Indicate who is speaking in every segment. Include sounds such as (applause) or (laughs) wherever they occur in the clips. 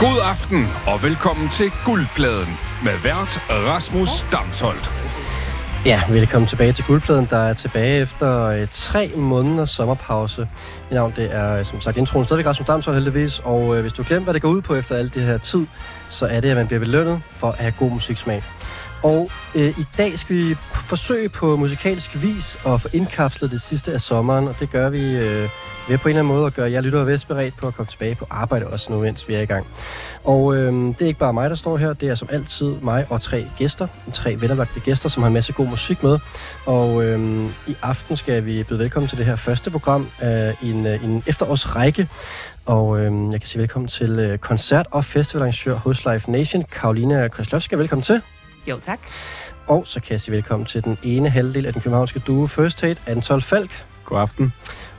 Speaker 1: God aften og velkommen til Guldpladen med vært Rasmus Damsholdt.
Speaker 2: Ja, velkommen tilbage til Guldpladen, der er tilbage efter øh, tre måneders sommerpause. Mit navn det er, øh, som sagt, introen stadigvæk Rasmus Damsholdt heldigvis, og øh, hvis du glemmer, hvad det går ud på efter alt det her tid, så er det, at man bliver belønnet for at have god musiksmag. Og øh, i dag skal vi p- forsøge på musikalsk vis at få indkapslet det sidste af sommeren, og det gør vi øh, ved på en eller anden måde at gøre jer lyttere velberedt på at komme tilbage på arbejde også nu, mens vi er i gang. Og øh, det er ikke bare mig, der står her, det er som altid mig og tre gæster, tre velanlagte gæster, som har en masse god musik med. Og øh, i aften skal vi byde velkommen til det her første program af en, øh, en efterårsrække, og øh, jeg kan sige velkommen til øh, koncert- og festivalarrangør hos Live Nation, Karolina Kraslovska. Velkommen til.
Speaker 3: Jo, tak.
Speaker 2: Og så kan jeg sige velkommen til den ene halvdel af den københavnske duo First Aid, Anton Falk.
Speaker 4: God aften.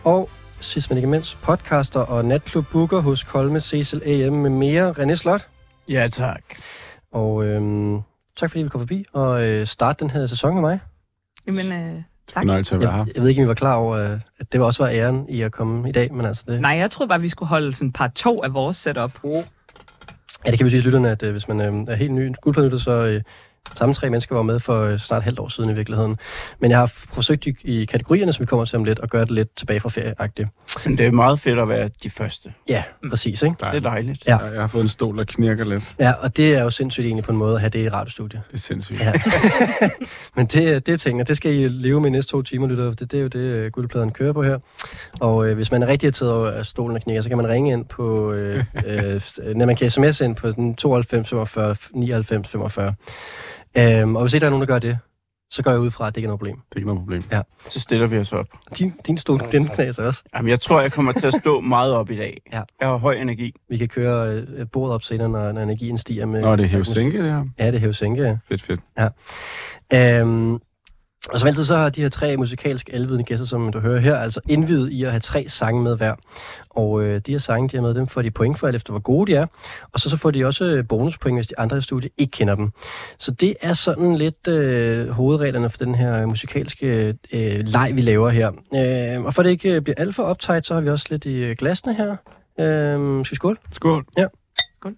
Speaker 2: Og sidst men ikke mindst, podcaster og natklub booker hos Kolme, Cecil AM med mere, René Slot.
Speaker 4: Ja, tak.
Speaker 2: Og øhm, tak fordi vi kom forbi og øh, starte den her sæson med mig.
Speaker 3: Jamen, øh, tak.
Speaker 4: Fornøjelse at være her.
Speaker 2: Jeg, jeg ved ikke, om I var klar over, øh, at det også var æren i at komme i dag, men altså det...
Speaker 3: Nej, jeg troede bare, vi skulle holde sådan par to af vores setup.
Speaker 4: Oh.
Speaker 2: Ja, det kan vi sige til lytterne, at øh, hvis man øh, er helt ny guldplanet, så øh, samme tre mennesker var med for øh, snart et halvt år siden i virkeligheden. Men jeg har f- forsøgt i, i kategorierne, som vi kommer til om lidt, at gøre det lidt tilbage fra ferieagtigt.
Speaker 5: Men det er meget fedt at være de første.
Speaker 2: Ja,
Speaker 3: Mm.
Speaker 2: præcis, ikke?
Speaker 5: Det er dejligt.
Speaker 2: Ja.
Speaker 4: Jeg- Jeg har fået en stol, der knirker lidt.
Speaker 2: Ja, og det er jo sindssygt egentlig på en måde at have det i et radiostudie.
Speaker 4: Det er sindssygt.
Speaker 2: Ja. Men det, det er tingene. Det skal I leve med næste to timer, lytter. Det, det er jo det, øh, guldpladen kører på her. Og øh, hvis man er rigtig irriteret over, at stolen er knækker, så kan man ringe ind på... Øh, øh, nej, man kan sms ind på den 92 45 99 45. Øhm, og hvis ikke der er nogen, der gør det, så går jeg ud fra, at det ikke er noget problem.
Speaker 4: Det er ikke noget problem.
Speaker 5: Så stiller vi os op.
Speaker 2: Din, din stol, den knaser også.
Speaker 5: Jamen, jeg tror, jeg kommer til at stå meget op i dag.
Speaker 2: Ja.
Speaker 5: Jeg har høj energi.
Speaker 2: Vi kan køre øh, bordet op senere, når, når energien stiger. Med,
Speaker 4: Nå, det er hævsænke, det her.
Speaker 2: Ja, det er hævsænke, ja.
Speaker 4: Fedt, fedt.
Speaker 2: Øhm, og som altid, så har de her tre musikalsk alvidende gæster, som du hører her, altså indvidet i at have tre sange med hver. Og øh, de her sange, de har med, dem får de point for, alt efter hvor gode de er. Og så, så får de også øh, bonuspoint, hvis de andre i studiet ikke kender dem. Så det er sådan lidt øh, hovedreglerne for den her øh, musikalske øh, leg, vi laver her. Øh, og for at det ikke øh, bliver alt for optaget, så har vi også lidt i øh, glasene her. Øh, skal vi skåle?
Speaker 4: Skål.
Speaker 2: Ja.
Speaker 3: Skål.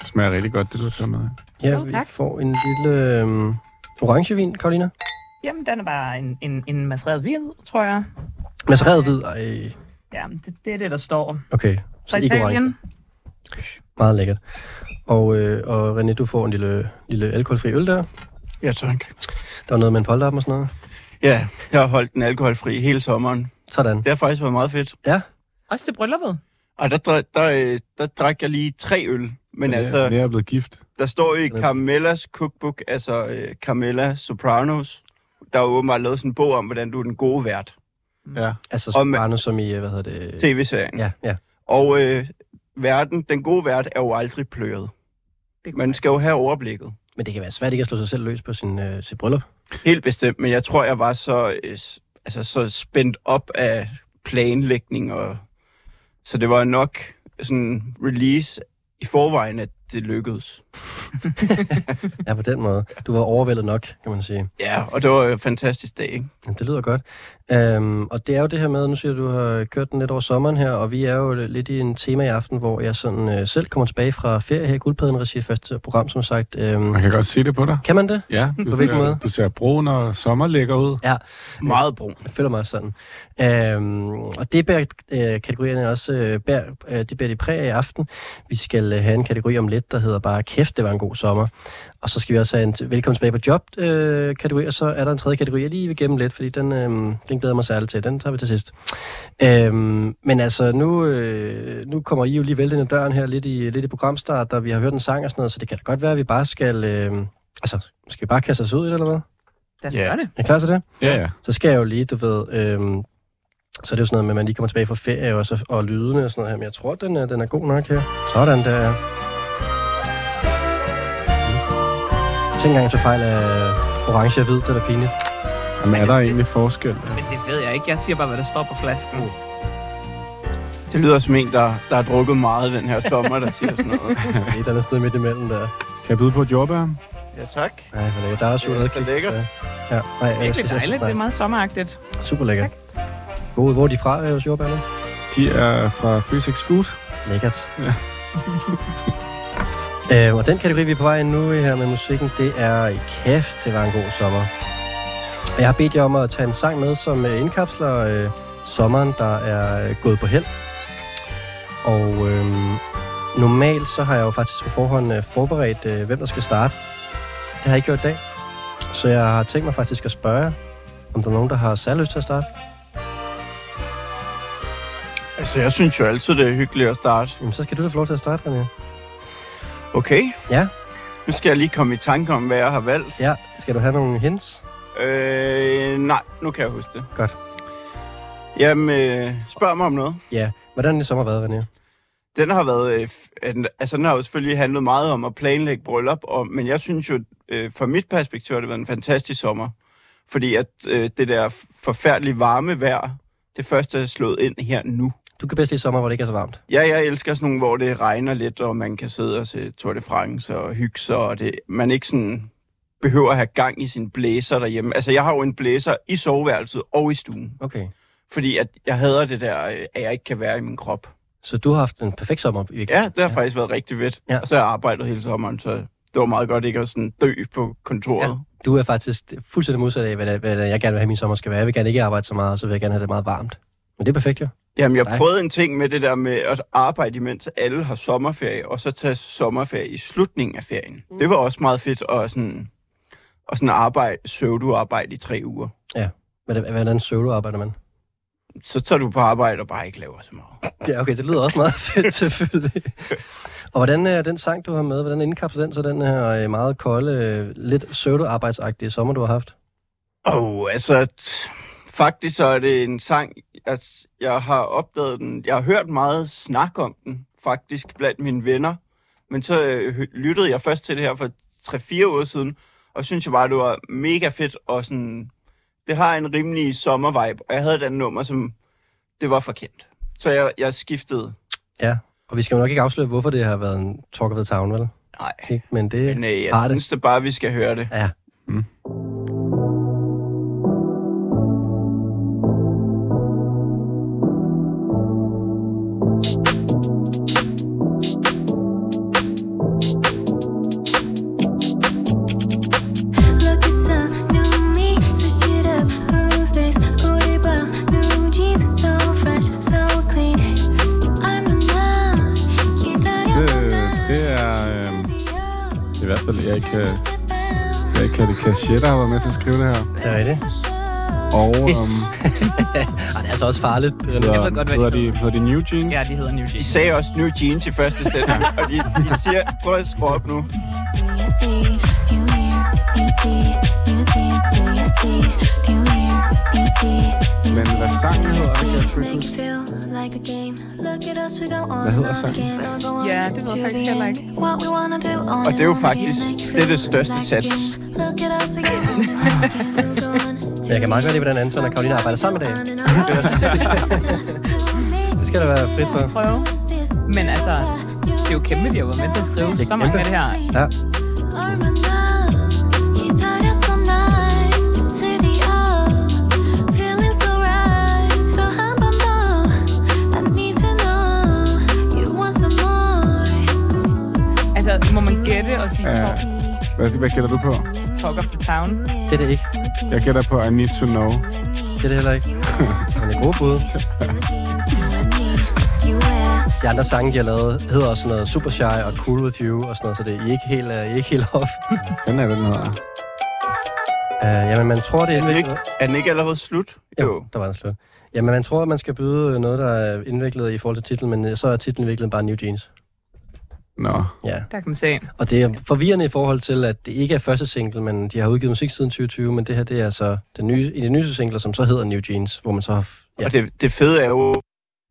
Speaker 4: Det smager rigtig godt, det du har taget med.
Speaker 2: Ja,
Speaker 3: Jo,
Speaker 2: vi
Speaker 3: tak.
Speaker 2: får en lille øh, orangevin, Karolina.
Speaker 3: Jamen, den er bare en, en, en massereret hvid, tror jeg.
Speaker 2: Massereret hvid. Ej.
Speaker 3: Ja, det, det er det, der står.
Speaker 2: Okay,
Speaker 3: Fra
Speaker 2: så ikke orange.
Speaker 3: Italien.
Speaker 2: Meget lækkert. Og, øh, og René, du får en lille, lille alkoholfri øl der.
Speaker 5: Ja, tak.
Speaker 2: Der var noget med en polterappen og sådan noget.
Speaker 5: Ja, jeg har holdt den alkoholfri hele sommeren.
Speaker 2: Sådan.
Speaker 5: Det har faktisk været meget fedt.
Speaker 3: Også til brylluppet.
Speaker 5: Og der, drak- der, øh, der drak jeg lige tre øl. Men
Speaker 4: Men altså...
Speaker 5: altså,
Speaker 4: Jeg er blevet gift.
Speaker 5: der står i Carmellas cookbook, altså øh, Carmella Sopranos, der har åbenbart lavet sådan en bog om, hvordan du er den gode vært.
Speaker 4: Ja.
Speaker 2: Altså
Speaker 5: Og med-
Speaker 2: Soprano, som i, øh, hvad hedder det?
Speaker 5: TV-serien.
Speaker 2: Ja, ja.
Speaker 5: Og øh, verden, den gode vært er jo aldrig pløret.
Speaker 3: Det er
Speaker 5: Man skal jo have overblikket.
Speaker 2: Men det kan være svært ikke at slå sig selv løs på sin, øh, sit bryllup.
Speaker 5: Helt bestemt, men jeg tror, jeg var så, øh, s- altså, så spændt op af planlægning, og, så det var nok sådan release i forvejen, at det lykkedes.
Speaker 2: Ja, på den måde. Du var overvældet nok, kan man sige.
Speaker 5: Ja, og det var jo en fantastisk dag, ikke?
Speaker 2: Jamen, det lyder godt. Øhm, og det er jo det her med, nu siger du, du har kørt den lidt over sommeren her, og vi er jo lidt i en tema i aften, hvor jeg sådan øh, selv kommer tilbage fra ferie her i Guldpadden, regi af første program, som sagt. Øhm,
Speaker 4: Man kan godt se det på dig.
Speaker 2: kan man det?
Speaker 4: Ja, du
Speaker 2: På hvilken
Speaker 4: ser,
Speaker 2: måde?
Speaker 4: Du ser brun og sommerlækker ud.
Speaker 5: Meget brun.
Speaker 2: Jeg føler mig også sådan. Øhm, og det bærer øh, kategorierne også, øh, bærer, øh, det bærer de præg af i aften. Vi skal øh, have en kategori om lidt, der hedder bare kæft, det var en god sommer. Og så skal vi også have en t- velkommen tilbage på job-kategori, øh, kategori, og så er der en tredje kategori, jeg lige vil gemme lidt, fordi den, øh, den glæder jeg mig særligt til. Den tager vi til sidst. Øhm, men altså, nu, øh, nu kommer I jo lige væltende døren her lidt i, lidt i programstart, og vi har hørt en sang og sådan noget, så det kan da godt være, at vi bare skal... Øh, altså, skal vi bare kaste os ud i det, eller hvad?
Speaker 3: Lad os
Speaker 4: Ja.
Speaker 3: gøre det.
Speaker 2: Er I klar til det?
Speaker 4: Ja, ja.
Speaker 2: så skal jeg jo lige, du ved, øhm, så er det jo sådan noget med, at man lige kommer tilbage fra ferie og, så, og lydene og sådan noget her, men jeg tror, den er, den er god nok her. Sådan der. Mm. ja. Tænk engang, så fejl af orange og hvid, det er da pinligt.
Speaker 4: Men er der egentlig forskel? Ja.
Speaker 3: Men det ved jeg ikke. Jeg siger bare, hvad der står på flasken.
Speaker 4: Oh,
Speaker 5: Det lyder som en, der, der har drukket meget den her sommer, der siger sådan noget.
Speaker 2: Et eller andet sted midt imellem der.
Speaker 4: Kan jeg byde på et jordbær?
Speaker 5: (laughs) Ja, tak.
Speaker 2: Nej, hvor lækkert. Der er også
Speaker 5: Det er
Speaker 2: chokolade.
Speaker 5: så lækkert.
Speaker 2: Ja, nej,
Speaker 3: Det er
Speaker 2: jeg
Speaker 3: virkelig
Speaker 2: skal sætte
Speaker 3: dejligt. Det er meget sommeragtigt.
Speaker 2: Super lækkert. Gode, hvor er de fra, øh, hos jordbærne?
Speaker 4: De er fra Physics Food.
Speaker 2: Lækkert. (laughs) Øh, og den kategori, vi er på vej ind nu i her med musikken, det er kæft, det var en god sommer. Og Jeg har bedt jer om at tage en sang med, som øh, indkapsler øh, sommeren, der er øh, gået på held. Og øh, normalt så har jeg jo faktisk på forhånd øh, forberedt, øh, hvem der skal starte. Det har jeg ikke gjort i dag. Så jeg har tænkt mig faktisk at spørge jer, om der er nogen, der har særlig lyst til at starte.
Speaker 5: Altså, jeg synes jo altid, det er hyggeligt at starte.
Speaker 2: Jamen, så skal du da få lov til at starte, René.
Speaker 5: Okay.
Speaker 2: Ja.
Speaker 5: Nu skal jeg lige komme i tanke om, hvad jeg har valgt.
Speaker 2: Ja, skal du have nogle hints?
Speaker 5: Øh, nej, nu kan jeg huske det.
Speaker 2: Godt.
Speaker 5: Jamen, øh, spørg mig om noget.
Speaker 2: Ja. Hvordan har din sommer været, René?
Speaker 5: Den har været, øh, f- en- altså den har jo selvfølgelig handlet meget om at planlægge bryllup, og, men jeg synes jo, øh, fra mit perspektiv, har det været en fantastisk sommer. Fordi at øh, det der forfærdelige varme vejr, det første er slået ind her nu.
Speaker 2: Du kan bedst lide sommer, hvor det ikke er så varmt.
Speaker 5: Ja, jeg elsker sådan nogle, hvor det regner lidt, og man kan sidde og se Tour de France og hygge sig, og det, man ikke sådan behøver at have gang i sin blæser derhjemme. Altså, jeg har jo en blæser i soveværelset og i stuen,
Speaker 2: Okay.
Speaker 5: fordi at jeg hader det der, øh, at jeg ikke kan være i min krop.
Speaker 2: Så du har haft en perfekt sommer i weekenden?
Speaker 5: Ja, det har ja. faktisk været rigtig fedt.
Speaker 2: Ja.
Speaker 5: Ja. Og så har jeg arbejdet hele sommeren, så det var meget godt ikke at sådan dø på kontoret.
Speaker 2: Du er faktisk fuldstændig modsat af, hvad, det- hvad det er, jeg gerne vil have, min sommer skal være. Jeg vil gerne ikke arbejde så meget, og så vil jeg gerne have det meget varmt. Men det er perfekt jo.
Speaker 5: Ja. Jamen, jeg
Speaker 2: Nej.
Speaker 5: prøvede en ting med det der med at arbejde, imens alle har sommerferie, og så tage sommerferie i slutningen af ferien. Mm. Det var også meget fedt at sådan, at sådan arbejde, søvduarbejde i tre uger.
Speaker 2: Hvad, hvad- hvordan søvn arbejder man?
Speaker 5: Så tager du på arbejde og bare ikke laver så meget.
Speaker 2: (laughs) Ja, okay, det lyder også meget (laughs) fedt selvfølgelig. og hvordan er den sang, du har med, hvordan indkapsler den så den her øh, meget kolde, øh, lidt søvdearbejdsagtige sommer, du har haft?
Speaker 5: Åh, oh, altså, t- faktisk så er det en sang, altså, jeg har opdaget den, jeg har hørt meget snak om den, faktisk, blandt mine venner. Men så øh, hø- lyttede jeg først til det her for 3-4 uger siden, og synes jeg bare, det var mega fedt, og sådan, det har en rimelig sommervibe, og jeg havde den nummer, som det var forkendt. Så jeg, jeg skiftede.
Speaker 2: Ja, og vi skal jo nok ikke afsløre, hvorfor det har været en talk of the town, vel?
Speaker 5: Nej,
Speaker 2: Ikke? Men det...
Speaker 5: men øh, jeg
Speaker 2: har det.
Speaker 5: synes det bare, vi skal høre det.
Speaker 2: Ja.
Speaker 4: Mm.
Speaker 6: Look at some new me, switched it up, move things, booty bump, new jeans, so fresh, so clean. I'm the man,
Speaker 4: Det, det er øh, det er i hvert fald Erik, øh, Erik Kalle Cachet, der har været med til at skrive det her.
Speaker 2: Det er rigtigt.
Speaker 4: Og øhm,
Speaker 2: Ej, det er altså også farligt.
Speaker 4: hedder,
Speaker 3: ved godt, hvad
Speaker 4: hedder,
Speaker 3: de
Speaker 4: de, hedder de New Jeans?
Speaker 3: Ja, de hedder New
Speaker 5: De
Speaker 3: Jeans.
Speaker 5: sagde også New Jeans i første sætning, og de, de siger, prøv at skrue op nu.
Speaker 4: Men hvad sangen hedder, det kan jeg sgu ikke huske.
Speaker 6: Hvad
Speaker 4: hedder sangen?
Speaker 3: Ja, det ved jeg faktisk heller ikke.
Speaker 6: Og det er jo faktisk det, er det største sats.
Speaker 2: Men jeg kan meget godt lide, hvordan Anton og Karoline arbejder sammen i dag. Det skal da være fedt for.
Speaker 3: Prøve. Men altså, det er jo kæmpe, de har været med til at skrive
Speaker 2: Det er
Speaker 3: så mange
Speaker 2: kæmpe.
Speaker 3: af det her.
Speaker 2: Ja,
Speaker 3: Altså, må man gætte og sige
Speaker 4: Ja.
Speaker 3: talk,
Speaker 4: Hvad, hvad gælder du på?
Speaker 3: talk of the town?
Speaker 2: det er det ikke.
Speaker 4: Jeg gætter på I Need To Know.
Speaker 2: Det er det heller ikke. (laughs) Men det er gode bud. De andre sange, de har lavet, hedder også sådan noget Super Shy og Cool With You og sådan noget, så det er I ikke helt, uh, I er ikke helt (laughs) off.
Speaker 4: Den er den hedder.
Speaker 2: Uh, jamen, man tror, det er
Speaker 5: Er den, ikke,
Speaker 2: indviklet.
Speaker 5: er den ikke allerede slut?
Speaker 2: Jo, der var en slut. Jamen, man tror, at man skal byde noget, der er indviklet i forhold til titlen, men øh, så er titlen virkelig bare New Jeans.
Speaker 4: Nå.
Speaker 2: Ja,
Speaker 3: Der kan man se.
Speaker 2: og det er forvirrende i forhold til, at det ikke er første single, men de har udgivet musik siden 2020, men det her, det er altså den nye, i de nyeste singler, som så hedder New Jeans, hvor man så har... f-
Speaker 5: Og det, det fede er jo,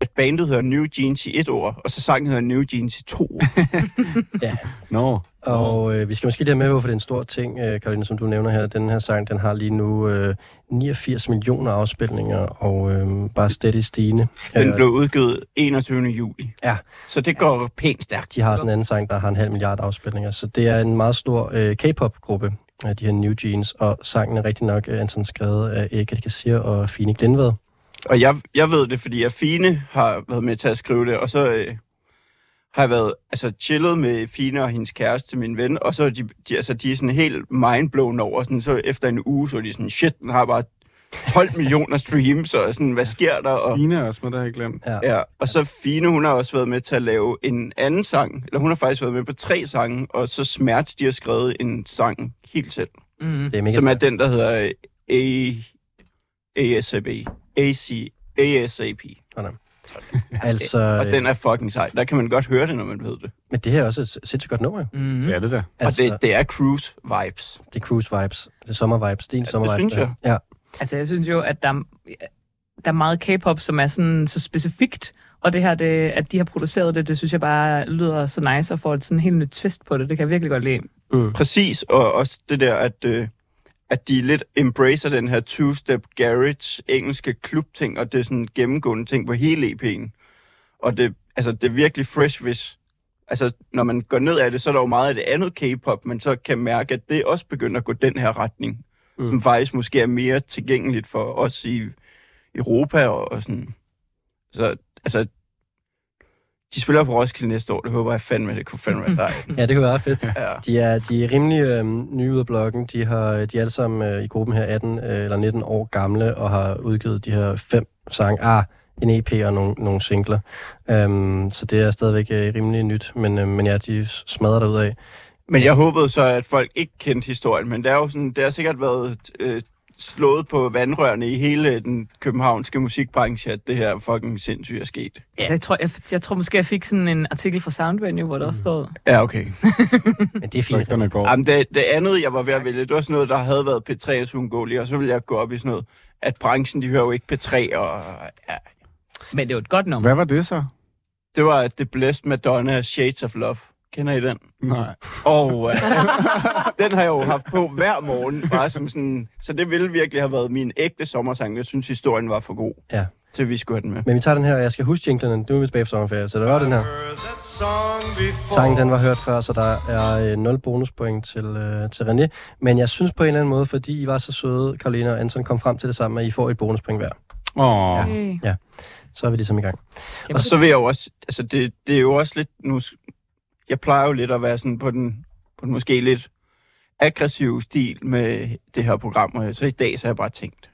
Speaker 5: at bandet hedder New Jeans i et ord, og så sangen hedder New Jeans i to ord.
Speaker 4: Nå.
Speaker 2: Og øh, vi skal måske lige have med, hvorfor det er en stor ting, øh, Karoline, som du nævner her. Den her sang, den har lige nu øh, 89 millioner afspilninger, og øh, bare steady stigende.
Speaker 5: Den
Speaker 2: Øh,
Speaker 5: blev udgivet 21. juli.
Speaker 2: Ja.
Speaker 5: Så det går pænt stærkt.
Speaker 2: de har sådan en anden sang, der har en halv milliard afspilninger, så det er en meget stor øh, K-pop-gruppe, øh, de her New Jeans, og sangen er rigtig nok, øh, Anton, skrevet af Erika Kassir og Fine Glindvad.
Speaker 5: Og jeg, jeg ved det, fordi jeg Fine har været med til at skrive det, og så øh, har været altså, chillet med Fina og hendes kæreste, min ven, og så er de, de, altså, de er sådan helt mindblown over, sådan, så efter en uge, så er de sådan, shit, den har bare 12 (laughs) millioner streams, og sådan, hvad sker der? Og,
Speaker 4: Ina er også med, der har jeg glemt.
Speaker 2: Ja.
Speaker 5: Ja, og så Fine, hun har også været med til at lave en anden sang, eller hun har faktisk været med på tre sange, og så Smerts, de har skrevet en sang helt selv,
Speaker 3: Mm.
Speaker 2: Det er mega
Speaker 5: som er
Speaker 2: svært.
Speaker 5: den, der hedder A... ASAP. AC... ASAP.
Speaker 2: altså,
Speaker 5: Og
Speaker 2: øh,
Speaker 5: den er fucking sej. Der kan man godt høre det, når man ved det.
Speaker 2: men det her er også et sindssygt godt nummer, jo.
Speaker 3: Mm.
Speaker 4: Det er det der.
Speaker 2: Altså,
Speaker 5: Mhm. Og det, det er cruise vibes.
Speaker 2: det er cruise vibes. Det er sommer vibes. Det er en sommer vibes.
Speaker 5: synes
Speaker 2: det her.
Speaker 5: jeg.
Speaker 2: Ja.
Speaker 3: Altså, jeg synes jo, at der, der er meget K-pop, som er sådan så specifikt, og det her, det, at de har produceret det, det synes jeg bare lyder så nice og får et sådan helt nyt twist på det. Det kan jeg virkelig godt lide.
Speaker 2: Mm.
Speaker 5: Præcis, og også det der, at, øh, at de lidt embracer den her two-step garage engelske klubting, og det er sådan en gennemgående ting på hele EP'en. Og det, altså, det er virkelig fresh, hvis... Altså, når man går ned af det, så er der jo meget af det andet K-pop, men så kan mærke, at det også begynder at gå den her retning,
Speaker 2: Mm.
Speaker 5: mm. som faktisk måske er mere tilgængeligt for os i Europa og, og sådan. Så, altså, de spiller på Roskilde næste år, det håber jeg fandme, det kunne fandme være dig.
Speaker 2: ja, det kunne være fedt.
Speaker 5: Ja.
Speaker 2: De er, de er rimelig øh, nye ud af blokken. De, har, de er alle sammen øh, i gruppen her 18 øh, eller 19 år gamle og har udgivet de her fem sange. Ah, en EP og nogle, nogle singler. Um, så det er stadigvæk øh, rimelig nyt, men, øh, men ja, de smadrer derudad.
Speaker 5: (laughs) Men jeg håbede så, at folk ikke kendte historien, men det er jo sådan, det har sikkert været øh, slået på vandrørene i hele den københavnske musikbranche, at det her fucking sindssygt er sket.
Speaker 3: Ja. Altså, jeg, tror, jeg, jeg tror måske, jeg fik sådan en artikel fra Soundvenue, hvor der også stod...
Speaker 5: Ja, okay.
Speaker 2: Men det er fint.
Speaker 4: Rygterne går.
Speaker 5: Jamen, det, det andet, jeg var ved at vælge, det var sådan noget, der havde været P3's uundgåelige, og så ville jeg gå op i sådan noget, at branchen, de hører jo ikke P3, og ja.
Speaker 3: Men det er jo et godt nummer.
Speaker 4: Hvad var det så?
Speaker 5: Det var The Blessed Madonna Shades of Love. Kender I den?
Speaker 4: Nej.
Speaker 5: Og uh, (laughs) den har jeg jo haft på hver morgen, bare som sådan, så det ville virkelig have været min ægte sommersang. Jeg synes, historien var for god,
Speaker 2: Ja.
Speaker 5: til vi skulle have den med.
Speaker 2: Men vi tager den her, og jeg skal huske jinglerne. Nu er vi tilbage på sommerferie, så der var den her. Sangen den var hørt før, så der er øh, 0 bonuspoint til, øh, til René. Men jeg synes på en eller anden måde, fordi I var så søde, Karoline og Anton, kom frem til det samme, at I får et bonuspoint hver.
Speaker 4: Åh, ja.
Speaker 3: Okay.
Speaker 2: Så er vi ligesom i gang.
Speaker 5: Og så vil jeg jo også, altså det, det er jo også lidt, nu, s- jeg plejer jo lidt at være sådan på den, på den måske lidt aggressive stil med det her program, og så i dag så har jeg bare tænkt,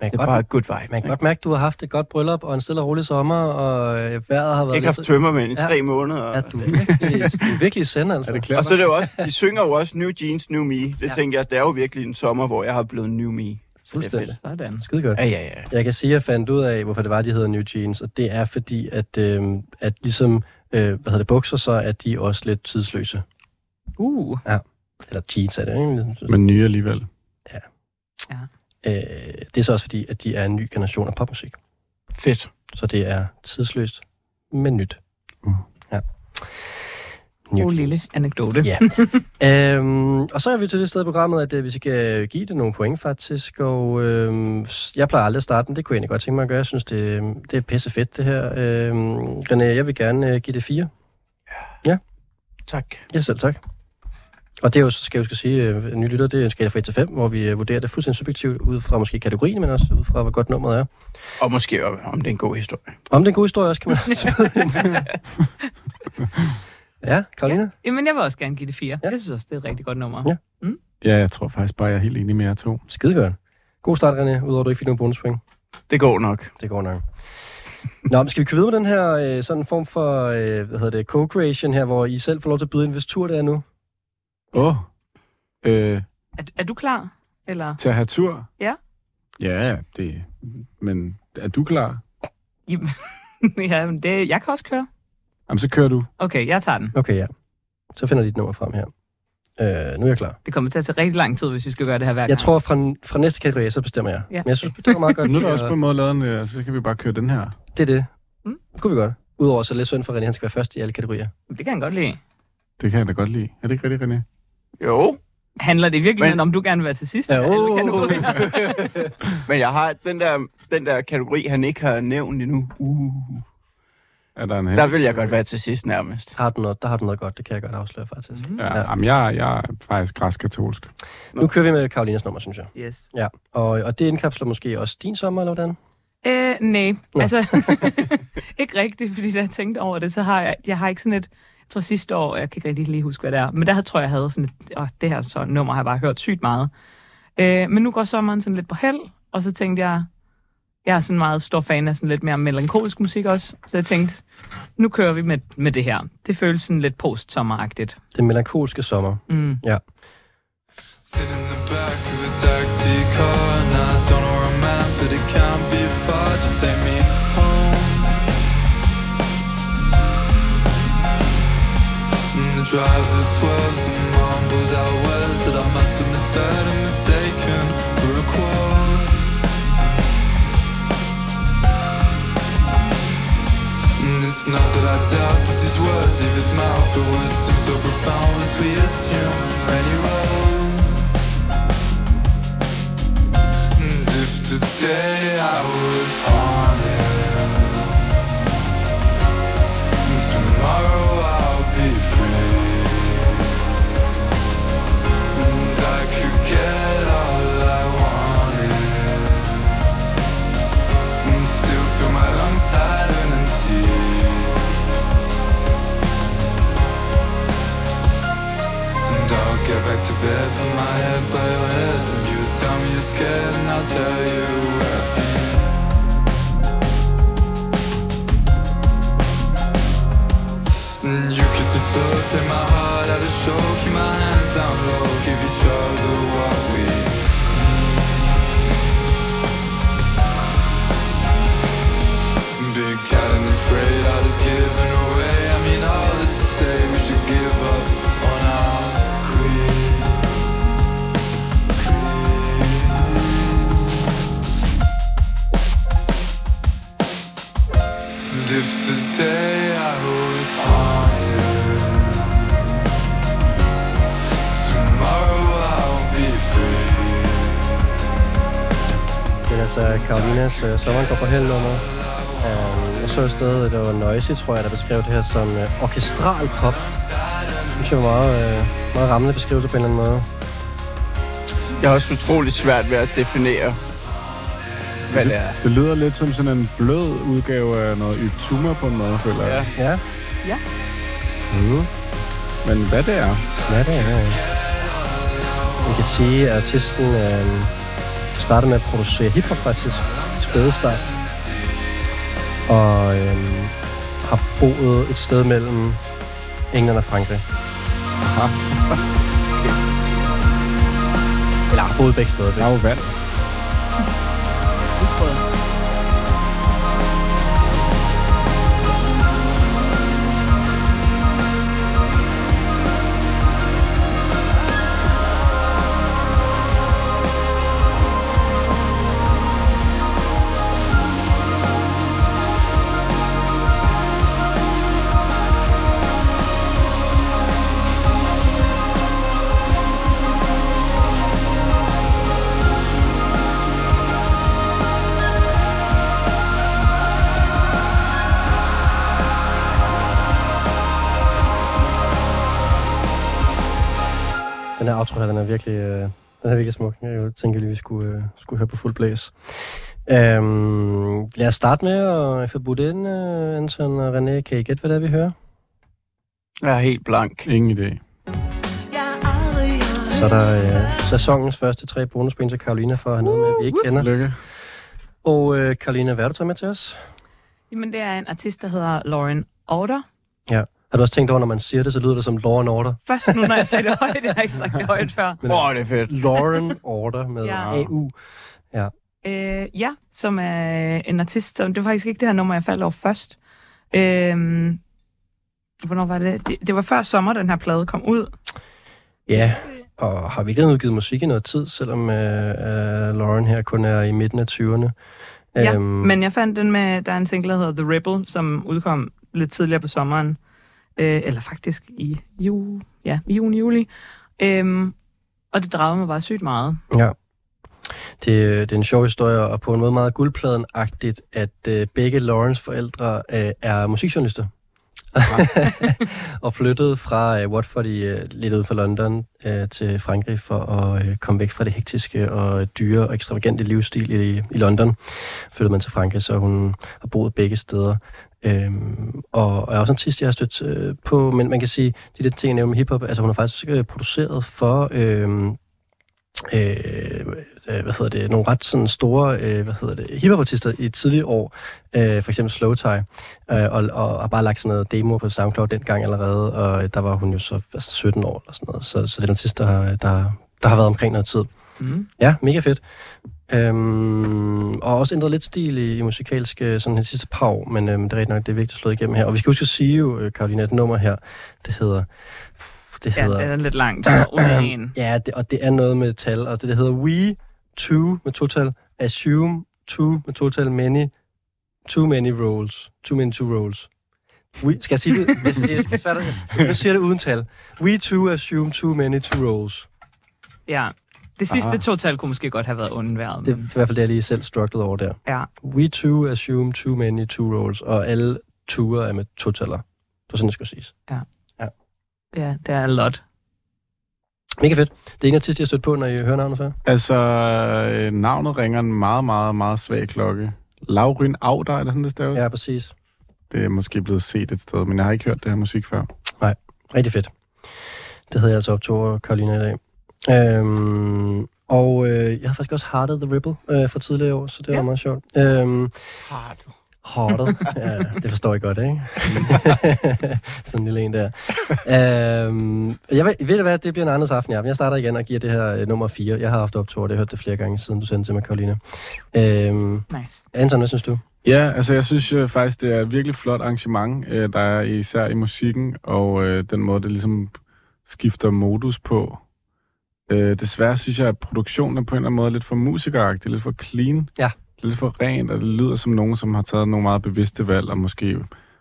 Speaker 2: Man
Speaker 5: det
Speaker 2: kan,
Speaker 5: er bare
Speaker 2: godt,
Speaker 5: good vibe.
Speaker 2: man kan godt mærke, at du har haft et godt bryllup og en stille og rolig sommer, og øh, vejret har
Speaker 5: jeg har
Speaker 2: været...
Speaker 5: ikke haft tømmermænd i
Speaker 2: Ja.
Speaker 5: tre måneder.
Speaker 2: Ja, du er virkelig, du er virkelig sender, altså.
Speaker 4: Er det
Speaker 5: Og
Speaker 4: klart?
Speaker 5: så (laughs) er det jo også, de synger jo også New Jeans, New Me. Det ja. tænker jeg, det er jo virkelig en sommer, hvor jeg har blevet New Me.
Speaker 2: Fuldstændig.
Speaker 3: Sådan.
Speaker 2: Skide godt.
Speaker 5: Ja, ja, ja.
Speaker 2: Jeg kan sige, at jeg fandt ud af, hvorfor det var, de hedder New Jeans, og det er fordi, at, øh, at ligesom øh, hvad hedder det, bukser, så er de også lidt tidsløse.
Speaker 3: Uh,
Speaker 2: Eller jeans er det, ikke?
Speaker 4: Men nye alligevel.
Speaker 2: Øh, det er så også fordi, at de er en ny generation af popmusik.
Speaker 5: Fedt.
Speaker 2: Så det er tidsløst, men nyt.
Speaker 4: Mm.
Speaker 2: Ja.
Speaker 3: god lille anekdote.
Speaker 2: Ja. øhm, og så er vi til det sted i programmet, at øh, vi skal give det nogle point faktisk, og øhm, s- jeg plejer aldrig at starte, men det kunne jeg egentlig godt tænke mig at gøre. Jeg synes, det, det er pisse fedt, det her. Øhm, René, jeg vil gerne øh, give det fire.
Speaker 5: Tak.
Speaker 2: Ja, selv tak. Og det er jo, så skal jeg jo skal sige, øh, nye lytter, det er en skala fra 1 til 5, hvor vi øh, vurderer det fuldstændig subjektivt ud fra måske kategorien, men også ud fra, hvor godt nummeret er.
Speaker 5: Og måske om om det er en god historie.
Speaker 2: Om det er en god historie også, kan man også smide ind. Ja, Karolina?
Speaker 3: Jamen, jeg vil også gerne give det fire.
Speaker 2: Ja.
Speaker 3: Ja. Jeg synes også, det er et rigtig godt nummer.
Speaker 2: Ja.
Speaker 3: Ja.
Speaker 4: Ja, jeg tror faktisk bare, jeg er helt enig med jer to.
Speaker 2: Skidegodt. God start, René, udover at du ikke fik nogen bonuspoint.
Speaker 5: Det går nok.
Speaker 2: Det går nok. Nå, men skal vi køre videre med den her øh, sådan en form for, øh, hvad hedder det, co-creation her, hvor I selv får lov til at byde ind, hvis tur det er nu?
Speaker 4: Åh. Øh,
Speaker 3: Er, er du klar? Eller?
Speaker 4: til at have tur?
Speaker 3: Ja.
Speaker 4: Ja, det... Men er du klar?
Speaker 3: Jamen, (laughs) ja, men det, jeg kan også køre.
Speaker 4: Jamen, så kører du.
Speaker 3: Okay, jeg tager den.
Speaker 2: Okay, ja. Så finder jeg dit nummer frem her. Øh, nu er jeg klar.
Speaker 3: Det kommer til at tage rigtig lang tid, hvis vi skal gøre det her hver gang.
Speaker 2: Jeg tror, fra, fra næste kategori, så bestemmer jeg.
Speaker 3: Ja.
Speaker 2: Men jeg synes, det var meget godt.
Speaker 4: Nu er der
Speaker 2: lige
Speaker 4: også
Speaker 2: at-
Speaker 4: på en måde lavet en... øh, Så kan vi bare køre den her.
Speaker 2: Det er det.
Speaker 3: Mm.
Speaker 2: Det kunne vi godt. Udover så er det lidt synd for René, han skal være først i alle kategorier.
Speaker 3: Det kan jeg godt lide.
Speaker 4: Det kan jeg da godt lide. Er det ikke rigtigt, René?
Speaker 5: Jo.
Speaker 3: Handler det virkelig
Speaker 5: Men-
Speaker 3: om, du gerne vil være til sidst?
Speaker 2: Ja,
Speaker 3: i alle
Speaker 2: uh.
Speaker 3: kategorier?
Speaker 5: Men jeg har den der, den der kategori, han ikke har nævnt endnu. Uh.
Speaker 4: Er der en her?
Speaker 5: Der vil jeg godt være til sidst nærmest.
Speaker 2: Har du noget, der har du noget godt, det kan jeg godt afsløre faktisk.
Speaker 3: Mhm.
Speaker 4: Ja,
Speaker 2: Ja.
Speaker 4: Jamen, jeg, jeg er faktisk græskatolsk.
Speaker 2: Nu kører vi med Karolinas nummer, synes jeg.
Speaker 3: Yes.
Speaker 2: Ja, og, og det indkapsler måske også din sommer, eller hvordan?
Speaker 3: Øh, nej,
Speaker 2: Nå.
Speaker 3: altså (laughs) ikke rigtigt, fordi da jeg tænkte over det, så har jeg, jeg har ikke sådan et, jeg tror sidste år, jeg kan ikke rigtig lige huske, hvad det er, men der havde, tror jeg, jeg havde sådan et, åh, det her så nummer har jeg bare hørt sygt meget. Øh, men nu går sommeren sådan lidt på held, og så tænkte jeg, jeg er sådan meget stor fan af sådan lidt mere melankolsk musik også, så jeg tænkte, nu kører vi med, med det her. Det føles sådan lidt post-sommeragtigt.
Speaker 2: Den melankolske sommer.
Speaker 3: Mm.
Speaker 2: Ja.
Speaker 7: Sit in the back of a taxi car and I don't know where I'm at, but it can't be far. Just take me home. And the driver swerves and mumbles out words that I must have misled and mistaken for a quote. And it's not that I doubt that these words leave his mouth, but words seem so profound as we assume any road. And if today I was haunted, and tomorrow I'll be free, and I could get all I wanted and still feel my lungs tighten in tears. And I'll get back to bed, put my head by your head, and you tell me you're scared, and I'll tell you where I've been. And you kiss me slow, take my heart out of show, keep my hands down low, give each other what we Big cat in his braid, all is given away. I mean, all this to say, we should give up on our greed. Greed. And if today I was haunted, tomorrow I'll be free.
Speaker 2: Men altså, Karolinas øh, Sommeren går på held nummer. Øh, jeg så et sted, det var Noisy, tror jeg, der beskrev det her som øh, orkestral pop. Det synes jeg var meget, øh, meget rammende beskrivelse på en eller anden måde.
Speaker 5: Jeg har også utrolig svært ved at definere, hvad det er.
Speaker 4: Det lyder lidt som sådan en blød udgave af noget Yptuma på en måde, føler jeg.
Speaker 5: Ja.
Speaker 2: Ja,
Speaker 4: Mm. Men hvad det er?
Speaker 2: ja det er jeg. Man kan sige, at artisten øh, startede med at producere hiphop faktisk. Spæde start. Og øh, har boet et sted mellem England og Frankrig. (laughs) Eller har boet begge steder.
Speaker 4: Der er jo vand.
Speaker 2: Den her outro her, den er virkelig, øh, den er virkelig smuk. Jeg tænker lige, vi skulle, øh, skulle høre på fuld blæs. Øhm, lad os starte med at få budt ind, øh, Anton og René. Kan I gætte, hvad det er, vi hører?
Speaker 5: Jeg er helt blank.
Speaker 4: Ingen idé.
Speaker 2: Så er der øh, sæsonens første tre bonuspoint til Karolina for at have noget med, vi ikke kender.
Speaker 4: Lykke.
Speaker 2: Og øh, Karolina, hvad har du taget med til os?
Speaker 3: Jamen, det er en artist, der hedder Lauren Order.
Speaker 2: Ja. Har du også tænkt over, når man siger det, så lyder det som Law and Order?
Speaker 3: Først nu, når jeg sagde det højt, jeg har ikke sagt det højt før.
Speaker 5: Åh, oh, det er fedt.
Speaker 2: Lauren (laughs) Order med
Speaker 3: Ja.
Speaker 2: AU.
Speaker 3: Øh, ja, som er en artist, som det var faktisk ikke det her nummer, jeg faldt over først. Øh, hvornår var det? det? Det var før sommer, den her plade kom ud.
Speaker 2: Ja, og har virkelig udgivet musik i noget tid, selvom øh, øh, Lauren her kun er i midten af 20'erne.
Speaker 3: Ja,
Speaker 2: Øhm.
Speaker 3: Men jeg fandt den med, der er en single, der hedder The Ripple, som udkom lidt tidligere på sommeren. Øh, eller faktisk i juni, ja, i juni, juli. Øh, og det dragede mig bare sygt meget.
Speaker 2: Ja. Det, øh, det er en sjov historie, og på en måde meget guldpladen-agtigt, at øh, begge Lawrence forældre øh, er musikjournalister. (laughs) og flyttede fra øh, Watford i, øh, lidt uden for London øh, til Frankrig for at øh, komme væk fra det hektiske og dyre og ekstravagante livsstil i, i London. Flyttede man til Frankrig, så hun har boet begge steder. Øhm, og, og er også en artist, jeg har stødt øh, på, men man kan sige, de der ting, jeg nævner med hiphop, altså hun har faktisk øh, produceret for... Øh, øh, øh, hvad hedder det, nogle ret sådan store, øh, hvad hedder det, hiphopartister i tidlige år, øh, for eksempel Slow Tie, øh, og, og har bare lagt sådan noget demo på SoundCloud dengang allerede, og øh, der var hun jo så altså 17 år eller sådan noget, så, så det er den sidste, der, har- der, der har været omkring noget tid.
Speaker 3: Mm.
Speaker 2: Ja, mega fedt. Øhm, og også ændret lidt stil i, i musikalske sådan de sidste par år, men øhm, det er rigtigt nok, det er vigtigt at slå igennem her. Og vi skal huske at sige jo, øh, Karoline, at nummer her, det hedder... Det
Speaker 3: Ja,
Speaker 2: hedder
Speaker 3: den er lidt langt. Den er Under en.
Speaker 2: Ja, det, og det er noget med tal, og det, det hedder we, two med total, assume, two med total, many, too many rolls, too many two rolls. We, skal jeg sige (laughs) det? Jeg, jeg, jeg, fatter det. Nu siger jeg det uden tal. We two assume too many two rolls.
Speaker 3: Ja. Det sidste
Speaker 4: Aha.
Speaker 3: total kunne måske godt have været undværet.
Speaker 2: Det,
Speaker 3: Det...
Speaker 2: det er i hvert fald det, jeg lige selv strugglede over der.
Speaker 3: Ja.
Speaker 2: We two assume too many two rolls, og alle ture er med totaler. Det var sådan, det skulle siges.
Speaker 3: Ja, det er a lot.
Speaker 2: Mega fedt. Det er en artist, jeg har stødt på, når I hører navnet før.
Speaker 4: Altså, øh, navnet ringer en meget, meget, meget svag klokke. Lauryn Auder, eller sådan det staves?
Speaker 2: Ja, præcis.
Speaker 4: Det er måske blevet set et sted, men jeg har ikke hørt det her musik før.
Speaker 2: Rigtig fedt. Det havde jeg altså op til over Karolina i dag. Øhm, og øh, jeg har faktisk også hardet The Ripple øh, fra tidligere år, så det var
Speaker 3: Ja.
Speaker 2: meget sjovt. Øhm,
Speaker 5: Hardt.
Speaker 2: hardet. ja, det forstår jeg godt, ikke? Sådan en lille en der. Øhm, jeg ved, ved du hvad, det bliver en andens aften i aften. Jeg starter igen og giver det her øh, nummer 4. Jeg har haft op til over det. Jeg har hørt det flere gange, siden du sendte til mig, Karolina. Øhm,
Speaker 3: Nice.
Speaker 2: Anton, hvad synes du?
Speaker 4: Ja, altså jeg synes øh, faktisk, det er et virkelig flot arrangement, øh, der er især i musikken, og øh, den måde, det ligesom skifter modus på. Øh, desværre synes jeg, at produktionen er på en eller anden måde lidt for musikeragtig, lidt for clean,
Speaker 2: Ja.
Speaker 4: lidt for rent, og det lyder som nogen, som har taget nogle meget bevidste valg, og måske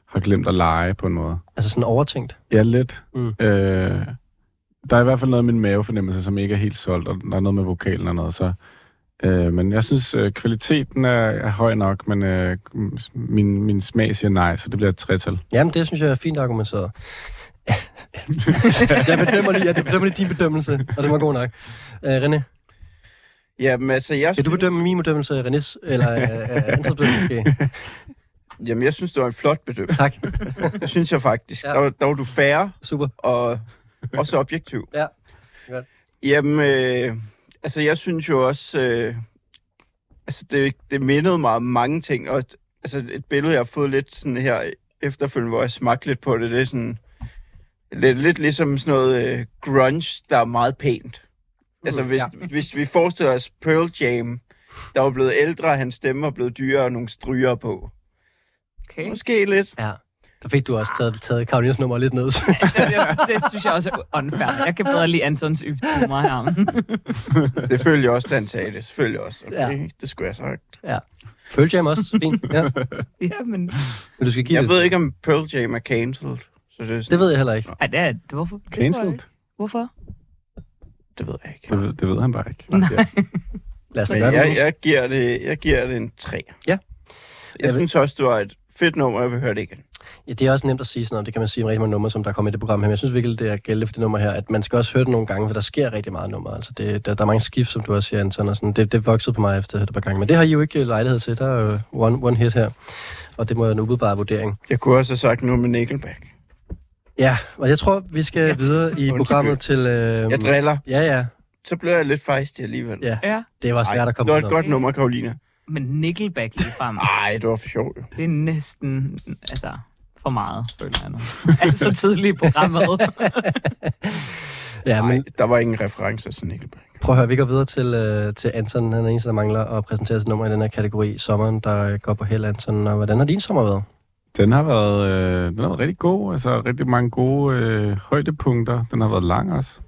Speaker 4: har glemt at lege på en måde.
Speaker 2: Altså sådan overtænkt.
Speaker 4: Ja, lidt.
Speaker 2: Mm.
Speaker 4: Øh, der er i hvert fald noget af min mavefornemmelse, som ikke er helt solgt, og der er noget med vokalen og noget, så... Øh, men jeg synes, øh, kvaliteten er, er høj nok, men øh, min, min smag siger nej, så det bliver et tretal.
Speaker 2: Jamen, det synes jeg er fint argumenteret. (laughs) jeg bedømmer lige, jeg bedømmer lige din bedømmelse, og det var god nok. Øh, René,
Speaker 5: Jamen, altså, jeg
Speaker 2: kan
Speaker 5: synes,
Speaker 2: du bedømme min bedømmelse af Renés, eller øh, øh, Antons bedømmelse måske?
Speaker 5: jamen, jeg synes, det var en flot bedømmelse.
Speaker 2: Tak,
Speaker 5: Det synes jeg faktisk.
Speaker 2: Ja.
Speaker 5: Ja. Der, var- der var du færre
Speaker 2: super.
Speaker 5: og også objektiv.
Speaker 2: Ja. Godt.
Speaker 5: Jamen, øh, altså, jeg synes jo også... Øh, altså, det, det mindede mig om mange ting, og et- altså, et billede, jeg har fået lidt sådan her efterfølgende, hvor jeg smagte lidt på det, det er sådan... Lidt, lidt ligesom sådan noget øh, grunge, der er meget pænt.
Speaker 2: Mm,
Speaker 5: Altså, hvis, ja. hvis vi forestiller os Pearl Jam, der var blevet ældre, hans stemme var blevet dyrere og nogle stryger på.
Speaker 3: Okay.
Speaker 5: Måske lidt.
Speaker 2: (laughs) Ja, der fik du også taget, taget Karolines nummer lidt ned. (laughs) synes jeg.
Speaker 3: (laughs) Det, det synes jeg også er unfair. Jeg kan bedre lide Antons yfthumor her.
Speaker 5: Det følte jeg også, da han sagde det. Selvfølgelig også. Okay,
Speaker 2: Ja.
Speaker 5: ja. det skulle jeg have sagt.
Speaker 2: Pearl Jam også, fint. Ja.
Speaker 3: (laughs) ja, men...
Speaker 2: Men du skal give
Speaker 5: Jeg
Speaker 2: det.
Speaker 5: ved ikke, om Pearl Jam er cancelled. Så det, er sådan,
Speaker 2: Det ved jeg heller ikke.
Speaker 3: Ej, det er... det- Hvorfor? det tror jeg
Speaker 4: Cancelled?
Speaker 3: ikke. Hvorfor?
Speaker 5: det ved jeg ikke.
Speaker 4: Det, ved- det ved han bare ikke.
Speaker 3: Nej.
Speaker 2: Lad os da
Speaker 5: Men
Speaker 2: gøre Mm. det.
Speaker 5: jeg,
Speaker 2: nu.
Speaker 5: jeg, giver det, jeg giver det en 3.
Speaker 2: Ja.
Speaker 5: Jeg
Speaker 2: Jeg ved-
Speaker 5: synes også, det var et fedt nummer, jeg vil høre det igen.
Speaker 2: Ja, det er også nemt at sige sådan noget. Det kan man sige om rigtig mange numre, som der kommer i det program her. Men jeg synes virkelig, det er gældende for det nummer her, at man skal også høre det nogle gange, for der sker rigtig meget nummer. Altså, det, der, der, er mange skift, som du også siger, Anton. Og sådan. Det, det voksede på mig efter et par gange. Men det har I jo ikke øh, lejlighed til. Der er jo one, one hit her. Og det må være en umiddelbar vurdering.
Speaker 5: Jeg kunne også have sagt noget med Nickelback.
Speaker 2: Ja, og jeg tror, vi skal videre i
Speaker 5: Undskyld.
Speaker 2: programmet til... Øh,
Speaker 5: Jeg driller.
Speaker 2: ja, ja.
Speaker 5: Så blev jeg lidt fejstig alligevel.
Speaker 2: Ja.
Speaker 3: Ja.
Speaker 2: Det var svært
Speaker 5: Ej,
Speaker 2: at
Speaker 5: det
Speaker 2: komme
Speaker 5: var et
Speaker 2: udenom.
Speaker 5: godt nummer, Karolina.
Speaker 3: Men Nickelback lige frem.
Speaker 5: Nej, det var for sjovt. jo.
Speaker 3: Det er næsten... Altså, for meget, føler jeg nu. Altså tidligt i programmet.
Speaker 2: Ja,
Speaker 5: Nej,
Speaker 2: men
Speaker 5: der var ingen referencer til Nickelback.
Speaker 2: Prøv at høre, vi går videre til, øh, til Anton. Han er den eneste, der mangler at præsentere sit nummer i den her kategori. Sommeren, der øh, går på held, Anton. Og hvordan har din sommer været?
Speaker 4: Den har, været, øh, den har været rigtig god, altså rigtig mange gode øh, højdepunkter. Den har været lang også.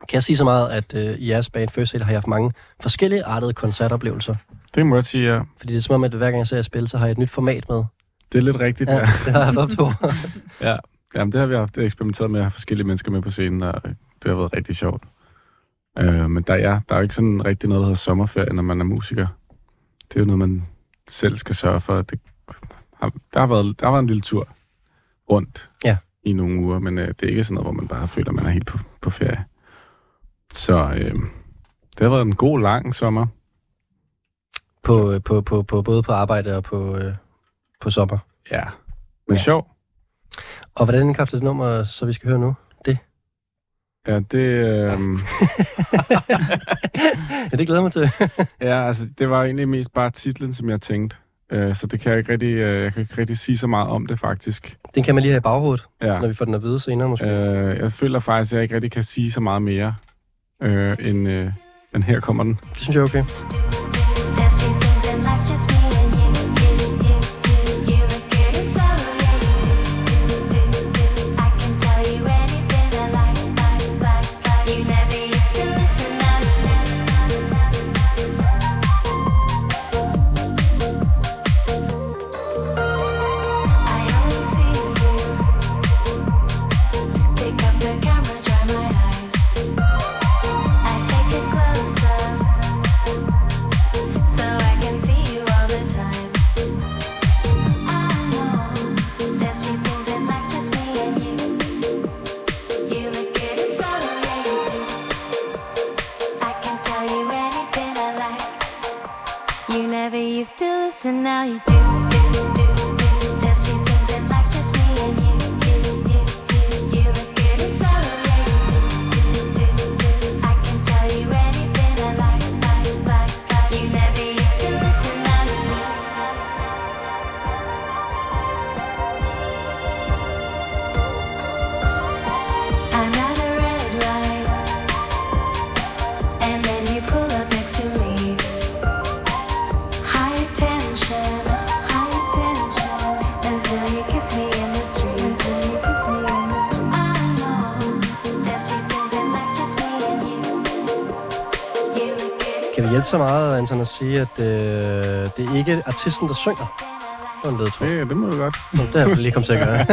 Speaker 2: Kan jeg sige så meget, at øh, i jeres band First Aid har jeg haft mange forskellige artede koncertoplevelser?
Speaker 4: Det må jeg sige, ja.
Speaker 2: Fordi det er som om, at hver gang jeg ser jer spille, så har jeg et nyt format med.
Speaker 4: Det er lidt rigtigt,
Speaker 2: Ja,
Speaker 4: ja.
Speaker 2: (laughs) det har jeg haft op til over.
Speaker 4: ja. Jamen, det har vi haft eksperimenteret med at have forskellige mennesker med på scenen, og det har været rigtig sjovt. Øh, men der, ja, der er jo ikke sådan rigtig noget, der hedder sommerferie, når man er musiker. Det er jo noget, man selv skal sørge for. Det har, der, har været, der har været en lille tur. rundt
Speaker 2: Ja.
Speaker 4: i nogle uger, men øh, det er ikke sådan noget, hvor man bare føler, at man er helt på, på ferie. Så øh, det har været en god, lang sommer.
Speaker 2: På, øh, på, på, på, både på arbejde og på, øh, på sommer.
Speaker 4: Ja.
Speaker 2: Ja.
Speaker 4: Men ja. sjov.
Speaker 2: Og hvordan indkapsler det nummer, så vi skal høre nu?
Speaker 4: Ja, det... Øh,
Speaker 2: ja, det glæder jeg mig til.
Speaker 4: Ja, altså det var egentlig mest bare titlen, som jeg tænkte. Øh, så det kan jeg ikke rigtig, øh, jeg kan ikke rigtig sige så meget om det faktisk.
Speaker 2: Den kan man lige have i baghovedet,
Speaker 4: Ja.
Speaker 2: når vi får den at vide senere måske.
Speaker 4: Øh, jeg føler faktisk, at jeg ikke rigtig kan sige så meget mere, øh, end, øh, end her kommer den.
Speaker 2: Det synes jeg er okay.
Speaker 8: There's three things in life, just me and you, you, you, you. You look good in sorrow, yeah you do, do, do, do. I can tell you anything I like, like, like, like. You never used to listen, now you do. I only see you. Pick up the camera, dry my eyes. I take a close up. So I can see you all the time. I know there's few things in life, just me and you. You look good in sorrow, yeah you do. I can tell you anything I like. You never used to listen, now you do, do, do, do. There's few things in life, just me and you, you, you, you. You look good in sorrow, yeah you do, do, do, do. I can tell you anything I like, like, like, like. You never used to listen, now you do. Another red light, and then you pull up next to me. High attention, high attention, until you kiss me in the street, until you kiss me in the street. I know there's few things in life, just me and you. You look good.
Speaker 2: Kan vi hjælpe så meget, Anton, at sige, at øh, det er ikke artisten, der synger? Det var en ledtråd.
Speaker 4: Det, det må du godt.
Speaker 2: Nå, Det har vi lige kommet til at gøre.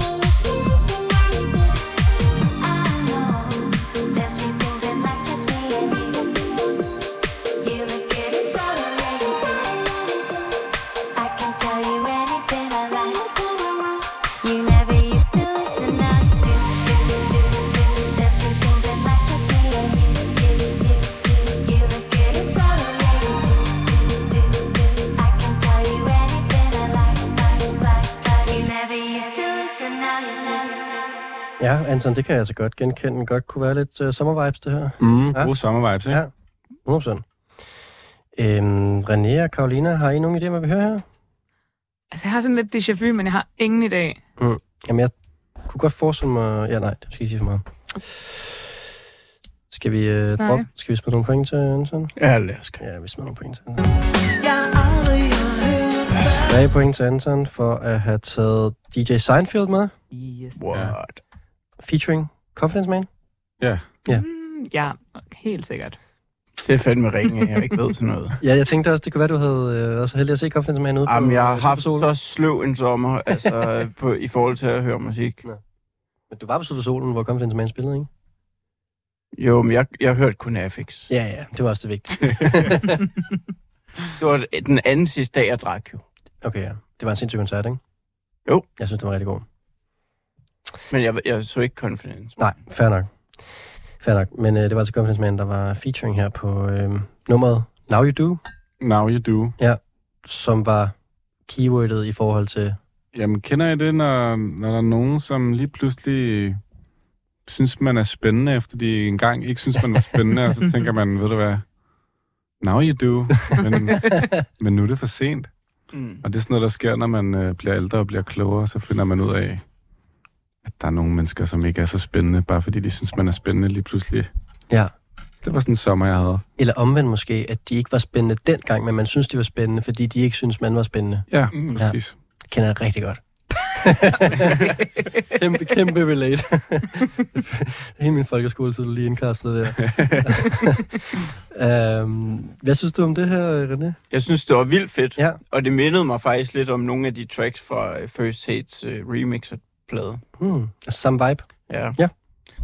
Speaker 8: Thank you Now you do.
Speaker 2: Ja, Anton, det kan jeg altså godt genkende. Godt kunne være lidt øh, sommervibes, det her.
Speaker 4: Mm,
Speaker 2: Ja.
Speaker 4: ja. Gode sommervibes, ikke?
Speaker 2: Ja. 100%. Øhm, René og Karolina, har I nogen idé, hvad vi hører her?
Speaker 3: Altså, jeg har sådan lidt déjà vu, men jeg har ingen i dag.
Speaker 2: Jamen, jeg kunne godt forestille mig... Ja, nej, det skal jeg sige for meget. Skal vi, øh,
Speaker 3: Nej.
Speaker 2: drop? Skal vi smide nogle point til Anton?
Speaker 5: Ja, lad os gøre.
Speaker 2: Ja, vi smider nogle point til Anton. Tre point til Anton for at have taget DJ Seinfeld med,
Speaker 3: Yes.
Speaker 5: What?
Speaker 2: featuring Confidence Man.
Speaker 3: Mm, ja, helt sikkert.
Speaker 5: Det er fandme ringe, at jeg ikke ved sådan
Speaker 2: (laughs)
Speaker 5: noget.
Speaker 2: Ja, jeg tænkte også, det kunne være, du havde øh, været så heldig at se Confidence Man ude på...
Speaker 5: Jamen, jeg har
Speaker 2: øh,
Speaker 5: haft
Speaker 2: Supersolen.
Speaker 5: så sløv en sommer, altså på, i forhold til at høre musik.
Speaker 2: Men du var på Syd for Solen, hvor Confidence Man spillede, ikke?
Speaker 5: Jo, men jeg, jeg hørte kun Afix.
Speaker 2: Ja, ja, det var også det vigtige.
Speaker 5: Det var den anden sidste dag, jeg drak jo.
Speaker 2: Okay, ja. Det var en sindssyg koncert, ikke?
Speaker 5: Jo.
Speaker 2: Jeg synes, det var rigtig god.
Speaker 5: Men jeg, jeg så ikke Confidence.
Speaker 2: Nej, fair nok. Fair nok. Men øh, det var altså Confidence Man, der var featuring her på øh, nummeret Now You Do,
Speaker 4: Now you do.
Speaker 2: som var keywordet i forhold til...
Speaker 4: Jamen, kender I det, når, når der er nogen, som lige pludselig synes, man er spændende, efter de engang ikke synes, man var spændende, og (laughs) så tænker man, ved du hvad, now you do, (laughs) men, men nu er det for sent.
Speaker 5: Mm.
Speaker 4: Og det er sådan noget, der sker, når man øh, bliver ældre og bliver klogere, så finder man ud af, at der er nogle mennesker, som ikke er så spændende, bare fordi de synes, man er spændende lige pludselig.
Speaker 2: Ja.
Speaker 4: Det var sådan en sommer, jeg havde.
Speaker 2: Eller omvendt måske, at de ikke var spændende dengang, men man synes, de var spændende, fordi de ikke synes, man var spændende.
Speaker 4: Ja,
Speaker 5: Mm.
Speaker 4: præcis.
Speaker 2: Det kender jeg rigtig godt. kæmpe, kæmpe relate. (laughs) Hele min folkeskoletid du lige (laughs) indkapslet der. um, hvad synes du om det her, René?
Speaker 5: Jeg synes, det var vildt fedt,
Speaker 2: Ja.
Speaker 5: og det mindede mig faktisk lidt om nogle af de tracks fra øh, First Hates uh, remixer-plade.
Speaker 2: Hmm. Altså, samme vibe.
Speaker 5: Ja.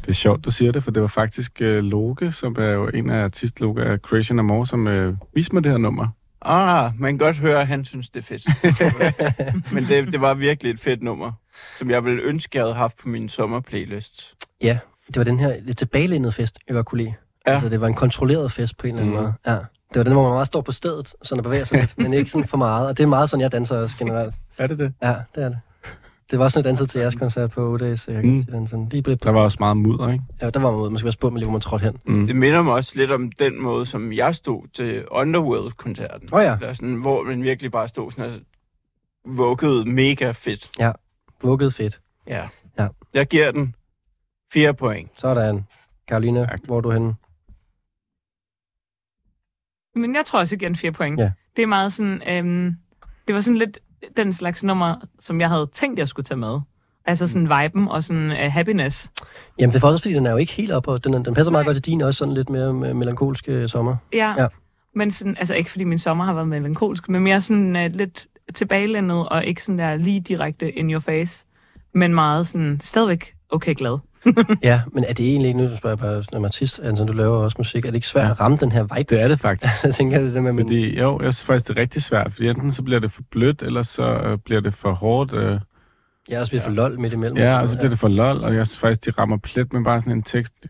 Speaker 4: Det er sjovt, du siger det, for det var faktisk øh, Loke, som er jo en af artistloke af Creation Amore, som øh, viste mig det her nummer.
Speaker 5: Ah, man kan godt høre, at han synes, det er fedt. Men det, det var virkelig et fedt nummer, som jeg ville ønske, jeg havde haft på min sommerplaylist.
Speaker 2: Ja, det var den her lidt tilbagelænede fest, jeg godt kunne lide.
Speaker 5: Ja.
Speaker 2: Ja. Altså, det var en kontrolleret fest på en eller anden
Speaker 4: Mm.
Speaker 2: mm. måde. Ja. Det var den, hvor man meget står på stedet, sådan og bevæger sig lidt, men ikke sådan for meget. Og det er meget sådan, jeg danser også generelt.
Speaker 4: Er det det?
Speaker 2: Ja, det er det. Det var sådan, jeg dansede til jeres koncert på O-Days, så jeg kan
Speaker 4: Mm.
Speaker 2: mm. sige den sådan. Lige på
Speaker 4: Der var også meget mudder, ikke?
Speaker 2: Ja, der var man ude. Man skal være spurgt med lige, hvor man trådte hen.
Speaker 4: Mm.
Speaker 5: Det minder mig også lidt om den måde, som jeg stod til Underworld-koncerten.
Speaker 2: Åh ja,
Speaker 5: Eller sådan, hvor man virkelig bare stod sådan og vuggede mega fedt.
Speaker 2: vugget fedt.
Speaker 5: Ja.
Speaker 2: Ja.
Speaker 5: Jeg giver den fire point.
Speaker 2: Sådan. Karoline,
Speaker 4: Tak.
Speaker 2: hvor er du henne?
Speaker 3: Men jeg tror også igen fire point.
Speaker 2: Ja.
Speaker 3: Det er meget sådan, øhm, det var sådan lidt den slags nummer, som jeg havde tænkt, jeg skulle tage med. Altså sådan viben og sådan uh, happiness.
Speaker 2: Jamen, det er faktisk, fordi den er jo ikke helt op, og den, er- den passer meget
Speaker 3: Nej.
Speaker 2: godt til din også sådan lidt mere øh, melankolske sommer.
Speaker 3: Ja.
Speaker 2: Ja.
Speaker 3: ja. Men sådan, altså ikke fordi min sommer har været melankolsk, men mere sådan uh, lidt tilbagelændet og ikke sådan der lige direkte in your face, men meget sådan stadigvæk okay glad.
Speaker 2: ja, men er det egentlig ikke, nu spørger jeg bare som artist, Anton, du laver også musik, er det ikke svært at ramme den her vibe?
Speaker 4: Det er det faktisk.
Speaker 2: (laughs) jeg tænker, det er det med, men
Speaker 4: Fordi, jo, jeg synes faktisk, det er rigtig svært, fordi enten så bliver det for blødt, eller så øh, bliver det for hårdt. Øh,
Speaker 2: jeg er også blevet for lol midt imellem.
Speaker 4: ja, og så bliver det for lol, og jeg synes faktisk, de rammer plet med bare sådan en tekst,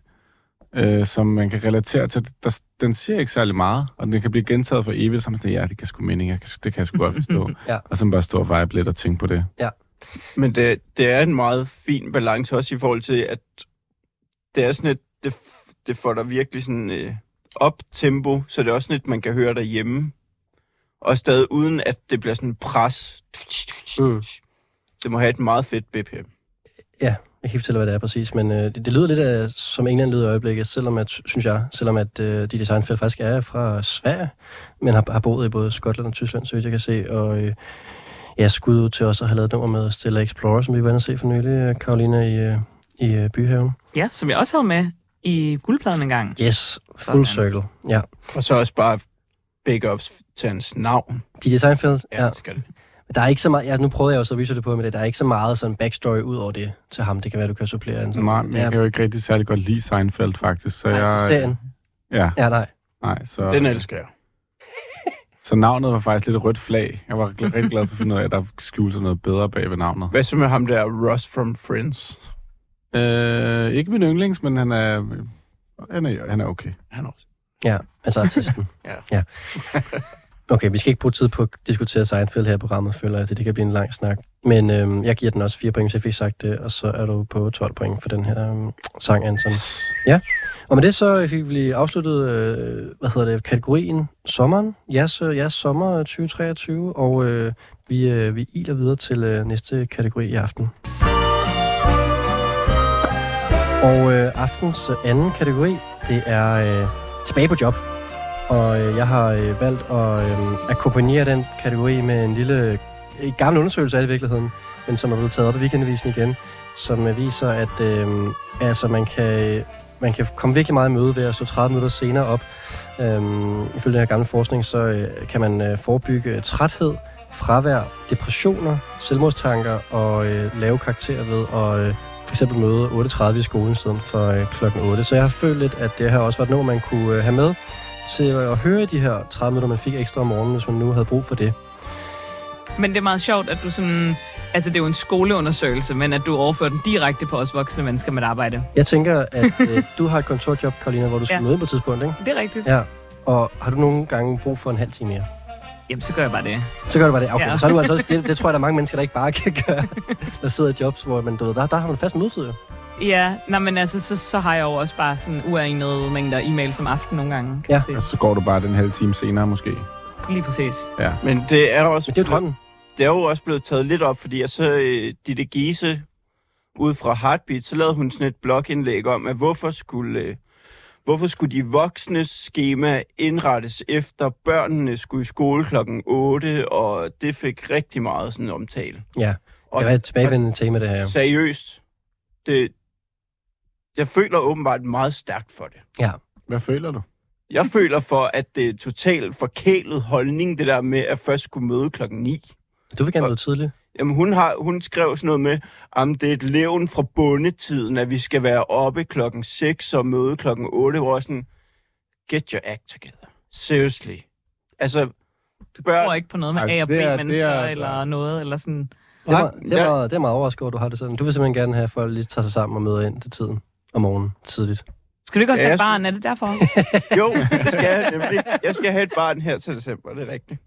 Speaker 4: øh, som man kan relatere til. Der, den siger ikke særlig meget, og den kan blive gentaget for evigt, så er man sådan, ja, det kan sgu mening, jeg kan, sgu- det kan jeg sgu godt forstå.
Speaker 2: Ja.
Speaker 4: Og så bare stå og vibe lidt og tænke på det.
Speaker 5: Men det, det er en meget fin balance også i forhold til, at det er sådan et, det, f- det får dig virkelig sådan øh, op tempo, så det er også sådan et, man kan høre derhjemme. Og stadig uden, at det bliver sådan pres.
Speaker 2: Mm.
Speaker 5: Det må have et meget fedt BPM.
Speaker 2: Jeg kan ikke fortælle, hvad det er præcis, men øh, det, det lyder lidt af, som England lyder i øjeblikket, selvom at, synes jeg, selvom at øh, de designfælde faktisk er fra Sverige, men har, har boet i både Skotland og Tyskland, så vidt jeg kan se, og øh, ja, skud ud til os at have lavet et nummer med Stella Explorer, som vi var inde og se for nylig, øh, Karolina i, øh, i øh, Byhaven.
Speaker 3: Ja, som jeg også havde med i guldpladen engang.
Speaker 2: Yes,
Speaker 3: Sådan.
Speaker 2: full circle, ja.
Speaker 5: Og så også bare big ups til hans navn.
Speaker 2: De designfælde, ja.
Speaker 5: Ja, skal det.
Speaker 2: Der er ikke så meget, ja, nu prøvede jeg jo så at vise det på med det, der er ikke så meget sådan backstory ud over det til ham, det kan være, du kan supplere. en sådan-
Speaker 4: Nej, men jeg
Speaker 2: Ja,
Speaker 4: kan jo ikke rigtig særlig godt lide Seinfeld, faktisk. Så
Speaker 2: nej, så
Speaker 4: jeg,
Speaker 2: serien.
Speaker 4: ja,
Speaker 2: Ja, nej.
Speaker 4: nej, så,
Speaker 5: Den elsker jeg.
Speaker 4: så navnet var faktisk lidt et rødt flag. Jeg var gl- rigtig glad for at finde ud af, at der skjulte sig noget bedre bag ved navnet.
Speaker 5: Hvad så med ham der, Ross from Friends?
Speaker 4: Øh, ikke min yndlings, men han er, han er, han er okay.
Speaker 5: Han er også.
Speaker 2: Ja, altså artisten.
Speaker 5: Ja.
Speaker 2: ja. Okay, vi skal ikke bruge tid på at diskutere Seinfeld her i programmet, føler jeg, så det kan blive en lang snak. Men øhm, jeg giver den også 4 point, hvis jeg fik sagt det, og så er du på 12 point for den her øhm, sang, Anton. Ja, og med det så fik vi lige afsluttet, øh, hvad hedder det, kategorien sommeren, jeres, øh, jeres sommer 2023, og øh, vi, øh, vi iler videre til øh, næste kategori i aften. Og øh, aftens øh, anden kategori, det er øh, tilbage på job. Og øh, jeg har øh, valgt at øh, akkompagnere den kategori med en lille øh, gammel undersøgelse af det i virkeligheden, men som er blevet taget op i weekendavisen igen, som øh, viser, at øh, altså, man, kan, man kan komme virkelig meget i møde ved at stå 30 minutter senere op. Øhm, ifølge den her gamle forskning, så øh, kan man øh, forebygge øh, træthed, fravær, depressioner, selvmordstanker og øh, lave karakterer ved at øh, for eksempel møde 8.30 i skolen i stedet for øh, klokken 8. Så jeg har følt lidt, at det her også var et nummer, man kunne øh, have med til at høre de her 30 minutter, man fik ekstra om morgenen, hvis man nu havde brug for det.
Speaker 3: Men det er meget sjovt, at du sådan... Altså, det er jo en skoleundersøgelse, men at du overfører den direkte på os voksne mennesker med et arbejde.
Speaker 2: Jeg tænker, (laughs) at øh, du har et kontorjob, Karolina, hvor du skal ja.
Speaker 3: Ja.
Speaker 2: møde på et tidspunkt, ikke?
Speaker 3: Det er rigtigt. Ja.
Speaker 2: Ja. Og har du nogle gange brug for en halv time mere?
Speaker 3: Jamen, så gør jeg bare det.
Speaker 2: Så gør du bare det. Okay, ja.
Speaker 3: Ja.
Speaker 2: så er du altså (laughs) også, det, det, tror jeg, der er mange mennesker, der ikke bare kan gøre. Der sidder i jobs, hvor man, du ved, der, der har man fast mødetid. jo.
Speaker 3: Ja, nej, men altså, så, så har jeg jo også bare sådan uanede mængder e-mails om aftenen nogle gange.
Speaker 2: Ja.
Speaker 3: Det,
Speaker 4: Og så går du bare den halve time senere, måske.
Speaker 3: lige præcis.
Speaker 5: Men det er også...
Speaker 2: Men det er jo drømmen.
Speaker 5: det er jo også blevet taget lidt op, fordi jeg så øh, Ditte Giese ud fra Heartbeat, så lavede hun sådan et blogindlæg om, at hvorfor skulle, øh, hvorfor skulle de voksnes schema indrettes efter børnene skulle i skole klokken 8, og det fik rigtig meget sådan omtale.
Speaker 2: Ja.
Speaker 5: Og
Speaker 2: Det er et tilbagevendende tema, det her.
Speaker 5: seriøst, det, jeg føler åbenbart meget stærkt for det.
Speaker 4: Hvad føler du?
Speaker 5: Jeg føler for, at det er totalt forkælet holdning, det der med at først skulle møde klokken 9.
Speaker 2: Du vil gerne være tidlig.
Speaker 5: Jamen, hun, har, hun skrev sådan noget med, om det er et levn fra bondetiden, at vi skal være oppe klokken 6 og møde klokken 8, hvor jeg sådan, get your act together. Seriously. Altså,
Speaker 3: Jeg tror
Speaker 5: børn,
Speaker 3: ikke på noget med
Speaker 4: Ej,
Speaker 3: A og
Speaker 4: det er- det
Speaker 3: B-mennesker
Speaker 4: er-
Speaker 3: eller noget, eller sådan.
Speaker 2: Det er, meget, det, er
Speaker 5: Ja.
Speaker 2: meget, det er meget overrasket over, at du har det sådan. Du vil simpelthen gerne have, at folk lige tager sig sammen og møder ind til tiden om morgenen tidligt.
Speaker 3: Skal du ikke også
Speaker 5: Ja,
Speaker 3: have
Speaker 5: jeg
Speaker 3: et
Speaker 5: synes-
Speaker 3: barn? Er det
Speaker 5: (laughs)
Speaker 3: derfor?
Speaker 5: jo, det skal jeg, nemlig. jeg skal have et barn her til december, det er rigtigt.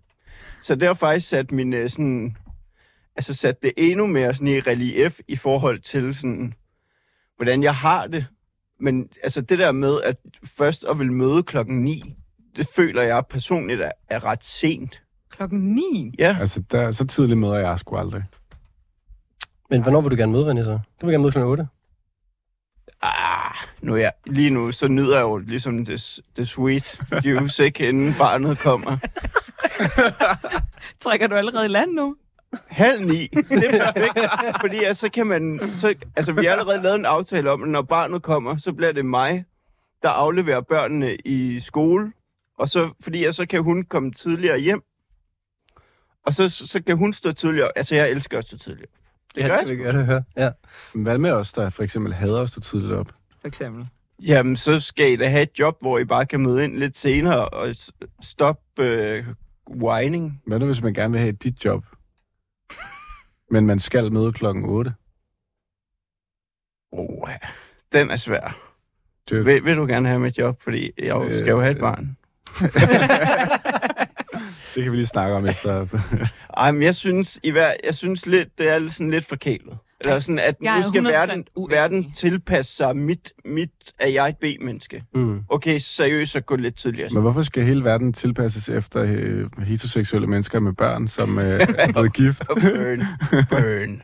Speaker 5: Så det har faktisk sat min øh, sådan, altså sat det endnu mere sådan i relief i forhold til sådan, hvordan jeg har det. Men altså det der med, at først at vil møde klokken 9, det føler jeg personligt er, er ret sent.
Speaker 3: Klokken 9?
Speaker 5: Ja,
Speaker 4: Altså, der, så tidligt møder jeg sgu aldrig.
Speaker 2: Men hvornår vil du gerne møde, René, så? Du vil gerne møde kl. 8.
Speaker 5: ah, nu er jeg, lige nu, så nyder jeg jo ligesom det, det sweet juice, ikke, inden barnet kommer.
Speaker 3: Trækker du allerede i land nu?
Speaker 5: Halv ni. Det er perfekt. Fordi altså, så kan man... Så, altså, vi har allerede lavet en aftale om, at når barnet kommer, så bliver det mig, der afleverer børnene i skole. Og så, fordi jeg, så kan hun komme tidligere hjem. Og så, så kan hun stå tidligere. Altså, jeg elsker at stå tidligere. Det gør jeg.
Speaker 2: det gør det, høre. Ja.
Speaker 4: Men Hvad med os, der for eksempel hader os så tidligt op?
Speaker 3: For eksempel.
Speaker 5: Jamen, så skal I da have et job, hvor I bare kan møde ind lidt senere og s- stoppe øh, whining.
Speaker 4: Hvad nu, hvis man gerne vil have dit job? Men man skal møde klokken 8.
Speaker 5: Oh, den er svær.
Speaker 4: Det,
Speaker 5: Vil, vil du gerne have mit job? Fordi jeg jo skal jo have et
Speaker 4: Øh,
Speaker 5: barn.
Speaker 4: det kan vi lige snakke om efter.
Speaker 5: Ej, men jeg synes, i hver, jeg synes lidt, det er lidt sådan lidt forkælet. Eller sådan, at
Speaker 3: Jeg er
Speaker 5: nu skal
Speaker 3: 100%
Speaker 5: verden,
Speaker 3: uenig.
Speaker 5: verden tilpasse sig mit, mit, at jeg er et B-menneske.
Speaker 2: Mm.
Speaker 5: Okay, seriøst, så gå lidt tidligere.
Speaker 4: Men hvorfor skal hele verden tilpasses efter øh, heteroseksuelle mennesker med børn, som øh, er blevet gift?
Speaker 5: Burn, (laughs) burn.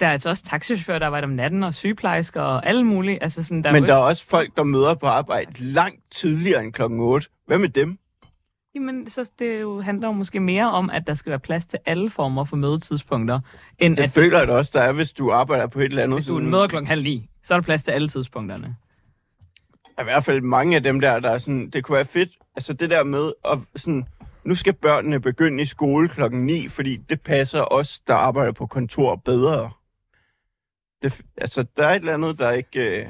Speaker 3: Der er altså også taxichauffører, der arbejder om natten, og sygeplejersker og alle mulige. Altså sådan, der
Speaker 5: men
Speaker 3: er
Speaker 5: der
Speaker 3: jo
Speaker 5: er også folk, der møder på arbejde langt tidligere end klokken 8. Hvad med dem?
Speaker 3: ikke- Jamen, så det jo handler jo måske mere om, at der skal være plads til alle former for mødetidspunkter, end
Speaker 5: Jeg
Speaker 3: at
Speaker 5: føler det også, der er, hvis du arbejder på et eller andet.
Speaker 3: hvis du
Speaker 5: sådan-
Speaker 3: møder klokken halv ni, så er der plads til alle tidspunkterne.
Speaker 5: i hvert fald mange af dem der, der er sådan, det kunne være fedt, altså det der med, at sådan, nu skal børnene begynde i skole klokken 9, fordi det passer os, der arbejder på kontor bedre. Det, f- altså, der er et eller andet, der ikke... Øh,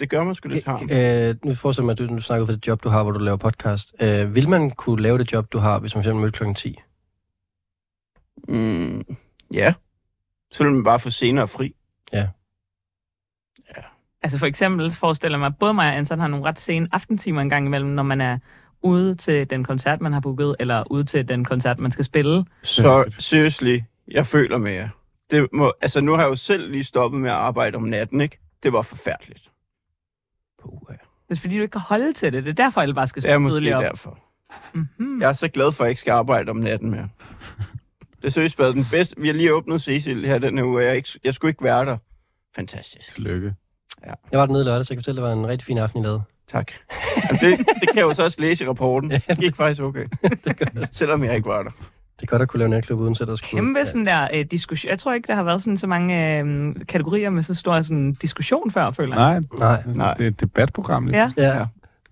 Speaker 5: det gør man sgu lidt harm.
Speaker 2: Øh, nu forestiller mig, at du, du snakker for det job, du har, hvor du laver podcast. Øh, vil man kunne lave det job, du har, hvis man for eksempel mødte kl. 10?
Speaker 5: Mm, ja. Så vil man bare få senere fri.
Speaker 3: Altså for eksempel forestiller jeg mig, at både mig og Anson har nogle ret sene aftentimer en gang imellem, når man er ude til den koncert, man har booket, eller ude til den koncert, man skal spille.
Speaker 5: Så seriously, jeg føler med jer. Det må, altså, nu har jeg jo selv lige stoppet med at arbejde om natten, ikke? Det var forfærdeligt. Puh, ja.
Speaker 3: Det er fordi, du ikke kan holde til det. Det er derfor, alle bare skal
Speaker 5: Det er
Speaker 3: stå
Speaker 5: måske
Speaker 3: tidligere op.
Speaker 5: derfor.
Speaker 3: Mm-hmm.
Speaker 5: Jeg er så glad for, at jeg ikke skal arbejde om natten mere. Det er seriøst været den bedste. Vi har lige åbnet Cecil her den her uge, og jeg, er ikke, jeg skulle ikke være der. Fantastisk.
Speaker 4: Tillykke.
Speaker 2: Jeg var dernede i lørdag, så jeg kan fortælle, at det var en rigtig fin aften, I lavede.
Speaker 5: Tak. Jamen, det, det kan jeg jo så også læse i rapporten. Det gik faktisk okay. Selvom jeg ikke var der.
Speaker 2: Det er godt at kunne lave natklub uden selv at skulle...
Speaker 3: Kæmpe sådan der øh, diskussion. Jeg tror ikke, der har været sådan så mange øh, kategorier med så stor sådan, diskussion før, føler jeg.
Speaker 4: Nej,
Speaker 2: Nej.
Speaker 5: Nej.
Speaker 4: Nej. det er et debatprogram. Lige.
Speaker 3: Ja.
Speaker 2: Ja.
Speaker 5: Ja.
Speaker 2: ja.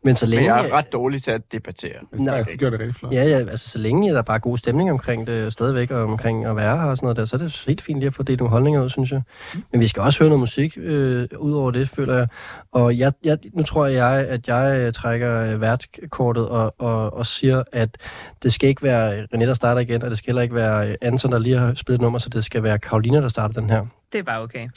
Speaker 2: Men så
Speaker 5: Men
Speaker 2: længe...
Speaker 5: jeg er ret dårlig til at debattere.
Speaker 4: Jeg synes
Speaker 2: Nej.
Speaker 4: faktisk, det gjorde Altså, det rigtig flot.
Speaker 2: Ja, ja, altså så længe der er bare god stemning omkring det stadigvæk, og omkring at være her og sådan noget der, så er det helt fint lige at få delt nogle holdninger ud, synes jeg. Men vi skal også høre noget musik øh, ud over det, føler jeg. Og jeg, jeg, nu tror jeg, at jeg øh, trækker øh, værtkortet og, og, og siger, at det skal ikke være René, der starter igen, og det skal heller ikke være øh, Anton, der lige har spillet et nummer, så det skal være Karolina, der starter den her.
Speaker 3: Det er bare okay.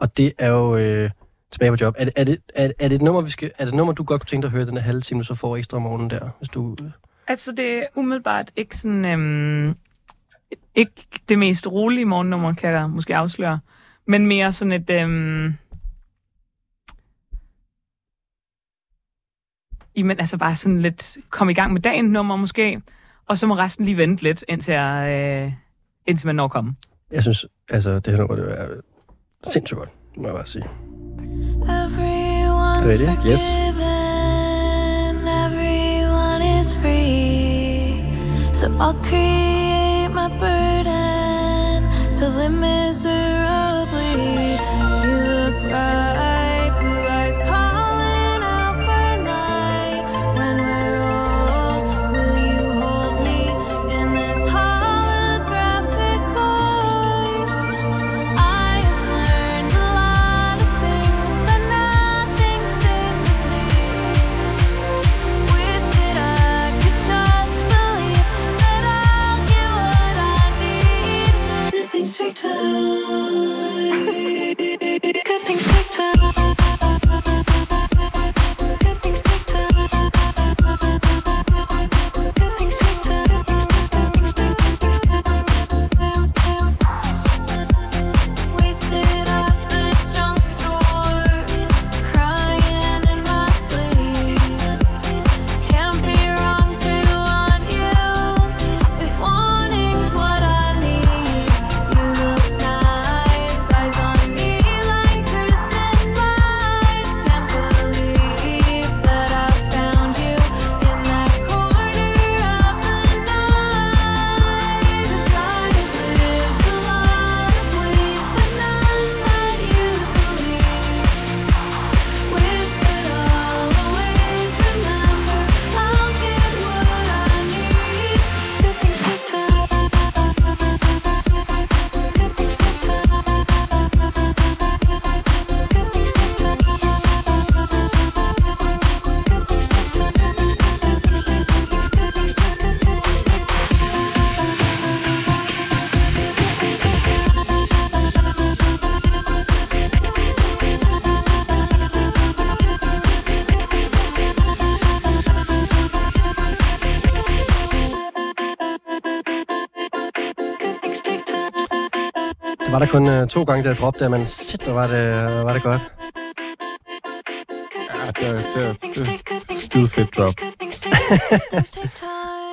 Speaker 2: Og det er jo øh, tilbage på job. Er, det- er, det, er, er, det et nummer, vi skal, er det et nummer, du godt kunne tænke dig at høre den der halve time, du så får ekstra om morgenen der, hvis du...
Speaker 3: Altså, det er umiddelbart ikke sådan... Øhm, ikke det mest rolige morgennummer, kan jeg måske afsløre. Men mere sådan et... Øhm, jamen, altså bare sådan lidt kom i gang med dagen nummer måske. Og så må resten lige vente lidt, indtil, jeg, øh, indtil man når at komme.
Speaker 2: Jeg synes, altså, det her nummer, det er sindssygt godt, må jeg bare sige.
Speaker 6: Everyone's
Speaker 2: Ready? Yes.
Speaker 6: forgiven. Everyone is free. So I'll create my burden till failing miserably. You look right, blue eyes calling out for night. When we're old, will you hold me in this holographic light? I've learned a lot of things, but nothing stays with me. Wish that I could just believe that I'll get what I need. Good things take time. Good things take time. Good things take time. Good things take time. Wasted at the junk store, crying in my sleep. Can't be wrong to want you if wanting's what I need. You look nice, eyes on me like Christmas lights. Can't believe that I found you in that corner of the night. 'Cause I've lived a lot of ways, but none that you believe. Wish that I'll always remember I'll get what I need. Good things take time. Good things take time. Good things take time. Good things take time. Good things take time. Good things take time. Good things take time. Good things take time. Good things take time. Good things take time.
Speaker 2: Det var der kun øh, to gange, der jeg droppede det, men shit, der var det, var det godt.
Speaker 4: Ja, det, det, det.
Speaker 6: Skide fedt drop.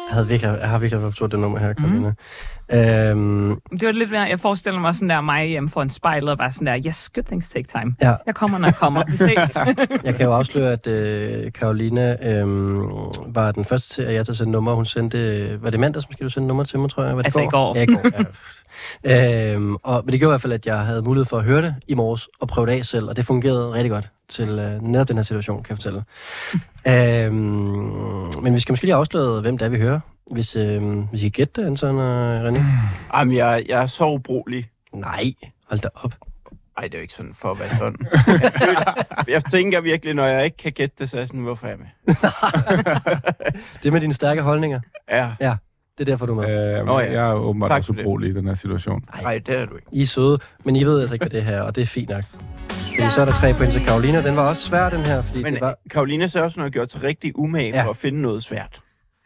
Speaker 2: Jeg, havde virkelig, jeg har virkelig været på tur, det nummer her, Karolina. Mm. Øhm,
Speaker 3: Det var lidt mere, jeg forestiller mig sådan der mig hjemme foran spejlet og bare sådan der, yes, good things take time.
Speaker 2: ja,
Speaker 3: Jeg kommer, når jeg kommer.
Speaker 5: (laughs)
Speaker 3: Vi ses. (laughs)
Speaker 2: jeg kan jo afsløre, at øh, Karolina øh, var den første til, at jeg til at sende nummer. Hun sendte, var det mandags, måske du sendte nummer til mig, tror jeg? Var det
Speaker 3: Altså i går.
Speaker 2: Ja, i går, ja. øhm, og, men det gjorde i hvert fald, at jeg havde mulighed for at høre det i morges og prøve det af selv, og det fungerede rigtig godt til øh, netop den her situation, kan jeg fortælle. øhm, men vi skal måske lige afsløre, hvem det er, vi hører. Hvis, øh, hvis I kan gætte det, Anton og René.
Speaker 5: Jamen, jeg, jeg er så ubrugelig.
Speaker 2: Nej, hold da op.
Speaker 5: Ej, det er jo ikke sådan for at være sådan. Jeg, føler, jeg tænker virkelig, når jeg ikke kan gætte det, så er jeg sådan, hvorfor er jeg med?
Speaker 2: Det med dine stærke holdninger,
Speaker 5: Ja,
Speaker 2: det er derfor, du er med.
Speaker 4: Øh,
Speaker 5: Nå
Speaker 4: Nå,
Speaker 5: ja.
Speaker 4: ja. Jeg er åbenbart
Speaker 5: Tak
Speaker 4: tak også
Speaker 5: for det.
Speaker 4: ubrugelig i den her situation.
Speaker 5: nej, det er du ikke.
Speaker 2: I er søde, men I ved altså ikke, hvad det her er, og det er fint nok. Fordi så er der tre point til Karolina. Den var også svær, den her, fordi Men,
Speaker 5: Men øh,
Speaker 2: det var...
Speaker 5: Karolina Sørensen har gjort sig rigtig umage
Speaker 2: Ja.
Speaker 5: for at finde noget svært.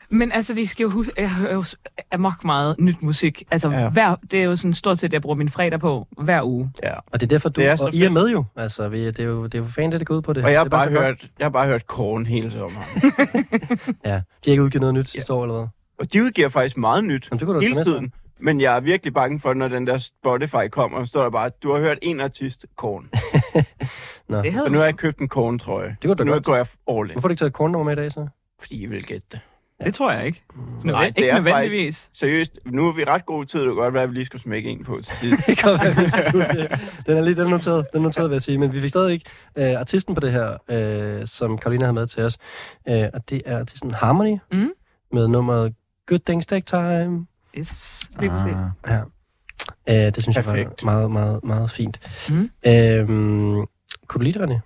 Speaker 3: Men altså, de skal jo huske, jeg hører jo s- amok meget nyt musik. Altså,
Speaker 5: Ja.
Speaker 3: ja. hver, det er jo sådan stort set, jeg bruger min fredag på hver uge.
Speaker 5: Ja.
Speaker 2: Og det er derfor, du
Speaker 5: Det er
Speaker 2: er
Speaker 5: så
Speaker 2: og I er med jo. Altså, vi, det er jo, det er jo fan, det, det går ud på det. her.
Speaker 5: Og jeg har
Speaker 2: det er
Speaker 5: bare,
Speaker 2: så godt.
Speaker 5: hørt, jeg har bare hørt Korn hele sommeren. (laughs)
Speaker 2: Ja, de har ikke udgivet noget nyt sidste år eller hvad.
Speaker 5: Og de udgiver faktisk meget nyt
Speaker 2: Jamen, det kunne du
Speaker 5: hele
Speaker 2: tage med
Speaker 5: tiden. Men jeg er virkelig bange for, når den der Spotify kommer, og står der bare, du har hørt en artist,
Speaker 2: (laughs)
Speaker 5: Korn.
Speaker 3: Det
Speaker 5: Så
Speaker 3: hedder
Speaker 5: nu har jeg købt en Korn-trøje.
Speaker 2: Det kunne du
Speaker 5: Nu
Speaker 2: godt.
Speaker 5: går jeg all in,
Speaker 2: Hvorfor har du ikke taget et kornnummer med i dag, så? (laughs)
Speaker 5: fordi I vil gætte det.
Speaker 3: Det tror jeg ikke. Nødvendig,
Speaker 5: Nej,
Speaker 3: Nej,
Speaker 5: det
Speaker 3: ikke
Speaker 5: er
Speaker 3: nødvendigvis.
Speaker 5: Seriøst, nu er vi i ret gode tid, det kunne godt være, at vi lige skulle smække en på til
Speaker 2: (laughs)
Speaker 5: sidst.
Speaker 2: Det kan være, vi skulle det. Den er lige den er noteret, den er noteret, vil jeg sige. Men vi fik stadig ikke øh, artisten på det her, øh, som Karolina har med til os. Øh, og det er artisten Harmony
Speaker 3: Mm.
Speaker 2: med nummeret Good Things Take Time.
Speaker 3: Yes, lige præcis.
Speaker 4: Ah.
Speaker 2: Øh, det synes
Speaker 5: Perfekt.
Speaker 2: jeg var meget, meget, meget fint.
Speaker 3: Mm.
Speaker 2: Øhm, kunne du lide det, René?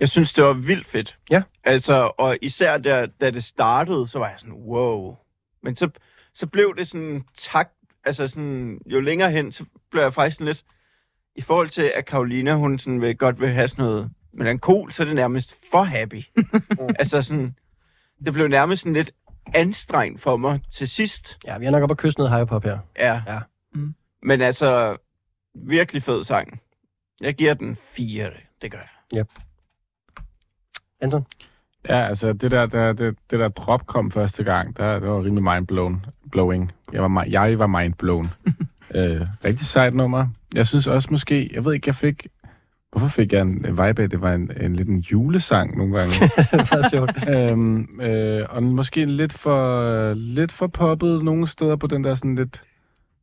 Speaker 5: Jeg synes, det var vildt fedt.
Speaker 2: Ja.
Speaker 5: Altså, og især da, da det startede, så var jeg sådan, wow. Men så, så blev det sådan tak, altså sådan, jo længere hen, så blev jeg faktisk sådan lidt, i forhold til, at Karolina, hun sådan vil, godt vil have sådan noget melankol, så er det nærmest for
Speaker 2: (laughs)
Speaker 5: happy. altså sådan, det blev nærmest sådan lidt anstrengt for mig til sidst.
Speaker 2: Ja, vi er nok oppe at kysse noget hype op her.
Speaker 5: Ja.
Speaker 2: Ja.
Speaker 3: Mm.
Speaker 5: Men altså, virkelig fed sang. Jeg giver den fire, det gør jeg.
Speaker 2: Anton?
Speaker 4: Ja, altså det der, der det, det der drop kom første gang, der, det var rimelig mindblown. Blowing. Jeg var, mi- jeg var
Speaker 2: (laughs)
Speaker 4: mindblown. øh, rigtig sejt nummer. Jeg synes også måske, jeg ved ikke, jeg fik... Hvorfor fik jeg en vibe af, at det var en, en lidt en julesang nogle gange?
Speaker 2: (laughs) det var sjovt.
Speaker 4: øhm, øh, og måske lidt for, lidt for poppet nogle steder på den der sådan lidt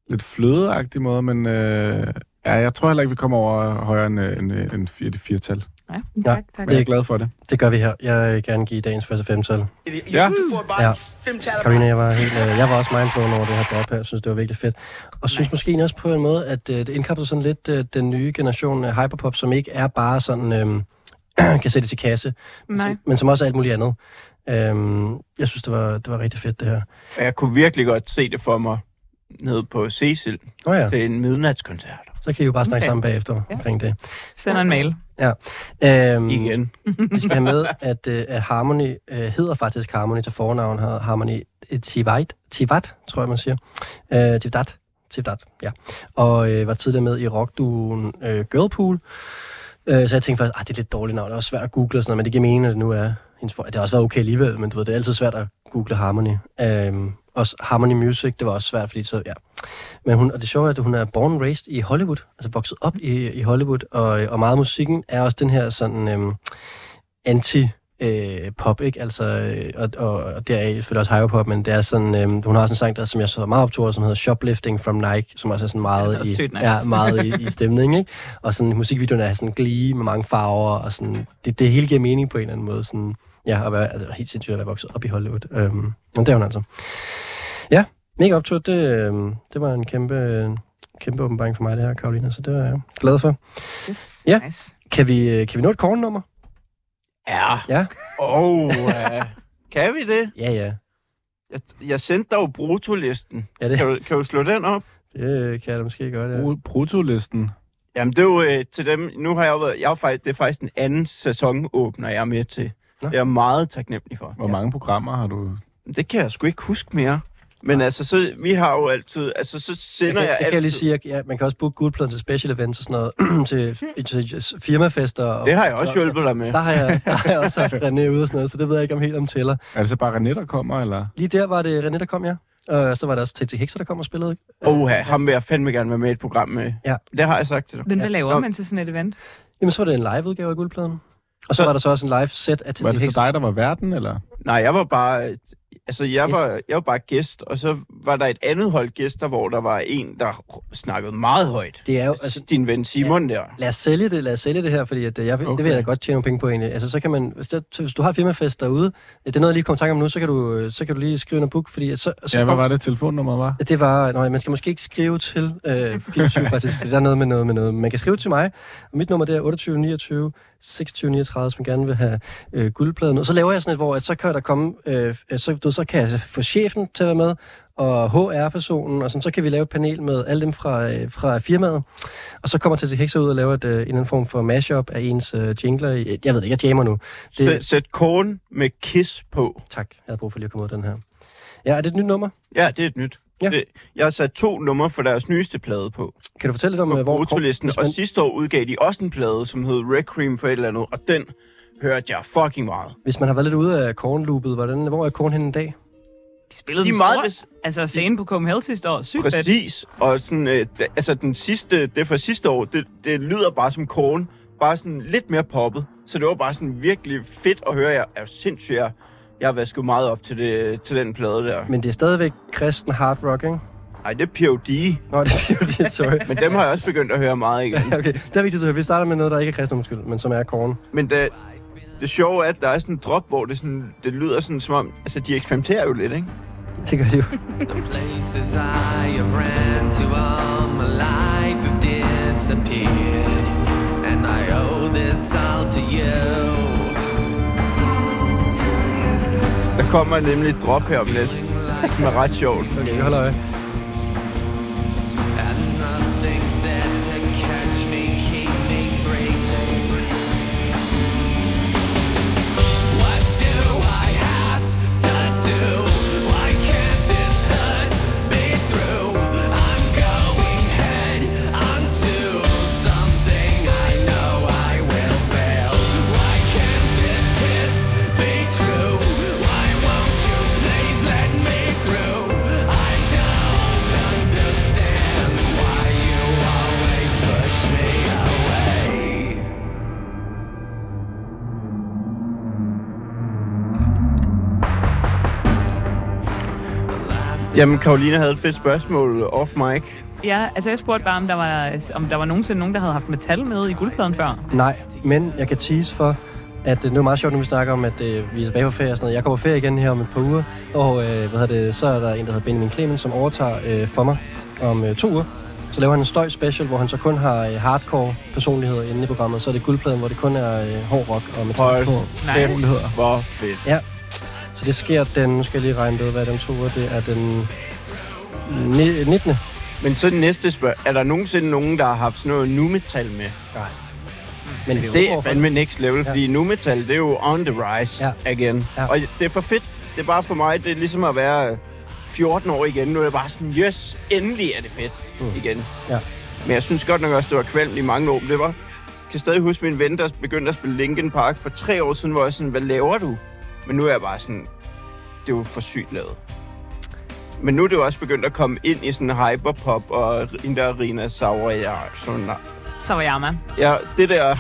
Speaker 4: lidt flødeagtig måde, men øh, ja, jeg tror heller ikke, vi kommer over højere end, øh, end, øh, end 4 tal.
Speaker 3: Ja,
Speaker 2: Ja,
Speaker 3: tak, tak.
Speaker 4: Men jeg er glad for det.
Speaker 2: Det gør vi her. Jeg vil gerne give dagens første femtal.
Speaker 4: Ja,
Speaker 2: Ja. Karina, jeg var, helt, øh, jeg var også mindblown over det her drop her. Jeg synes, det var virkelig fedt. Og synes måske også på en måde, at øh, det indkapsler sådan lidt øh, den nye generation af hyperpop, som ikke er bare sådan, øh, (clears throat) kan sættes i kasse,
Speaker 3: Nej.
Speaker 2: Som, men som også er alt muligt andet. Øhm, jeg synes, det var, det var rigtig fedt, det her.
Speaker 5: Og jeg kunne virkelig godt se det for mig nede på Cecil
Speaker 2: Nå ja,
Speaker 5: ja. til en midnatskoncert.
Speaker 2: så kan I jo bare snakke
Speaker 3: Okay.
Speaker 2: sammen bagefter
Speaker 3: Ja.
Speaker 2: omkring det.
Speaker 3: Sender en mail.
Speaker 2: Øhm,
Speaker 5: Igen.
Speaker 2: Vi skal have med, at øh, at Harmony øh, hedder faktisk Harmony til fornavn. har- Harmony øh, Tivat, Tivat tror jeg, man siger. Øh, Tivat, Tivat, ja. Og øh, var tidligere med i rockduen øh, Girlpool. Øh, så jeg tænkte faktisk, at det er lidt dårligt navn. Det er også svært at google og sådan noget, men det giver mening, at det nu er hendes for... Det har også været okay alligevel, men du ved, det er altid svært at google Harmony. Øh, også Harmony Music, det var også svært, fordi så, ja. Men hun, og det sjove er, at hun er born and raised i Hollywood, altså vokset op i, i Hollywood, og, øh, og meget af musikken er også den her sådan... Øh, anti øh, pop, ikke? Altså, øh, og, og, og deraf selvfølgelig også hyperpop, men det er sådan, øh, hun har sådan en sang, der, som jeg så er meget optog, af, som hedder Shoplifting from Nike, som også er sådan
Speaker 3: Ja,
Speaker 2: meget,
Speaker 3: det er
Speaker 2: i,
Speaker 3: sødt, Nice.
Speaker 2: ja, meget i, i stemning, ikke? Og sådan, musikvideoen er sådan glee med mange farver, og sådan, det, det hele giver mening på en eller anden måde, sådan, ja, at være, altså, helt sindssygt at være vokset op i Hollywood. Øhm, men det er hun altså. Ja, mega optur, det, øh, det var en kæmpe, øh, kæmpe åbenbaring for mig, det her, Karolina, så det var jeg glad for.
Speaker 3: Yes.
Speaker 2: Ja.
Speaker 3: Nice.
Speaker 2: Kan vi, øh, kan vi nå et kornnummer?
Speaker 5: Ja.
Speaker 2: Ja.
Speaker 5: Oh, (laughs) uh, kan vi det?
Speaker 2: Ja, ja.
Speaker 5: Jeg, jeg sendte dig jo brutolisten.
Speaker 2: Ja, det,
Speaker 5: Kan du, kan du slå den op?
Speaker 2: det kan jeg da måske godt,
Speaker 5: Uh,
Speaker 2: ja.
Speaker 4: Bru- brutolisten.
Speaker 5: Jamen, det er jo øh, til dem. Nu har jeg jo været... Jeg er faktisk, det er faktisk den anden sæsonåbner, jeg er med til.
Speaker 2: Nå.
Speaker 5: Det er jeg meget taknemmelig for.
Speaker 4: Hvor mange programmer har du?
Speaker 5: Det kan jeg sgu ikke huske mere. Men altså, så, vi har jo altid... Altså, så sender
Speaker 2: jeg,
Speaker 5: jeg,
Speaker 2: kan, jeg kan lige
Speaker 5: altid...
Speaker 2: sige, at ja, man kan også booke guldpladen til special events og sådan noget, (clears throat) til, til firmafester. Og,
Speaker 5: Det har jeg også hjulpet dig med.
Speaker 2: Der har, jeg, der har jeg også haft René ude og sådan noget, så det ved jeg ikke om helt om tæller.
Speaker 4: Er det så bare René, der kommer, eller?
Speaker 2: Lige der var det René, der kom, ja. Og så var der også TT Hexer, der kom og spillede.
Speaker 5: Oha, ham vil jeg fandme gerne være med i et program med.
Speaker 2: Ja.
Speaker 5: Det har jeg sagt til dig.
Speaker 3: Men hvad laver
Speaker 5: Nå.
Speaker 3: man til sådan et event?
Speaker 2: Jamen, så var det en live-udgave af guldpladen. Og så,
Speaker 5: Så-
Speaker 2: var der så også en live-set af TT
Speaker 4: Var det
Speaker 2: Hexer.
Speaker 4: så dig, der var verden, eller?
Speaker 5: Nej, jeg var bare... øh, Altså, jeg var, jeg var bare gæst, og så var der et andet hold gæster, hvor der var en, der r- snakkede meget højt.
Speaker 2: Det er jo, altså,
Speaker 5: Altså, din ven Simon der.
Speaker 2: lad os sælge det, lad os sælge det her, fordi at, øh, jeg, okay. det vil
Speaker 4: Okay.
Speaker 2: jeg da godt tjene nogle penge på egentlig. Altså, så kan man, hvis, der, så hvis du har et firmafest derude, øh, det er noget, jeg lige kommer i tanke om nu, så kan du, øh, så kan du lige skrive en book, fordi at så, så
Speaker 4: Ja, hvad
Speaker 2: kommer-
Speaker 4: var det, telefonnummeret var?
Speaker 2: Det var, nej, man skal måske ikke skrive til
Speaker 5: (laughs)
Speaker 2: øh, 24 faktisk, fordi der er noget med noget med noget. Man kan skrive til mig, og mit nummer det er 28 29 26 39, hvis man gerne vil have øh, guldpladen. Og så laver jeg sådan et, hvor at så kan der komme, øh, øh, så, du, ved, så kan jeg få chefen til at være med, og HR-personen, og sådan, så kan vi lave et panel med alle dem fra, øh, fra firmaet. Og så kommer til Hexer ud og laver et, øh, en eller anden form for mashup af ens øh, jingler. i- Jeg ved ikke, jeg jammer nu.
Speaker 5: Sæt, sæt korn med kiss på.
Speaker 2: Tak, jeg havde brug for lige at komme ud af den her. Ja, er det et nyt nummer?
Speaker 5: Ja, det er et nyt.
Speaker 2: Ja.
Speaker 5: Det, jeg har sat to numre for deres nyeste plade på.
Speaker 2: Kan du fortælle lidt om, øh,
Speaker 5: På
Speaker 2: hvor...
Speaker 5: brutolisten.
Speaker 2: hvis
Speaker 5: Og
Speaker 2: man-
Speaker 5: sidste år udgav de også en plade, som hed Requiem for et eller andet, og den hørte jeg fucking meget.
Speaker 2: Hvis man har været lidt ude af kornloopet, hvordan, hvor er korn henne i dag?
Speaker 3: De spillede
Speaker 5: De
Speaker 3: den
Speaker 5: er meget
Speaker 3: store-
Speaker 5: vis-
Speaker 3: Altså, scenen på Copenhagen sidste år. Sygt fedt.
Speaker 5: Præcis, og sådan, øh, d- altså den sidste, det fra sidste år, det, det lyder bare som korn, bare sådan lidt mere poppet, så det var bare sådan virkelig fedt at høre, jeg er jo sindssygt, jeg, jeg har vasket meget op til, det, til den plade der.
Speaker 2: Men det er stadigvæk kristen hard rock, ikke?
Speaker 5: Nej, det er P.O.D.,
Speaker 2: Nå, det er jo det, sorry.
Speaker 5: men dem har jeg også begyndt at høre meget
Speaker 2: (laughs)
Speaker 5: igen.
Speaker 2: Okay, det er vigtigt at høre. Vi starter med noget, der ikke er kristen, undskyld, men som er korn.
Speaker 5: Men det, det sjove er, at der er sådan en drop, hvor det, sådan, det lyder sådan som om, altså de eksperimenterer jo lidt, ikke?
Speaker 2: Det gør det jo.
Speaker 9: The places I have ran to all my life have disappeared, and I owe this all to you.
Speaker 5: Der kommer nemlig et drop her om lidt, som er ret sjovt.
Speaker 2: Okay, hold øje.
Speaker 9: And nothing's there to catch me, keep me breathing. What do I have to do? Why can't this hurt be through? I'm going head onto something I know I will fail. Why can't this kiss be true? Why won't you please let me through? I don't
Speaker 5: Jamen, Karolina havde et fedt spørgsmål off mic.
Speaker 3: Ja, altså jeg spurgte bare, om der var, om der var nogensinde nogen, der havde haft metal med i guldpladen før.
Speaker 2: Nej, men jeg kan tease for, at øh, nu er det meget sjovt, når vi snakker om, at øh, vi er tilbage på ferie og sådan noget. Jeg kommer på ferie igen her om et par uger, og øh, hvad hedder det, så er der en, der hedder Benjamin Clemens, som overtager øh, for mig om øh, to uger. Så laver han en støj special, hvor han så kun har øh, hardcore personligheder inde i programmet. Så er det guldpladen, hvor det kun er øh, hård rock og metal.
Speaker 5: Hold
Speaker 3: Nej.
Speaker 5: kæft, hvor fedt.
Speaker 2: Ja, så det sker den, nu skal jeg lige regne det ud, hvad er den to uger, det er den ni- 19.
Speaker 5: Men så det næste spørgsmål. Er der nogensinde nogen, der har haft sådan noget nu-metal med?
Speaker 2: Nej. Men
Speaker 5: Det er
Speaker 2: overfor-
Speaker 5: fandme next level, ja. fordi nu-metal, det er jo on the rise
Speaker 2: Ja.
Speaker 5: ja. igen.
Speaker 2: Ja.
Speaker 5: Ja. Og det er for fedt. Det er bare for mig, det er ligesom at være 14 år igen. Nu er jeg bare sådan, yes, endelig er det fedt mm. igen.
Speaker 2: Ja.
Speaker 5: Men jeg synes godt nok også, det var kvalmt i mange år. Men Det var, jeg kan stadig huske min ven, der begyndte at spille Linkin Park for tre år siden, hvor jeg sådan, hvad laver du? Men nu er jeg bare sådan, det er jo for sygt lavet. Men nu er det jo også begyndt at komme ind i sådan hyperpop og hende der Rina Sauer, jeg sådan,
Speaker 3: Sawayama.
Speaker 5: Ja, det der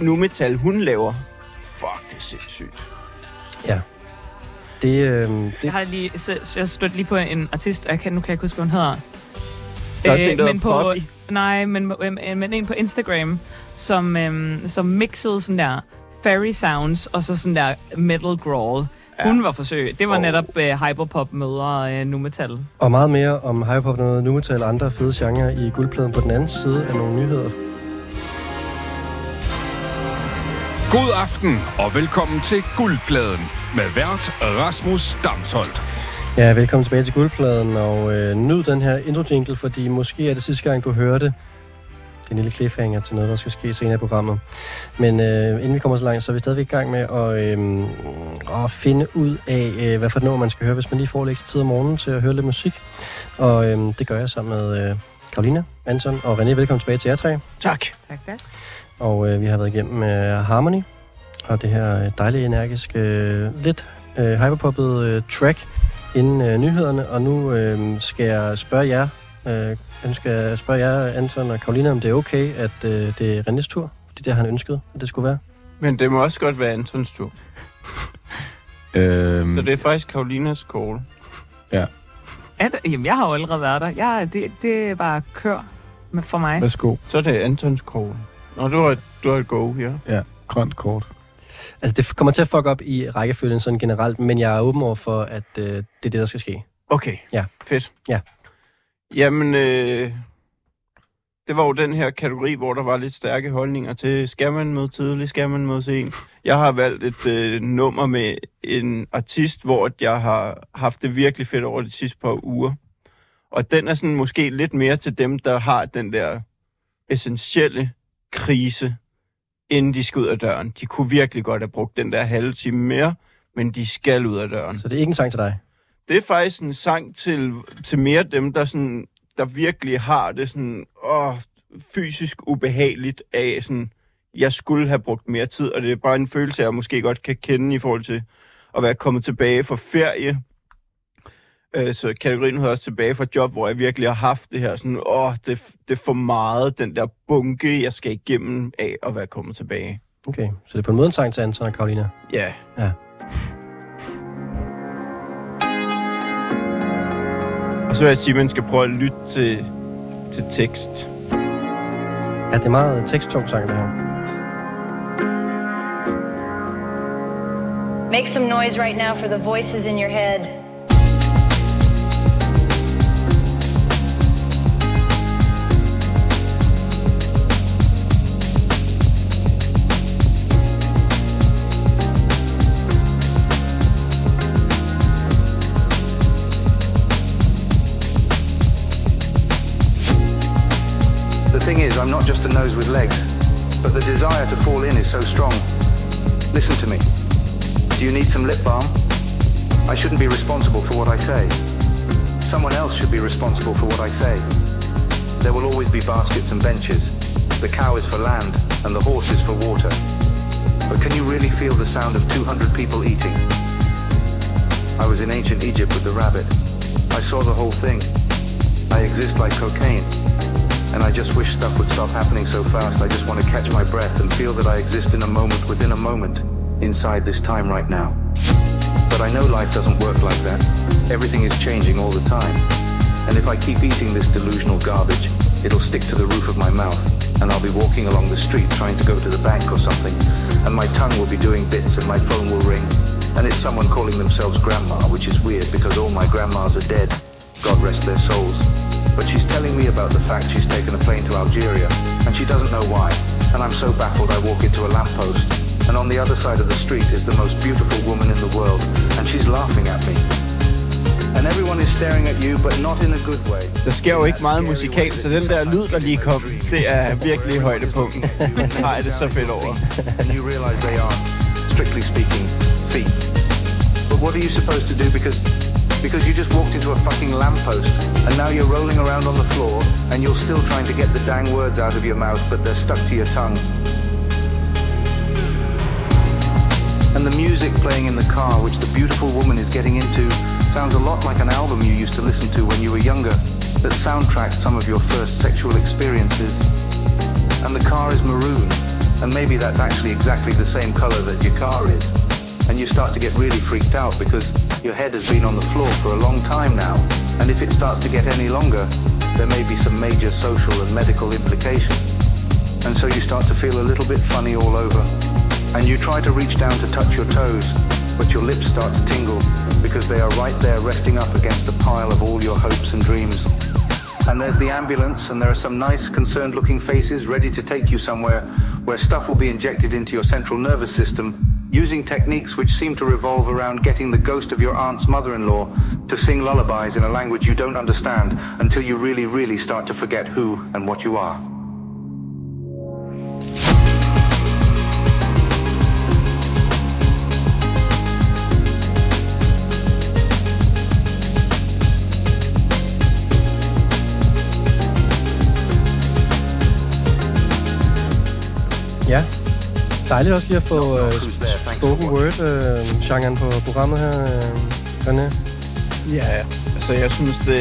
Speaker 5: nu metal, hun laver, fuck, det er sindssygt.
Speaker 2: Ja. Det, øh, det
Speaker 3: Jeg har lige, så, så jeg stødte lige på en artist, og jeg kan, nu kan jeg ikke huske, hvad hun hedder. Øh,
Speaker 5: Der er også en, der
Speaker 3: men
Speaker 5: hedder
Speaker 3: på,
Speaker 5: Poppy.
Speaker 3: Nej, men, men, men en på Instagram, som, øhm, som mixede sådan der fairy sounds, og så sådan der metal growl. Ja. Hun var forsøg. Det var oh.
Speaker 5: Og-
Speaker 3: netop øh, hyperpop møder øh, nu metal.
Speaker 2: Og meget mere om hyperpop, noget nu metal og andre fede genrer i guldpladen på den anden side af nogle nyheder.
Speaker 1: God aften og velkommen til Guldpladen med vært Rasmus Damsholdt.
Speaker 2: Ja, velkommen tilbage til guldpladen, og øh, nyd den her intro jingle, fordi måske er det sidste gang, du hører det. Det er en lille cliffhanger til noget, der skal ske senere i programmet. Men øh, inden vi kommer så langt, så er vi stadigvæk i gang med at, øh, at finde ud af, øh, hvad for et nummer man skal høre, hvis man lige får lidt ekstra tid om morgenen til at høre lidt musik. Og øh, det gør jeg sammen med øh, Karolina, Anton og René. Velkommen tilbage til jer tre.
Speaker 5: Tak.
Speaker 3: Tak, tak.
Speaker 2: Og øh, vi har været igennem øh, Harmony, og det her øh, dejlige, energiske, øh, lidt øh, hyperpoppet øh, track inden øh, nyhederne. Og nu øh, skal jeg spørge jer, øh, jeg skal spørge jer, Anton og Karolina, om det er okay, at øh, det er Rennes tur. Det er det, han ønskede, at det skulle være.
Speaker 5: Men det må også godt være Antons tur.
Speaker 4: Øhm,
Speaker 5: Så det er faktisk Karolinas call.
Speaker 3: Er det, jamen, jeg har jo allerede været der. Jeg, det, det er bare kør med- for mig.
Speaker 4: Værsgo.
Speaker 5: Så er det Antons call. Nå, du har, et- du har et go her.
Speaker 4: Ja, grønt kort.
Speaker 2: Altså, det kommer til at fuck op i rækkefølgen sådan generelt, men jeg er åben over for, at øh, det er det, der skal ske.
Speaker 5: Okay.
Speaker 2: Ja.
Speaker 5: Fedt.
Speaker 2: Ja.
Speaker 5: Jamen, øh, det var jo den her kategori, hvor der var lidt stærke holdninger til, skal man møde tidligt, skal man møde sent? Jeg har valgt et øh, nummer med en artist, hvor at jeg har haft det virkelig fedt over de sidste par uger. Og den er sådan måske lidt mere til dem, der har den der essentielle krise, inden de skal ud af døren. De kunne virkelig godt have brugt den der halve time mere, men de skal ud af døren.
Speaker 2: Så det er ikke en sang til dig.
Speaker 5: Det er faktisk en sang til, til mere dem, der, sådan, der virkelig har det sådan, åh, fysisk ubehageligt af, sådan, jeg skulle have brugt mere tid, og det er bare en følelse, jeg måske godt kan kende i forhold til at være kommet tilbage fra ferie. Øh, Så kategorien hører også tilbage fra job, hvor jeg virkelig har haft det her sådan, åh, det, det er for meget, den der bunke, jeg skal igennem af at være kommet tilbage.
Speaker 2: Okay, så det er på en måde en sang til Anton og Karolina.
Speaker 5: Ja.
Speaker 2: Ja.
Speaker 5: Og så vil jeg sige, at man skal prøve at lytte til, til tekst.
Speaker 2: Ja, det er meget øh, teksttung sang, det her.
Speaker 8: Make some noise right now for the voices in your head.
Speaker 7: The thing is, I'm not just a nose with legs, but the desire to fall in is so strong. Listen to me. Do you need some lip balm? I shouldn't be responsible for what I say. Someone else should be responsible for what I say. There will always be baskets and benches. The cow is for land, and the horse is for water. But can you really feel the sound of 200 people eating? I was in ancient Egypt with the rabbit. I saw the whole thing. I exist like cocaine. And I just wish stuff would stop happening so fast. I just want to catch my breath and feel that I exist in a moment within a moment inside this time right now. But I know life doesn't work like that. Everything is changing all the time. And if I keep eating this delusional garbage, it'll stick to the roof of my mouth, and I'll be walking along the street trying to go to the bank or something, and my tongue will be doing bits, and my phone will ring, and it's someone calling themselves grandma, which is weird because all my grandmas are dead. God rest their souls. But she's telling me about the fact she's taken a plane to Algeria, and she doesn't know why, and I'm so baffled I walk into a lamppost, and on the other side of the street is the most beautiful woman in the world, and she's laughing at me. And everyone is staring at you, but not in a good way.
Speaker 5: Der sker jo ikke meget musikalt, så den der lyd, der lige kom, det er virkelig (laughs) højdepunkten. Nej, det er så fedt over.
Speaker 7: (laughs) and you realize they are, strictly speaking, feet. But what are you supposed to do because because you just walked into a fucking lamppost and now you're rolling around on the floor and you're still trying to get the dang words out of your mouth but they're stuck to your tongue. And the music playing in the car, which the beautiful woman is getting into, sounds a lot like an album you used to listen to when you were younger that soundtracked some of your first sexual experiences and the car is maroon, and maybe that's actually exactly the same color that your car is. And you start to get really freaked out because your head has been on the floor for a long time now, and if it starts to get any longer, there may be some major social and medical implication. And so you start to feel a little bit funny all over, and you try to reach down to touch your toes, but your lips start to tingle because they are right there resting up against a pile of all your hopes and dreams. And there's the ambulance, and there are some nice, concerned looking faces ready to take you somewhere where stuff will be injected into your central nervous system using techniques which seem to revolve around getting the ghost of your aunt's mother in law to sing lullabies in a language you don't understand until you really, really start to forget who and what you are.
Speaker 2: Ja. Dejligt også lige at få øh,
Speaker 7: who's there, thanks for
Speaker 2: spoken word-genren på programmet her. Øh, René.
Speaker 5: Ja, altså jeg synes, det,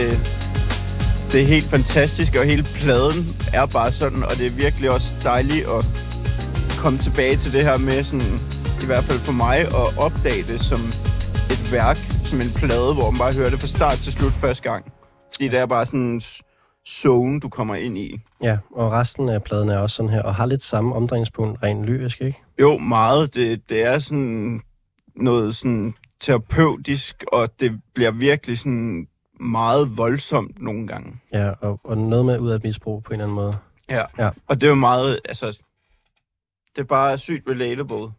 Speaker 5: det er helt fantastisk, og hele pladen er bare sådan, og det er virkelig også dejligt at komme tilbage til det her med sådan, i hvert fald for mig, at opdage det som et værk, som en plade, hvor man bare hører det fra start til slut første gang. Fordi det er bare sådan en s- zone, du kommer ind i.
Speaker 2: Ja, og resten af pladen er også sådan her, og har lidt samme omdrejningspunkt rent lyrisk, ikke?
Speaker 5: Jo, meget. Det, det er sådan noget sådan terapeutisk, og det bliver virkelig sådan meget voldsomt nogle gange.
Speaker 2: Ja, og, og noget med ud af et misbrug på en eller anden måde.
Speaker 5: Ja.
Speaker 2: Ja.
Speaker 5: ja. Og det er jo meget, altså, det er bare sygt relatable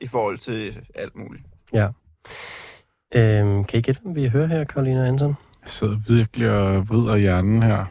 Speaker 5: i forhold til alt muligt.
Speaker 2: Øhm, kan I gætte, hvad vi hører her, Karoline og Anton?
Speaker 4: Jeg sidder virkelig og vrider hjernen her.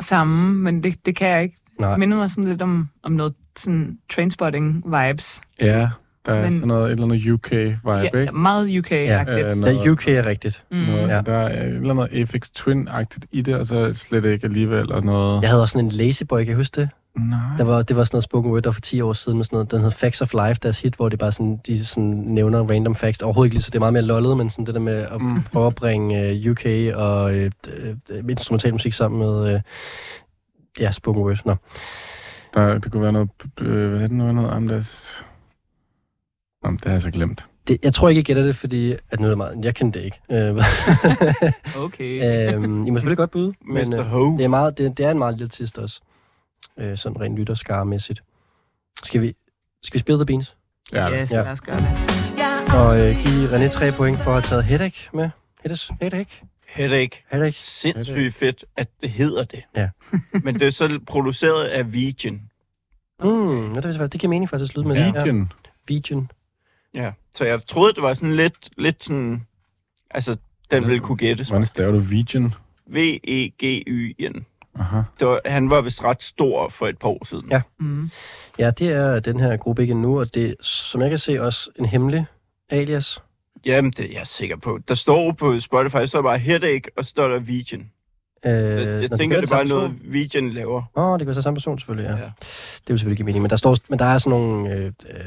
Speaker 3: Samme, men det, det kan jeg ikke.
Speaker 2: Nej.
Speaker 3: Det minder mig sådan lidt om, om noget sådan trainspotting-vibes.
Speaker 4: Ja, der er
Speaker 3: Men-
Speaker 4: Men... sådan noget, et eller andet UK-vibe,
Speaker 3: Ja,
Speaker 4: ikke?
Speaker 3: meget UK-agtigt.
Speaker 4: Øh,
Speaker 2: Ja, UK er rigtigt.
Speaker 4: Noget,
Speaker 2: Ja.
Speaker 4: ja. Der er et eller andet FX Twin-agtigt i det, og så slet ikke alligevel, og noget...
Speaker 2: Jeg havde også sådan en lazyboy, kan I huske det?
Speaker 4: Nej.
Speaker 2: Der var, det var sådan noget spoken word, der var for 10 år siden med sådan noget, den hed Facts of Life, deres hit, hvor det bare sådan, de sådan nævner random facts. Overhovedet ikke lige, så det er meget mere lollet, men sådan det der med at mm.
Speaker 4: Mm.
Speaker 2: prøve at bringe øh, UK og øh, øh, øh, instrumental musik sammen med, øh, ja, spoken word. Nå.
Speaker 4: Der, det kunne være noget... Øh, hvad er det nu? Noget om deres... Jamen, det har jeg så glemt.
Speaker 2: Det, jeg tror ikke, jeg gætter det, fordi at nu er det meget, jeg kendte det ikke. Øh, (laughs)
Speaker 3: Okay.
Speaker 4: Øh,
Speaker 2: øhm, I må selvfølgelig godt byde, men
Speaker 5: Mr.
Speaker 2: øh,
Speaker 5: Ho.
Speaker 2: det, er meget, det, det er en meget lille tist også. Øh, sådan rent lytterskaremæssigt. Skal vi, skal vi spille The Beans?
Speaker 4: Ja,
Speaker 3: yes,
Speaker 2: Ja.
Speaker 3: lad os gøre det.
Speaker 2: Og øh, give René tre point for at have taget Headache med. Heddes, headache?
Speaker 5: Headache.
Speaker 2: Headache.
Speaker 5: Sindssygt fedt, at det hedder det.
Speaker 2: Ja.
Speaker 5: (laughs) Men det er så produceret af Vigen.
Speaker 2: Mm, ja, det, det, det giver mening faktisk at slutte med. Ja.
Speaker 4: Legion.
Speaker 2: Vigen.
Speaker 5: Ja. Så jeg troede, det var sådan lidt, lidt sådan... Altså, den ville kunne gættes. E
Speaker 4: Hvordan staver du Legion?
Speaker 5: V-E-G-Y-N.
Speaker 4: Aha.
Speaker 5: Det var, han var vist ret stor for et par år siden.
Speaker 2: Ja.
Speaker 3: Mm.
Speaker 2: Ja, det er den her gruppe ikke endnu, og det er, som jeg kan se, også en hemmelig alias.
Speaker 5: Jamen, det er jeg sikker på. Der står på Spotify, så er der bare Headache, og så står der Vigen.
Speaker 2: Øh,
Speaker 5: Så jeg
Speaker 2: når
Speaker 5: tænker,
Speaker 2: gør
Speaker 5: det er bare
Speaker 2: samme person.
Speaker 5: noget, Vigen laver.
Speaker 2: Åh, oh, det kan være så samme person selvfølgelig, ja. ja.
Speaker 5: Ja.
Speaker 2: Det vil selvfølgelig give mening. Men der, står, men der er sådan nogle, øh, øh,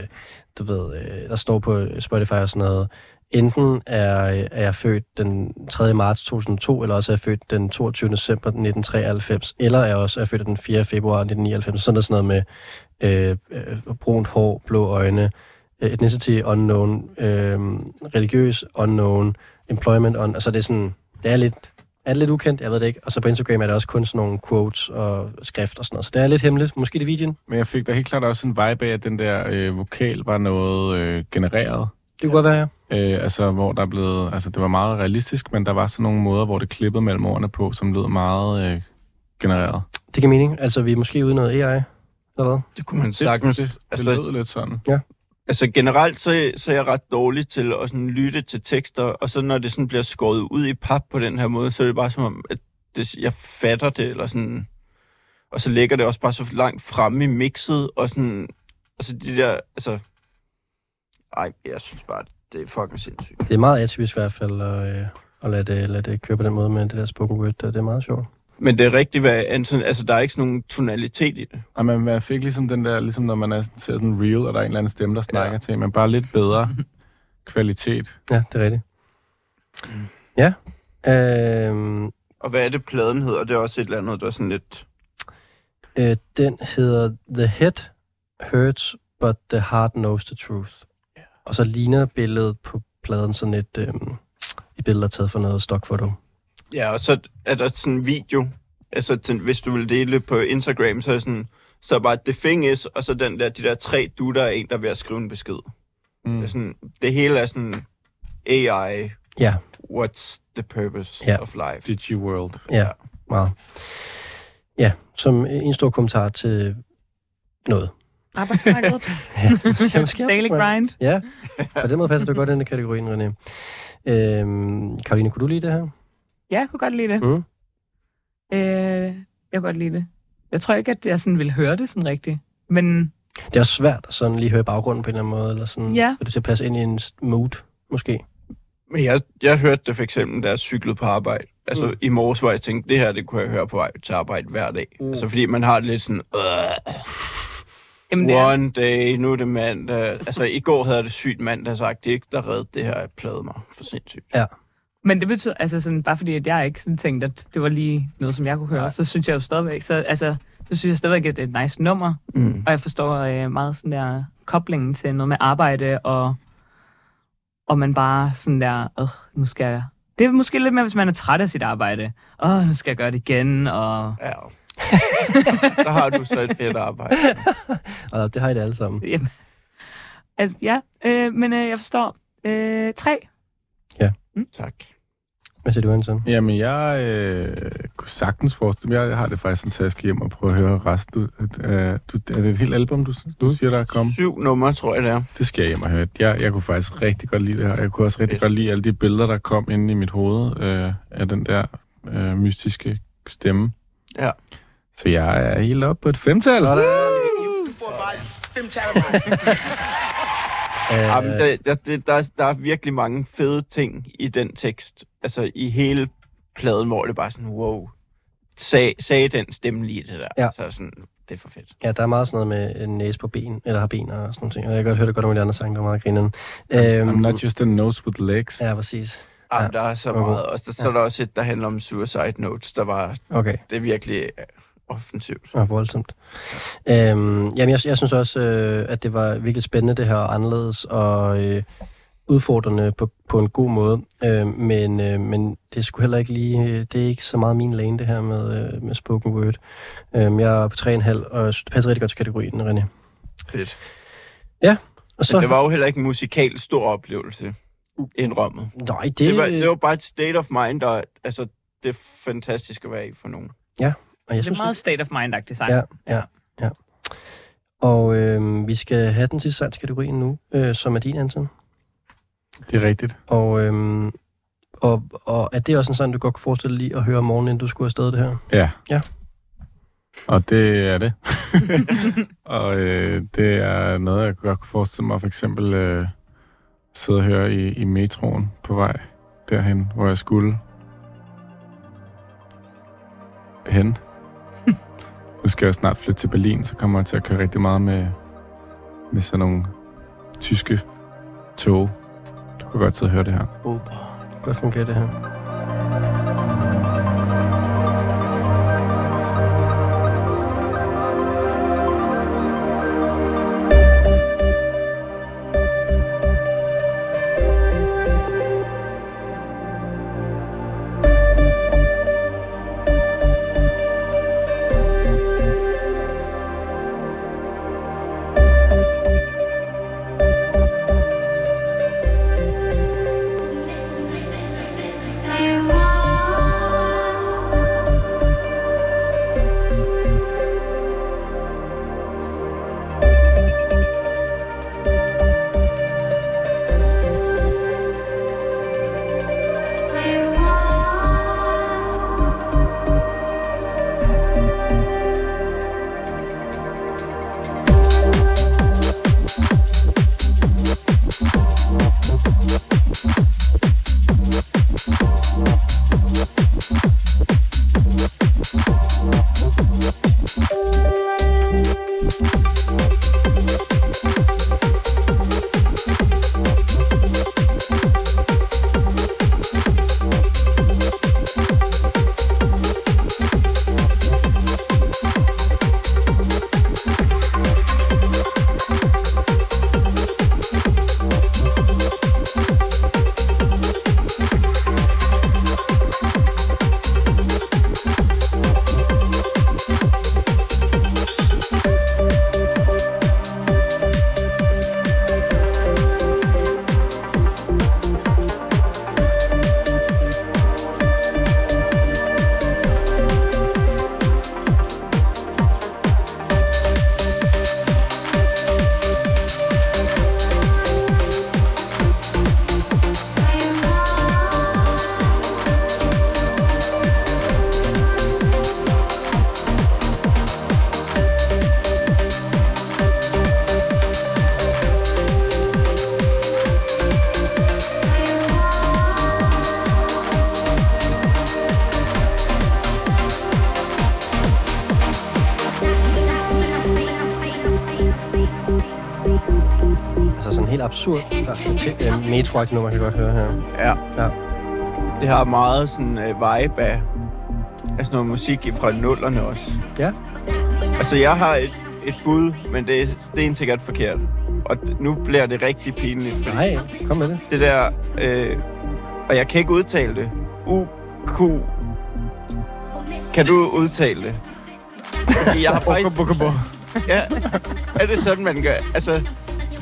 Speaker 2: du ved, øh, der står på Spotify og sådan noget, enten er, er jeg født den 3. marts 2002, eller også er jeg født den 22. december 1993, eller er jeg også er jeg født den 4. februar 1999. Sådan noget, sådan noget med øh, øh, brunt hår, blå øjne, øh, ethnicity unknown, øh, religiøs unknown, employment unknown. Altså det er sådan, det er lidt, er det lidt ukendt, jeg ved det ikke. Og så på Instagram er der også kun sådan nogle quotes og skrift og sådan noget. Så det er lidt hemmeligt. Måske det er videoen.
Speaker 4: Men jeg fik da helt klart også en vibe af, at den der øh, vokal var noget øh, genereret.
Speaker 2: Det kunne godt være, ja.
Speaker 4: Øh, altså, hvor der er blevet, altså, det var meget realistisk, men der var sådan nogle måder, hvor det klippede mellem ordene på, som lød meget øh, genereret.
Speaker 2: Det giver mening. Altså, vi er måske ude i noget AI, eller hvad?
Speaker 5: Det kunne man
Speaker 4: det,
Speaker 5: sagtens.
Speaker 4: det, det
Speaker 5: altså,
Speaker 4: lød lidt sådan.
Speaker 5: altså generelt, så, så er jeg ret dårlig til at sådan lytte til tekster, og så når det sådan bliver skåret ud i pap på den her måde, så er det bare som om, at det, jeg fatter det, eller sådan... Og så ligger det også bare så langt fremme i mixet, og sådan... Altså de der, altså... Ej, jeg synes bare, det er fucking sindssygt.
Speaker 2: Det er meget atypisk i hvert fald at, øh, at lade, det, lade det køre på den måde med det der spoken word. der. Det er meget sjovt.
Speaker 5: Men det er rigtigt, hvad Anton... Altså, der er ikke sådan nogen tonalitet i det.
Speaker 4: Og man, man fik ligesom den der, ligesom når man er, sådan- ser sådan real, og der er en eller anden stemme, der snakker ja. til, en, men bare lidt bedre kvalitet.
Speaker 2: Ja, det er rigtigt. Ja. Øhm,
Speaker 5: Og hvad er det, pladen hedder? Det er også et eller andet, der er sådan lidt...
Speaker 2: øh, den hedder The Head Hurts, But the Heart Knows the Truth. Og så ligner billedet på pladen sådan et, øhm, et billede, der er taget fra noget stokfoto.
Speaker 5: Ja, og så er der sådan en video. Altså, til, hvis du vil dele på Instagram, så er det sådan... Så er bare, the thing is, og så den der, de der tre dutter er en, der er ved at skrive en besked. Mm. Det, er sådan, det hele er sådan AI,
Speaker 2: Ja,
Speaker 5: what's the purpose
Speaker 2: Ja.
Speaker 5: yeah. of life?
Speaker 4: Digi World.
Speaker 2: ja, meget. Ja, som en stor kommentar til
Speaker 3: (laughs)
Speaker 2: noget.
Speaker 4: (laughs)
Speaker 3: Arbejdsmarkedet.
Speaker 2: Måske- måske arbejdsmarkedet.
Speaker 3: Daily grind.
Speaker 2: Ja, på den måde passer du godt ind i kategorien, René. Øhm, Karoline, kunne du lide det her?
Speaker 3: Ja, jeg kunne godt lide det.
Speaker 2: Mm.
Speaker 3: Øh, jeg kunne godt lide det. Jeg tror ikke, at jeg sådan ville høre det sådan rigtigt. Men
Speaker 2: Det er også svært at sådan lige høre i baggrunden på en eller anden måde, eller sådan,
Speaker 3: Ja.
Speaker 2: for det til at passe ind i en mood, måske.
Speaker 5: Men jeg, jeg hørte det for eksempel, da jeg cyklede på arbejde. Altså
Speaker 2: Mm.
Speaker 5: mm. i morges, hvor jeg tænkte, det her, det kunne jeg høre på vej til arbejde hver dag.
Speaker 2: Mm.
Speaker 5: Mm. Altså fordi man har det lidt sådan, øh,
Speaker 3: jamen, det er,
Speaker 5: one day, nu er det mandag. Altså i går havde jeg det sygt mandag, så det ikke, der redde det her, jeg plagede mig for sindssygt.
Speaker 3: men det betyder, altså sådan, bare fordi at jeg ikke sådan tænkte, at det var lige noget, som jeg kunne høre, så synes jeg jo stadigvæk, så, altså, så synes jeg stadigvæk, at det er et nice nummer,
Speaker 5: Mm.
Speaker 3: og jeg forstår øh, meget sådan der koblingen til noget med arbejde, og, og man bare sådan der, øh, nu skal jeg, det er måske lidt mere, hvis man er træt af sit arbejde. Åh, nu skal jeg gøre det igen, og
Speaker 5: Ja. (laughs) så har du så et fedt arbejde.
Speaker 2: Og Altså, det har I det alle sammen.
Speaker 3: Jamen. Altså, ja, øh, men øh, jeg forstår. Øh, tre.
Speaker 5: Tak.
Speaker 2: Hvad siger du, Anton?
Speaker 4: Jamen, jeg øh, kunne sagtens forestille mig, jeg har det faktisk sådan, så jeg skal hjem og prøve at høre resten. Du, at, øh, du, er det et helt album, du, du siger, der er kommet?
Speaker 5: Syv numre, tror jeg, det er.
Speaker 4: Det skal jeg hjem og høre. Jeg, jeg kunne faktisk rigtig godt lide det her. Jeg kunne også rigtig
Speaker 5: Fedt.
Speaker 4: godt lide alle de billeder, der kom inde i mit hoved øh, af den der øh, mystiske stemme.
Speaker 5: Ja.
Speaker 4: Så jeg er helt oppe på et femtal.
Speaker 5: Jamen,
Speaker 2: Øh,
Speaker 5: der, der, det- der, er- der er virkelig mange fede ting i den tekst. Altså i hele pladen, hvor det bare er sådan, wow. Sag, sagde den stemme lige det der.
Speaker 2: Ja.
Speaker 5: Så er jeg sådan, det er for fedt.
Speaker 2: ja, der er meget sådan noget med en næse på ben, eller har ben og sådan noget. ting. Og jeg kan godt høre det godt om de andre sange, der var meget grineren.
Speaker 4: I'm
Speaker 2: Øhm,
Speaker 4: not just a nose with legs.
Speaker 2: ja, præcis.
Speaker 5: Jamen,
Speaker 2: Ja.
Speaker 5: der er så
Speaker 2: Okay.
Speaker 5: meget. Og så, så er der også et, der handler om suicide notes, der var,
Speaker 2: Okay.
Speaker 5: det er virkelig øh, offensivt.
Speaker 2: Ja, Ah, voldsomt. Øhm, jamen, jeg, jeg synes også, øh, at det var virkelig spændende det her, og anderledes og øh, udfordrende på, på en god måde. Øh, men, øh, men det skulle heller ikke lige, øh, det er ikke så meget min lane, det her med, øh, med spoken word. Øh, jeg er på 3,5, og jeg synes, det passer rigtig godt til kategorien, René.
Speaker 5: Fedt.
Speaker 2: Og så,
Speaker 5: Men det var jo heller ikke en musikal stor oplevelse indrømmet.
Speaker 2: nej, det,
Speaker 5: Det var, det var bare et state of mind, der, altså, det er fantastisk at være i for nogen.
Speaker 2: og jeg
Speaker 3: Det er
Speaker 2: synes,
Speaker 3: meget state of mind-agtig sang.
Speaker 2: Ja, ja, ja. Og øh, vi skal have den sidste sang til kategorien nu, øh, som er din, Anton.
Speaker 4: Det er rigtigt.
Speaker 2: Og, øhm, og, og er det også en sang, du godt kunne forestille dig lige at høre om morgenen, inden du skulle afsted det her?
Speaker 4: Ja.
Speaker 2: Ja.
Speaker 4: Og det er det. (laughs) og øh, det er noget, jeg godt kunne forestille mig, for eksempel øh, sidde og høre i, i metroen på vej derhen, hvor jeg skulle. Hen. nu skal jeg snart flytte til Berlin, så kommer jeg til at køre rigtig meget med, med sådan nogle tyske tog. Du kunne godt sidde og høre det her.
Speaker 2: Godt fungerer det her. Altså absurd. Ja, t- øh, metroagtigt nummer, kan vi godt høre her.
Speaker 5: Ja.
Speaker 2: Ja.
Speaker 5: Det har meget sådan øh, vibe af, af sådan noget musik fra nullerne også.
Speaker 2: Ja.
Speaker 5: Altså, jeg har et, et bud, men det er, det er en sikkert forkert. Og d- nu bliver det rigtig pinligt, fordi
Speaker 2: Nej, kom med det.
Speaker 5: det der... Øh, og jeg kan ikke udtale det. UQ... Kan du udtale det? Fordi jeg har faktisk...
Speaker 4: Bukabu.
Speaker 5: Ja, er det sådan, man gør? Altså,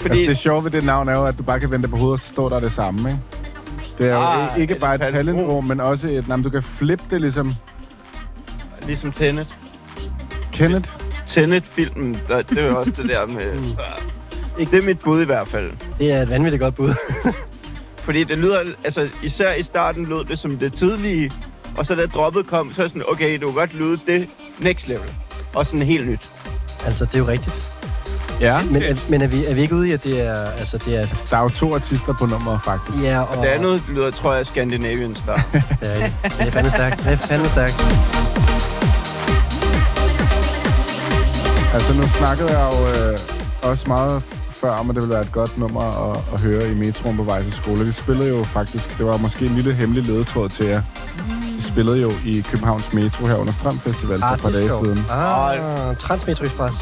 Speaker 4: Altså,
Speaker 5: fordi...
Speaker 4: det sjove ved det navn er jo, at du bare kan vende dig på hovedet, og så står der det samme, ikke? Det er jo
Speaker 5: Ah,
Speaker 4: ah, ikke
Speaker 5: et
Speaker 4: bare et
Speaker 5: palindrom.
Speaker 4: palindrom, men også et... Nej, men du kan flippe det ligesom
Speaker 5: Ligesom Tenet.
Speaker 4: Kenneth.
Speaker 5: Tenet-filmen, der, det er jo også det der med... Det er mit bud i hvert fald.
Speaker 2: Det er et vanvittigt godt bud. (laughs)
Speaker 5: Fordi det lyder, altså især i starten lød det som det tidlige, og så da droppet kom, så er jeg sådan, okay, det kunne godt lyde det next level. Og sådan helt nyt.
Speaker 2: altså, det er jo rigtigt.
Speaker 4: Ja.
Speaker 2: Men, er, men er, vi, er vi ikke ude i, at det er... Altså, det er
Speaker 4: Der er jo to artister på nummeret, faktisk.
Speaker 2: ja, og,
Speaker 5: Det andet lyder, tror jeg, Scandinavian Star.
Speaker 2: Det er, rigtigt. det er fandme stærkt. Det er fandme stærkt.
Speaker 4: Altså, nu snakkede jeg jo øh, også meget før om, at det ville være et godt nummer at, at høre i metroen på vej til skole. Vi spillede jo faktisk, det var måske en lille hemmelig ledetråd til jer. Vi spillede jo i Københavns Metro her under Strøm Festival for et par dage
Speaker 2: Ah, sjovt.
Speaker 4: siden.
Speaker 2: Ah, Transmetro Express.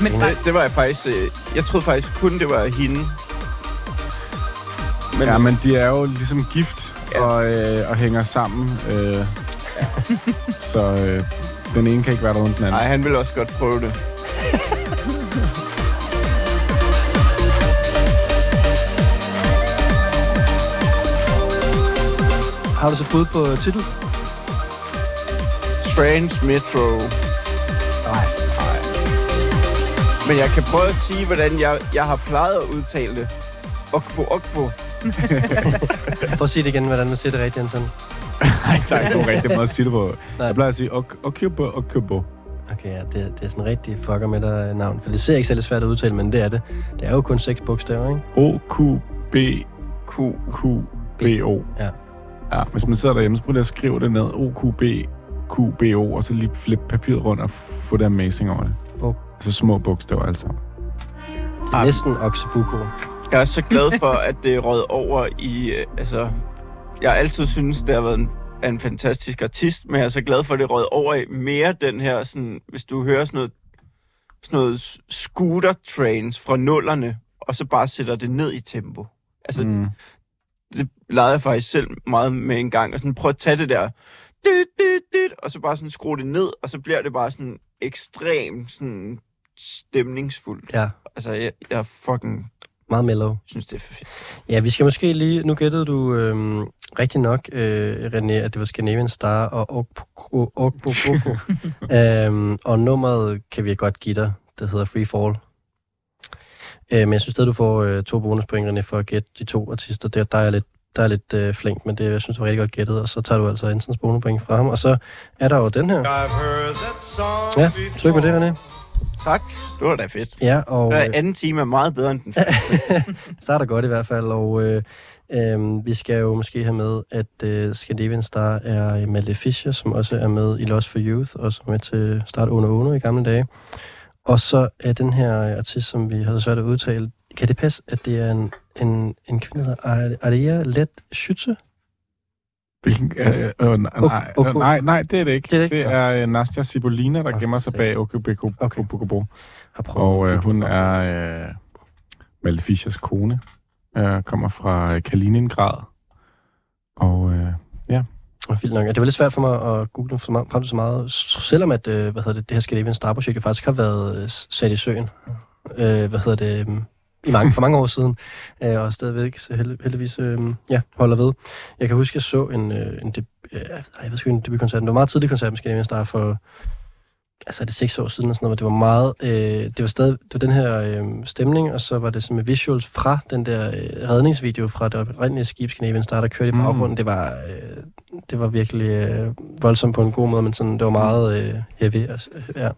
Speaker 3: Men der,
Speaker 5: Det, det var jeg faktisk, øh, jeg troede faktisk kun, det var hende.
Speaker 4: Men, ja, men de er jo ligesom gift
Speaker 5: Ja.
Speaker 4: ja. og, øh, og hænger sammen. Øh, ja. Så øh, den ene kan ikke være der uden den anden.
Speaker 5: Nej, han ville også godt prøve det.
Speaker 2: (laughs) Har du så bud på titel?
Speaker 5: Strange Metro.
Speaker 2: Nej.
Speaker 5: Men jeg kan prøve at sige, hvordan jeg, jeg har plejet at udtale det. Okbo, okbo.
Speaker 2: Prøv at sige det igen, hvordan man siger det rigtigt, Jensen.
Speaker 4: Nej, der er ikke nogen rigtig måde at sige det på.
Speaker 2: Nej.
Speaker 4: Jeg plejer at sige ok- Okubo, Okubo.
Speaker 2: Okay, ja, det, det er sådan rigtig fucker med dig øh, navn. For det ser ikke særlig svært at udtale, men det er det. Det er jo kun seks bogstaver, ikke?
Speaker 4: O-Q-B-Q-B-O.
Speaker 2: Ja.
Speaker 4: Ja, hvis man sidder derhjemme, så prøv lige at skrive det ned. OQB, QBO, og så lige flip papiret rundt og få det amazing over det.
Speaker 2: Oh.
Speaker 4: Altså små bogstaver alle sammen.
Speaker 2: Det er næsten Oxybuco.
Speaker 5: Jeg er så glad for, at det er røget over i... øh, Altså, jeg har altid synes det har været en, er en fantastisk artist, men jeg er så glad for, at det er røget over i mere den her... Sådan, hvis du hører sådan noget, sådan noget s- scooter trains fra nullerne, og så bare sætter det ned i tempo. Altså, mm. det legede jeg faktisk selv meget med en gang. Og sådan, prøv at tage det der... Dit, dit, dit, og så bare sådan skrue det ned, og så bliver det bare sådan ekstremt sådan stemningsfuldt.
Speaker 2: Ja,
Speaker 5: Altså, jeg, jeg fucking
Speaker 2: meget mellow.
Speaker 5: synes, det er for fedt.
Speaker 2: Ja, vi skal måske lige... Nu gættede du øhm, rigtig nok, øh, René, at det var Scandinavian Star og Okboboko. øhm, og nummeret kan vi godt give dig. Det hedder Free Fall. Øh, men jeg synes stadig, du får øh, to bonuspoint, René, for at gætte de to artister. Der, der er jeg lidt, der er lidt øh, flink, men det, jeg synes, det var rigtig godt gættet. Og så tager du altså Jensens bonuspoint fra ham. Og så er der jo den her.
Speaker 10: I've heard that song
Speaker 2: Ja,
Speaker 10: before.
Speaker 2: tillykke med det, René.
Speaker 5: Tak. Det var da fedt.
Speaker 2: Ja, og...
Speaker 5: Den
Speaker 2: øh,
Speaker 5: her anden time er meget bedre end den
Speaker 2: (laughs)
Speaker 5: første.
Speaker 2: starter godt i hvert fald, og øh, øh, vi skal jo måske have med, at øh, Scandinavian Star er øh, Malte Fischer, som også er med i Lost for Youth, og som er med til Start Under Ono i gamle dage. Og så er den her øh, artist, som vi har så svært at udtale, kan det passe, at det er en, en, en kvinde, der hedder Ar- Aria Let Schütze?
Speaker 4: Hvilken, øh, øh, nej, nej,
Speaker 2: Ok-
Speaker 4: øh, nej, nej, det er det ikke.
Speaker 2: Det er det ikke.
Speaker 4: det er øh, Nastja Cibolina, der
Speaker 2: Ah,
Speaker 4: gemmer sig
Speaker 2: for
Speaker 4: bag Okubeko
Speaker 2: Okay.
Speaker 4: Bukobo.
Speaker 2: Har prøvet.
Speaker 4: Og øh, hun er øh, Malte Fischers kone. Øh, kommer fra øh, Kaliningrad. Og øh,
Speaker 2: Og Vildt nok. Og Det var lidt svært for mig at google for meget, frem til så meget, s- selvom at, øh, hvad hedder det, det her Scandinavian Star-projekt jo faktisk har været øh, s- sat i søen. Øh, hvad hedder det, øhm, i mange, for mange år siden, øh, og stadigvæk så held, heldigvis øh, ja, holder ved. Jeg kan huske, jeg så en, øh, en, deb, øh, ej, jeg ved sgu ikke, en debutkoncert, det var en meget tidlig koncert med Scandinavian Star for, altså er det seks år siden, eller sådan noget, hvor det var meget, øh, det var stadig, det var den her øh, stemning, og så var det sådan med visuals fra den der øh, redningsvideo fra det oprindelige skib Scandinavian Star, der kørte i
Speaker 4: Mm.
Speaker 2: baggrunden. Mm. Det var, øh, det var virkelig øh, voldsomt på en god måde, men sådan, det var meget øh, heavy. Og, ja.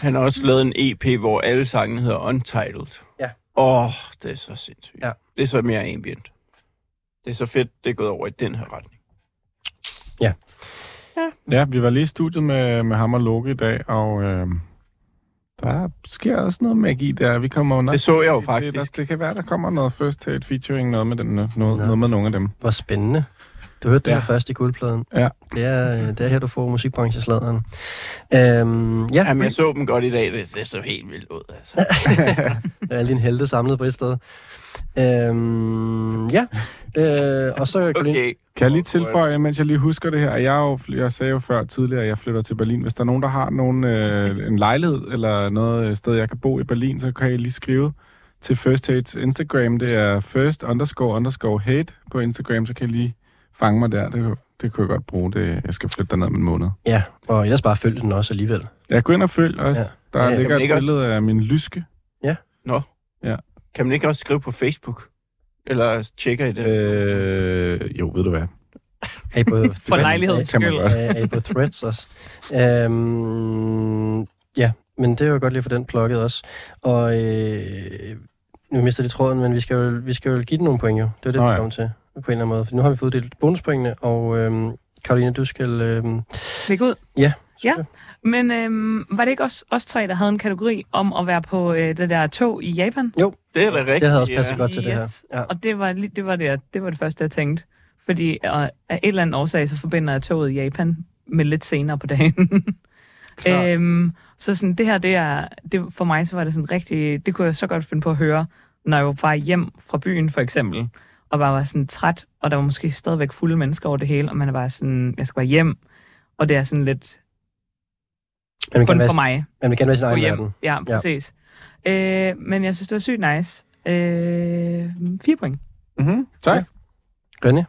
Speaker 5: Han har også lavet en EP, hvor alle sangene hedder Untitled.
Speaker 2: Ja.
Speaker 5: Åh, oh, det er så sindssygt.
Speaker 2: Ja.
Speaker 5: Det er så mere ambient. Det er så fedt, det er gået over i den her retning.
Speaker 4: ja, vi var lige i studiet med, med ham og Loke i dag, og øh, Der sker også noget magi der. Vi kommer under.
Speaker 5: Det så jeg jo
Speaker 4: Det,
Speaker 5: faktisk.
Speaker 4: det kan være, der kommer noget first date featuring, noget med, den, noget, noget med nogle af dem.
Speaker 2: Hvor spændende. Du hørte det
Speaker 4: Ja.
Speaker 2: her først i guldpladen.
Speaker 4: Ja.
Speaker 2: Det er, øh, det er her, du får musikbranchesladeren. Øhm, ja,
Speaker 5: Jamen, jeg så dem godt i dag. Det, det så helt vildt ud, altså.
Speaker 2: alle dine helte samlet på et sted. Øhm, ja, øh, og så... Karoline-
Speaker 5: Okay.
Speaker 4: Kan jeg lige
Speaker 5: øh,
Speaker 4: tilføje, mens jeg lige husker det her, at jeg, er jo, fl- jeg sagde jo før tidligere, at jeg flytter til Berlin. Hvis der er nogen, der har nogen, øh, en lejlighed eller noget øh, sted, jeg kan bo i Berlin, så kan I lige skrive til First Hates Instagram. Det er first underscore underscore hate på Instagram, så kan I lige fange mig der. Det, det kunne jeg godt bruge. Det, jeg skal flytte derned om en måned.
Speaker 2: Ja, og ellers bare følg den også alligevel.
Speaker 4: Jeg går ind og følg også.
Speaker 2: Ja.
Speaker 4: Ja. Der
Speaker 2: Ja,
Speaker 4: ja, ligger
Speaker 5: jamen, ikke
Speaker 4: et
Speaker 5: også-
Speaker 4: billede af min lyske.
Speaker 5: Nå.
Speaker 4: Ja.
Speaker 5: Kan man ikke også skrive på Facebook? Eller tjekker I det?
Speaker 4: Øh, jo, ved du hvad?
Speaker 2: Er I på,
Speaker 3: For lejlighedens
Speaker 4: Kan man
Speaker 3: skyld.
Speaker 4: godt.
Speaker 2: er I på threads også? Øhm, ja, men det er jo godt lige for den plukket også. Og øh, nu mister de tråden, men vi skal jo, vi skal jo give den nogle point jo. Det er det,
Speaker 4: Nå
Speaker 2: vi
Speaker 4: ja.
Speaker 2: kom til på en eller anden måde. For nu har vi fået delt bonuspoengene, og øhm, Karoline, du skal... Øhm,
Speaker 3: Læg ud.
Speaker 2: Ja.
Speaker 3: Ja. Men øhm, var det ikke også os tre, der havde en kategori om at være på øh, det der tog i Japan?
Speaker 5: det er da rigtigt.
Speaker 2: det havde også passet
Speaker 5: ja.
Speaker 2: ja. godt til
Speaker 3: Yes.
Speaker 2: det her. Ja.
Speaker 3: Og det var, lige- det, var det, det var det første, jeg tænkte. Fordi øh, af et eller andet årsag, så forbinder jeg toget i Japan med lidt senere på
Speaker 2: (laughs)
Speaker 3: dagen.
Speaker 2: Øh,
Speaker 5: Klart.
Speaker 3: Øhm, så sådan, det her, det er, det, for mig, så var det sådan rigtig, det kunne jeg så godt finde på at høre, når jeg var bare hjem fra byen, for eksempel, og bare var sådan træt, og der var måske stadigvæk fulde mennesker over det hele, og man er bare sådan, jeg skal bare hjem, og det er sådan lidt
Speaker 2: Man vil
Speaker 3: kun
Speaker 2: gerne være,
Speaker 3: for mig
Speaker 2: man vil gerne være i sin
Speaker 3: på
Speaker 2: egen
Speaker 3: hjem.
Speaker 2: verden.
Speaker 3: Ja,
Speaker 2: Ja.
Speaker 3: præcis. Øh, men jeg synes, det var sygt nice. Øh, fire point.
Speaker 2: Mhm.
Speaker 4: Mm-hmm. Tak.
Speaker 2: René?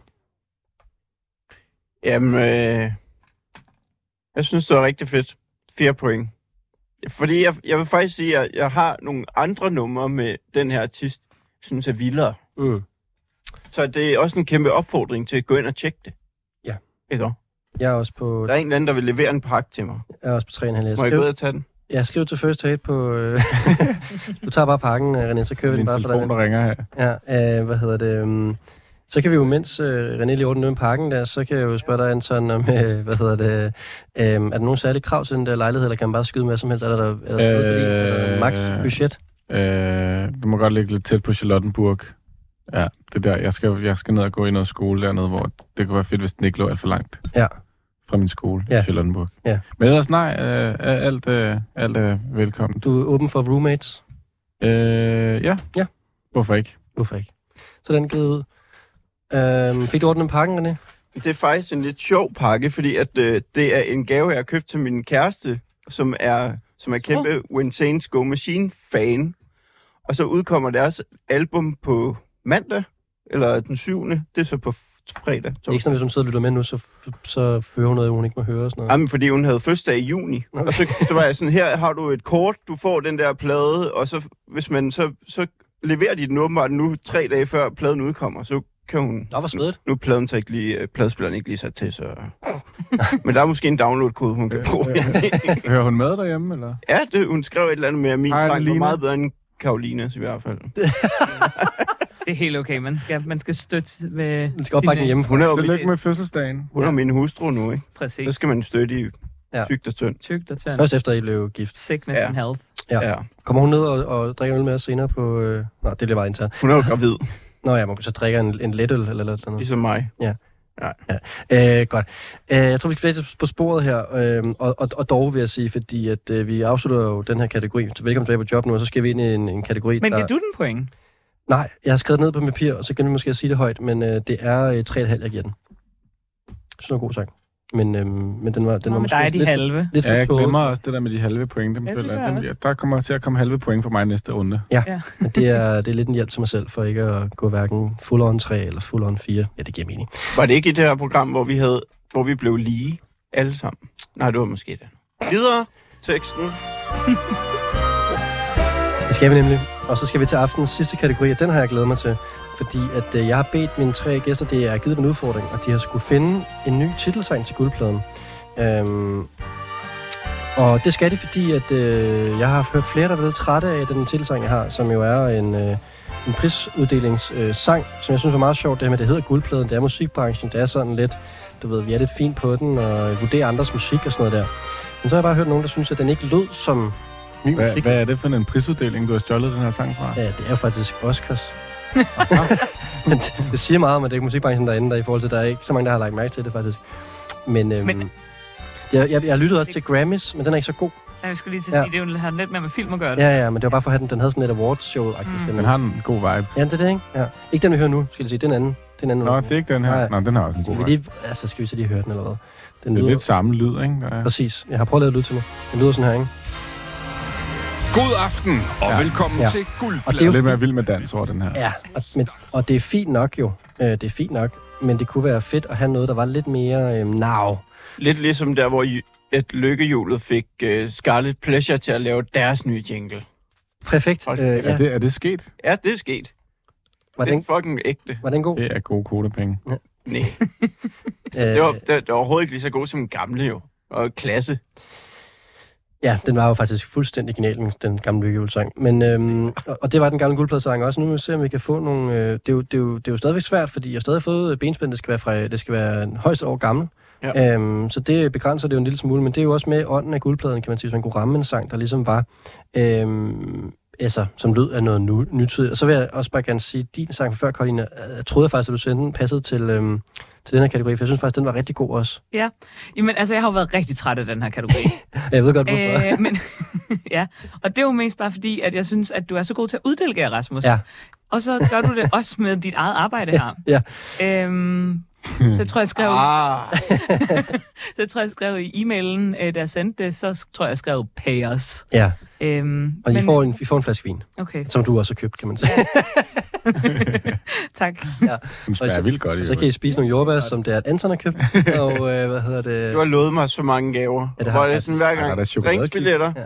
Speaker 5: Jamen, øh, jeg synes, det var rigtig fedt. Fire point. Fordi jeg, jeg vil faktisk sige, at jeg har nogle andre numre med den her artist, jeg synes er vildere.
Speaker 2: Mm.
Speaker 5: Så det er også en kæmpe opfordring til at gå ind og tjekke det.
Speaker 2: Ja.
Speaker 5: Ikke også?
Speaker 2: Jeg er også på,
Speaker 5: Der er en eller anden, der vil levere en pakke til mig.
Speaker 2: jeg er også på 3,5. Jeg
Speaker 5: Må jeg gå ud
Speaker 2: skriver,
Speaker 5: og tage den?
Speaker 2: jeg skriver til First Hate på... Øh, (laughs) du tager bare pakken, øh, René, så kører vi den
Speaker 4: Min
Speaker 2: bare for dig.
Speaker 4: telefon, der ringer her.
Speaker 2: Ja, øh, hvad hedder det? Um, så kan vi jo, mens øh, René lige ordner nede i parken der, så kan jeg jo spørge dig, Anton, om, øh, hvad hedder det, øh, er der nogen særlige krav til den der lejlighed, eller kan man bare skyde med som helst? Er der, er der, er der, er der
Speaker 4: Øh,
Speaker 2: max budget?
Speaker 4: Øh, du må godt ligge lidt tæt på Charlottenburg. Ja, det er der. Jeg skal, jeg skal ned og gå i noget skole dernede, hvor det kunne være fedt, hvis den ikke lå alt for langt
Speaker 2: Ja.
Speaker 4: fra min skole
Speaker 2: Ja.
Speaker 4: i Charlottenburg.
Speaker 2: Ja.
Speaker 4: Men ellers nej, øh, er alt, øh, alt er velkommen.
Speaker 2: Du er åben for roommates?
Speaker 4: Øh, ja.
Speaker 2: Ja.
Speaker 4: Hvorfor ikke?
Speaker 2: Hvorfor ikke? Så er den givet ud. Øhm, fik du ordnet med pakken, René?
Speaker 5: Det er faktisk en lidt sjov pakke, fordi at, øh, det er en gave, jeg har købt til min kæreste, som er, som er kæmpe Winsane's Go Machine-fan. Og så udkommer deres album på mandag, eller den 7. Det er så på f- fredag.
Speaker 2: Det er ikke sådan, hvis hun sidder og lytter med nu, så, så fører hun noget, hun ikke må høre og sådan noget.
Speaker 5: Jamen, fordi hun havde fødselsdag i juni.
Speaker 2: Okay.
Speaker 5: Og så, så var jeg sådan, her har du et kort, du får den der plade, og så, hvis man, så, så leverer de den åbenbart nu tre dage før pladen udkommer, så kan hun...
Speaker 2: Nå, hvor svedigt.
Speaker 5: Nu er pladen så ikke lige, øh, pladespilleren ikke lige sat til, så... Men der er måske en download-kode, hun kan bruge.
Speaker 4: Hører hun med derhjemme, eller?
Speaker 5: (laughs) ja, det, hun skrev et eller andet med, at min
Speaker 4: Hej,
Speaker 5: sang var
Speaker 4: Lina.
Speaker 5: meget bedre end Karolinas i hvert fald.
Speaker 3: Det er helt okay. Man skal, man skal støtte med...
Speaker 2: Den skal opbakke den hjemme.
Speaker 5: Hun er jo
Speaker 4: Tillykke med fødselsdagen.
Speaker 5: hun er min hustru nu, ikke?
Speaker 3: Præcis.
Speaker 5: Så skal man støtte i
Speaker 2: Ja.
Speaker 5: tygt og tyndt.
Speaker 3: Tygt og tørt.
Speaker 2: Først efter, I blev gift.
Speaker 3: Sickness
Speaker 5: Ja.
Speaker 3: and health.
Speaker 2: Ja.
Speaker 5: Ja.
Speaker 2: Kommer hun ned og, og drikker en øl med os senere på... Øh... Nej, det bliver bare internt.
Speaker 5: Hun er jo gravid,
Speaker 2: Nå ja, man så drikker en, en letøl eller noget. Sådan noget.
Speaker 5: ligesom mig.
Speaker 2: Øh, godt. Øh, jeg tror, vi skal tilbage til- på sporet her, øh, og, og, og dog vil jeg sige, fordi at, øh, vi afslutter jo den her kategori. Så velkommen tilbage på job nu, og så skal vi ind i en, en kategori,
Speaker 3: Men
Speaker 2: der...
Speaker 3: giver du den point?
Speaker 2: Nej, jeg har skrevet ned på mit papir, og så kan vi måske sige det højt, men øh, det er øh, 3,5, jeg giver den. Sådan en god sang. Men, øh, men den var, den
Speaker 3: Nå,
Speaker 2: var
Speaker 3: men der er de
Speaker 2: lidt,
Speaker 3: halve.
Speaker 2: lidt
Speaker 4: Ja,
Speaker 2: for
Speaker 4: jeg glemmer
Speaker 2: tåget.
Speaker 4: også det der med de halve point. Dem
Speaker 3: Ja, det
Speaker 4: føler
Speaker 3: gør jeg
Speaker 4: jeg, dem,
Speaker 3: også.
Speaker 4: der kommer til at komme halve point for mig i næste runde.
Speaker 2: Men det er, det er lidt en hjælp til mig selv, for ikke at gå hverken full on 3 eller full on 4. Ja, det giver mening.
Speaker 5: Var det ikke i det her program, hvor vi, havde, hvor vi blev lige alle sammen? Nej, det var måske det. Videre teksten.
Speaker 2: Det skal vi nemlig. Og så skal vi til aftenens sidste kategori, og den har jeg glædet mig til. Fordi at øh, jeg har bedt mine tre gæster, det er givet dem en udfordring, og de har skulle finde en ny titelsang til guldpladen. Øhm, og det skal de, fordi at, øh, jeg har hørt flere, der er blevet trætte af den titelsang, jeg har, som jo er en, øh, en prisuddelingssang, øh, sang, som jeg synes er meget sjovt. Det her med, det hedder guldpladen, det er musikbranchen, det er sådan lidt, du ved, vi er lidt fint på den, og vurderer andres musik og sådan noget der. Men så har jeg bare hørt nogen, der synes, at den ikke lød som Ny
Speaker 4: Hvad,
Speaker 2: musik.
Speaker 4: hvad er det for en prisuddeling, du har stjålet den her sang fra?
Speaker 2: Ja, det er faktisk Oscars. Men det- det siger meget om, at det er musikbranchen derinde, der i forhold til, der er ikke så mange, der har lagt mærke til det faktisk. Men, øhm,
Speaker 3: Men-
Speaker 2: men jeg, jeg, jeg lyttede også til Grammys, men den er ikke så god.
Speaker 3: Ja, jeg skulle lige til at
Speaker 2: Ja.
Speaker 3: sige, det er jo, har lidt mere med film at gøre. Det.
Speaker 2: Ja, ja, men det var bare for at have den. Den havde sådan lidt awards show agtig
Speaker 4: Den
Speaker 2: mm.
Speaker 4: har en god vibe.
Speaker 2: Ja, det er det, ikke? Ja. Ikke den, vi hører nu, skal jeg sige. Det er en anden. Det er en anden
Speaker 4: Nå,
Speaker 2: underholdning.
Speaker 4: det er ikke den her.
Speaker 2: Nej.
Speaker 4: Nå, den har også en god
Speaker 2: Skal vi
Speaker 4: vibe.
Speaker 2: lige, altså, skal vi så lige høre den eller hvad? Den
Speaker 4: Det er
Speaker 2: lyder,
Speaker 4: lidt samme lyd, ikke? Der er.
Speaker 2: præcis. Jeg har prøvet at lave lyd til mig. Den lyder sådan her, ikke?
Speaker 1: God aften og ja.
Speaker 4: Ja.
Speaker 1: velkommen ja.
Speaker 2: Ja.
Speaker 1: til
Speaker 2: Og det er
Speaker 1: Guldpladen.
Speaker 2: jo-
Speaker 4: Lidt mere vild med dans over den her.
Speaker 2: Ja, og, men, og det er fint nok jo. Øh, det er fint nok, men det kunne være fedt at have noget, der var lidt mere øh, nav.
Speaker 5: Lidt ligesom der, hvor ju- at lykkehjulet fik uh, Scarlet Pleasure til at lave deres nye jingle.
Speaker 2: Perfekt.
Speaker 5: Hold
Speaker 2: Øh,
Speaker 4: Er,
Speaker 2: ja.
Speaker 4: det, er det sket?
Speaker 5: Ja, det er sket.
Speaker 2: Var
Speaker 5: det er
Speaker 2: den,
Speaker 5: fucking ægte.
Speaker 2: var den god?
Speaker 4: Det er gode kodepenge.
Speaker 5: Nej,
Speaker 2: Øh,
Speaker 5: det var, det, det var overhovedet ikke lige så god som den gamle jo. Og klasse.
Speaker 2: Ja, den var jo faktisk fuldstændig genial, den- den gamle lykkehjulsang. Men, øhm, og- og det var den gamle guldpladesang også. Nu må vi se, om vi kan få nogle... Øh, det, er jo, det, er jo, det er jo stadigvæk svært, fordi jeg har stadig fået øh, benspænd, det skal være, fra, det skal være en højst år gammel. Ja. Øhm, så det begrænser det jo en lille smule, men det er jo også med ånden af guldpladen, kan man sige, hvis man kunne ramme en sang, der ligesom var... Øhm, altså, som lød af noget nu, nutidigt. Og så vil jeg også bare gerne sige, at din sang fra før, Karoline, øh, jeg troede faktisk, at du sendte den passede til, øhm, til den her kategori, for jeg synes faktisk, den var rigtig god også.
Speaker 3: Ja. Jamen, altså, jeg har jo været rigtig træt af den her kategori.
Speaker 2: Jeg ved godt, (laughs) hvorfor.
Speaker 3: Æh, men, (laughs) ja. Og det er jo mest bare fordi, at jeg synes, at du er så god til at uddelegere, Rasmus.
Speaker 2: Ja.
Speaker 3: Og så gør du det
Speaker 2: (laughs)
Speaker 3: også med dit eget arbejde her.
Speaker 2: Ja.
Speaker 3: Øhm, så jeg tror, jeg skrev,
Speaker 5: Ah,
Speaker 3: (laughs) så jeg tror, jeg skrev i e-mailen, øh, da jeg sendte det, så tror jeg, jeg skrev pay us.
Speaker 2: Ja,
Speaker 3: Øhm,
Speaker 2: og I, får en, I får en flaske vin,
Speaker 3: Okay,
Speaker 2: som du også har købt, kan man sige.
Speaker 3: tak.
Speaker 4: Den
Speaker 2: Og
Speaker 4: spærer
Speaker 2: så-
Speaker 4: vildt godt i
Speaker 2: Og (laughs) så kan I
Speaker 4: øvrigt.
Speaker 2: spise nogle jordbær, som det er, at Anton har
Speaker 3: (laughs)
Speaker 2: købt. Og øh, hvad hedder det?
Speaker 5: du har lovet mig så mange gaver.
Speaker 2: Ja, det har
Speaker 5: Hvor
Speaker 2: jeg
Speaker 5: det er
Speaker 2: faktisk.
Speaker 5: sådan hver
Speaker 4: Ja, der er
Speaker 5: gang.
Speaker 4: chokoladekage.
Speaker 5: Drinksbilletter.
Speaker 2: Ja.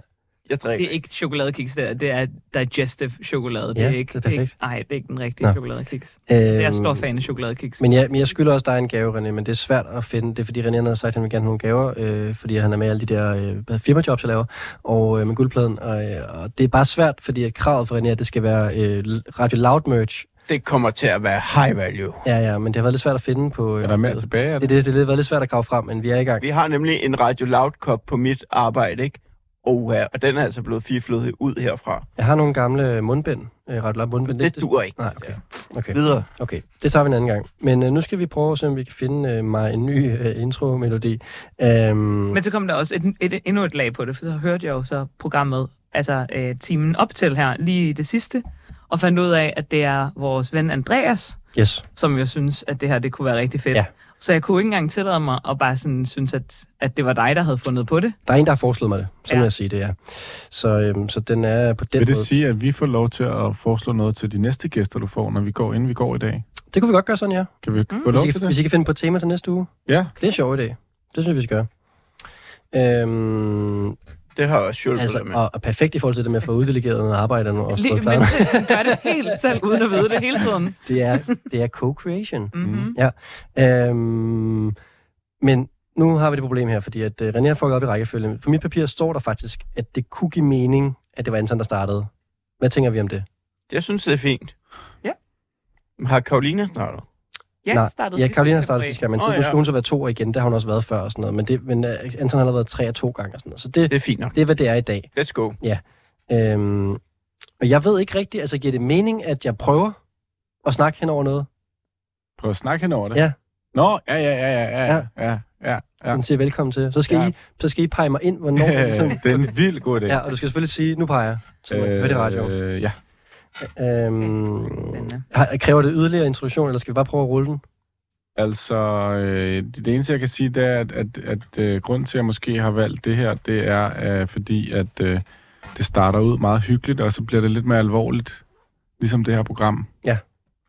Speaker 5: Jeg
Speaker 3: Det er
Speaker 5: drikker.
Speaker 3: ikke chokoladekiks, det, er, det er digestive chokolade. Det
Speaker 2: Ja,
Speaker 3: er ikke,
Speaker 2: det er perfekt.
Speaker 3: Ikke, nej, det er ikke den rigtige
Speaker 2: Nå.
Speaker 3: chokoladekiks.
Speaker 2: Øhm,
Speaker 3: Så jeg er stor fan af chokoladekiks.
Speaker 2: Men ja, men jeg skylder også dig en gave, René, men det er svært at finde. Det er fordi, René han havde sagt, at han vil gerne have nogle gaver, øh, fordi han er med i alle de der øh, hvad- firmajobs, jeg laver, og øh, med guldpladen. Og, øh, og det er bare svært, fordi at kravet for René, er, at det skal være øh, Radio Loud merch.
Speaker 5: Det kommer til at være high value.
Speaker 2: Ja, ja, men det har været lidt svært at finde på... Øh,
Speaker 4: Er der mere
Speaker 2: oplevet.
Speaker 4: tilbage af
Speaker 2: Det,
Speaker 4: det?
Speaker 2: det, det har været lidt svært at grave frem, men vi er i gang.
Speaker 5: Vi har nemlig en Radio Loud Cup på mit arbejde, ikke? Oha, og den er altså blevet firflødet ud herfra.
Speaker 2: Jeg har nogle gamle mundbind, øh, Radio Loud mundbind.
Speaker 5: Det duer ikke.
Speaker 2: Nej, okay. okay.
Speaker 5: Videre.
Speaker 2: Okay, det tager vi en anden gang. Men øh, nu skal vi prøve at se, om vi kan finde øh, mig en ny øh, intro-melodi. Øhm,
Speaker 3: Men så kom der også et, et, endnu et lag på det, for så hørte jeg jo så programmet, altså øh, timen op til her, lige i det sidste, og fandt ud af, at det er vores ven Andreas,
Speaker 2: yes.
Speaker 3: som jo synes, at det her det kunne være rigtig fedt.
Speaker 2: Ja.
Speaker 3: Så jeg kunne ikke engang tillade mig at bare sådan synes, at, at det var dig, der havde fundet på det.
Speaker 2: Der er en, der har foreslået mig det. Så ja.
Speaker 3: Ja.
Speaker 2: må jeg sige det, ja. Så, øhm, så den er på den
Speaker 4: Vil det
Speaker 2: måde.
Speaker 4: sige, at vi får lov til at foreslå noget til de næste gæster, du får, når vi går, inden vi går i dag?
Speaker 2: Det kunne vi godt gøre sådan, ja.
Speaker 4: Kan vi få lov
Speaker 2: Hvis I,
Speaker 4: til
Speaker 2: kan, hvis
Speaker 4: det?
Speaker 2: I kan finde på et tema til næste uge.
Speaker 4: Ja.
Speaker 2: Det er en sjov idé. Det synes jeg, vi skal gøre. Øhm,
Speaker 5: Det har jeg også hjulpet altså,
Speaker 2: altså,
Speaker 5: med.
Speaker 2: og, og perfekt i forhold til det med at få uddelegeret noget arbejde og og stå
Speaker 3: Lige,
Speaker 2: klar.
Speaker 3: men selv- gør det helt selv, uden at vide det hele
Speaker 2: (laughs)
Speaker 3: tiden.
Speaker 2: Det er, det er co-creation.
Speaker 3: Mm-hmm.
Speaker 2: Øhm, men nu har vi det problem her, fordi at øh, René har fucket op i rækkefølgen. På mit papir står der faktisk, at det kunne give mening, at det var Anton, der startede. Hvad tænker vi om det?
Speaker 5: Jeg synes, det er fint.
Speaker 3: Ja.
Speaker 5: Men Har Karolina startet?
Speaker 3: Ja,
Speaker 2: Nej,
Speaker 3: startede
Speaker 2: ja,
Speaker 3: sidste
Speaker 2: Karolina
Speaker 3: kategori.
Speaker 2: startede sidste gang, men
Speaker 5: Åh,
Speaker 2: oh, ja. nu
Speaker 5: ja.
Speaker 2: skulle hun så være to igen. Det har hun også været før og sådan noget. Men, det, men uh, Anton har allerede været tre og to gange og sådan noget. Så det,
Speaker 5: Det er fint nok.
Speaker 2: det er, hvad det er i dag.
Speaker 5: Let's go.
Speaker 2: Øhm, og jeg ved ikke rigtigt, altså giver det mening, at jeg prøver at snakke hen over noget?
Speaker 4: Prøv at snakke henover det.
Speaker 2: Ja.
Speaker 4: Nå, ja, ja, ja, ja, ja, ja, ja.
Speaker 2: Ja.
Speaker 4: ja.
Speaker 2: Den siger velkommen til. Så skal,
Speaker 4: Ja.
Speaker 2: ja. I, så skal I pege mig ind, (laughs) hvornår... ligesom,
Speaker 4: (laughs) det er en vild god idé.
Speaker 2: ja, og du skal selvfølgelig sige, nu peger jeg. Så øh, det er radio.
Speaker 4: Øh, ja.
Speaker 2: Øhm,
Speaker 3: Spændende.
Speaker 2: har- kræver det yderligere introduktion, eller skal vi bare prøve at rulle den?
Speaker 4: Altså, øh, det det eneste, jeg kan sige, det er, at, at, at øh, grunden til, at jeg måske har valgt det her, det er øh, fordi, at øh, det starter ud meget hyggeligt, og så bliver det lidt mere alvorligt, ligesom det her program.
Speaker 2: Det er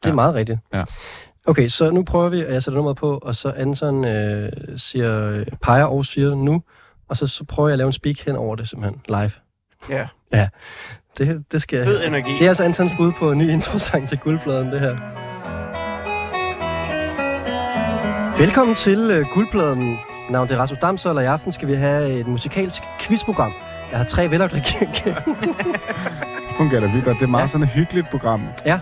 Speaker 4: Ja.
Speaker 2: meget rigtigt.
Speaker 4: Ja.
Speaker 2: Okay, så nu prøver vi, og jeg sætter nummeret på, og så Anton øh, siger, øh, peger og siger nu, og så, så prøver jeg at lave en speak hen over det simpelthen live.
Speaker 5: Ja.
Speaker 2: Ja, det, det skal jeg.
Speaker 5: Fed energi.
Speaker 2: Det er altså Antons bud på en ny introsang til Guldpladen, det her. Velkommen til øh, Guldpladen. Mit navn det er Rasmus Damsøl, og i aften skal vi have et musikalsk quizprogram. Jeg har tre (laughs) velopdragende
Speaker 4: Det fungerer da vildt godt. Det er
Speaker 2: Ja.
Speaker 4: meget ja. sådan et hyggeligt program.
Speaker 2: Ja,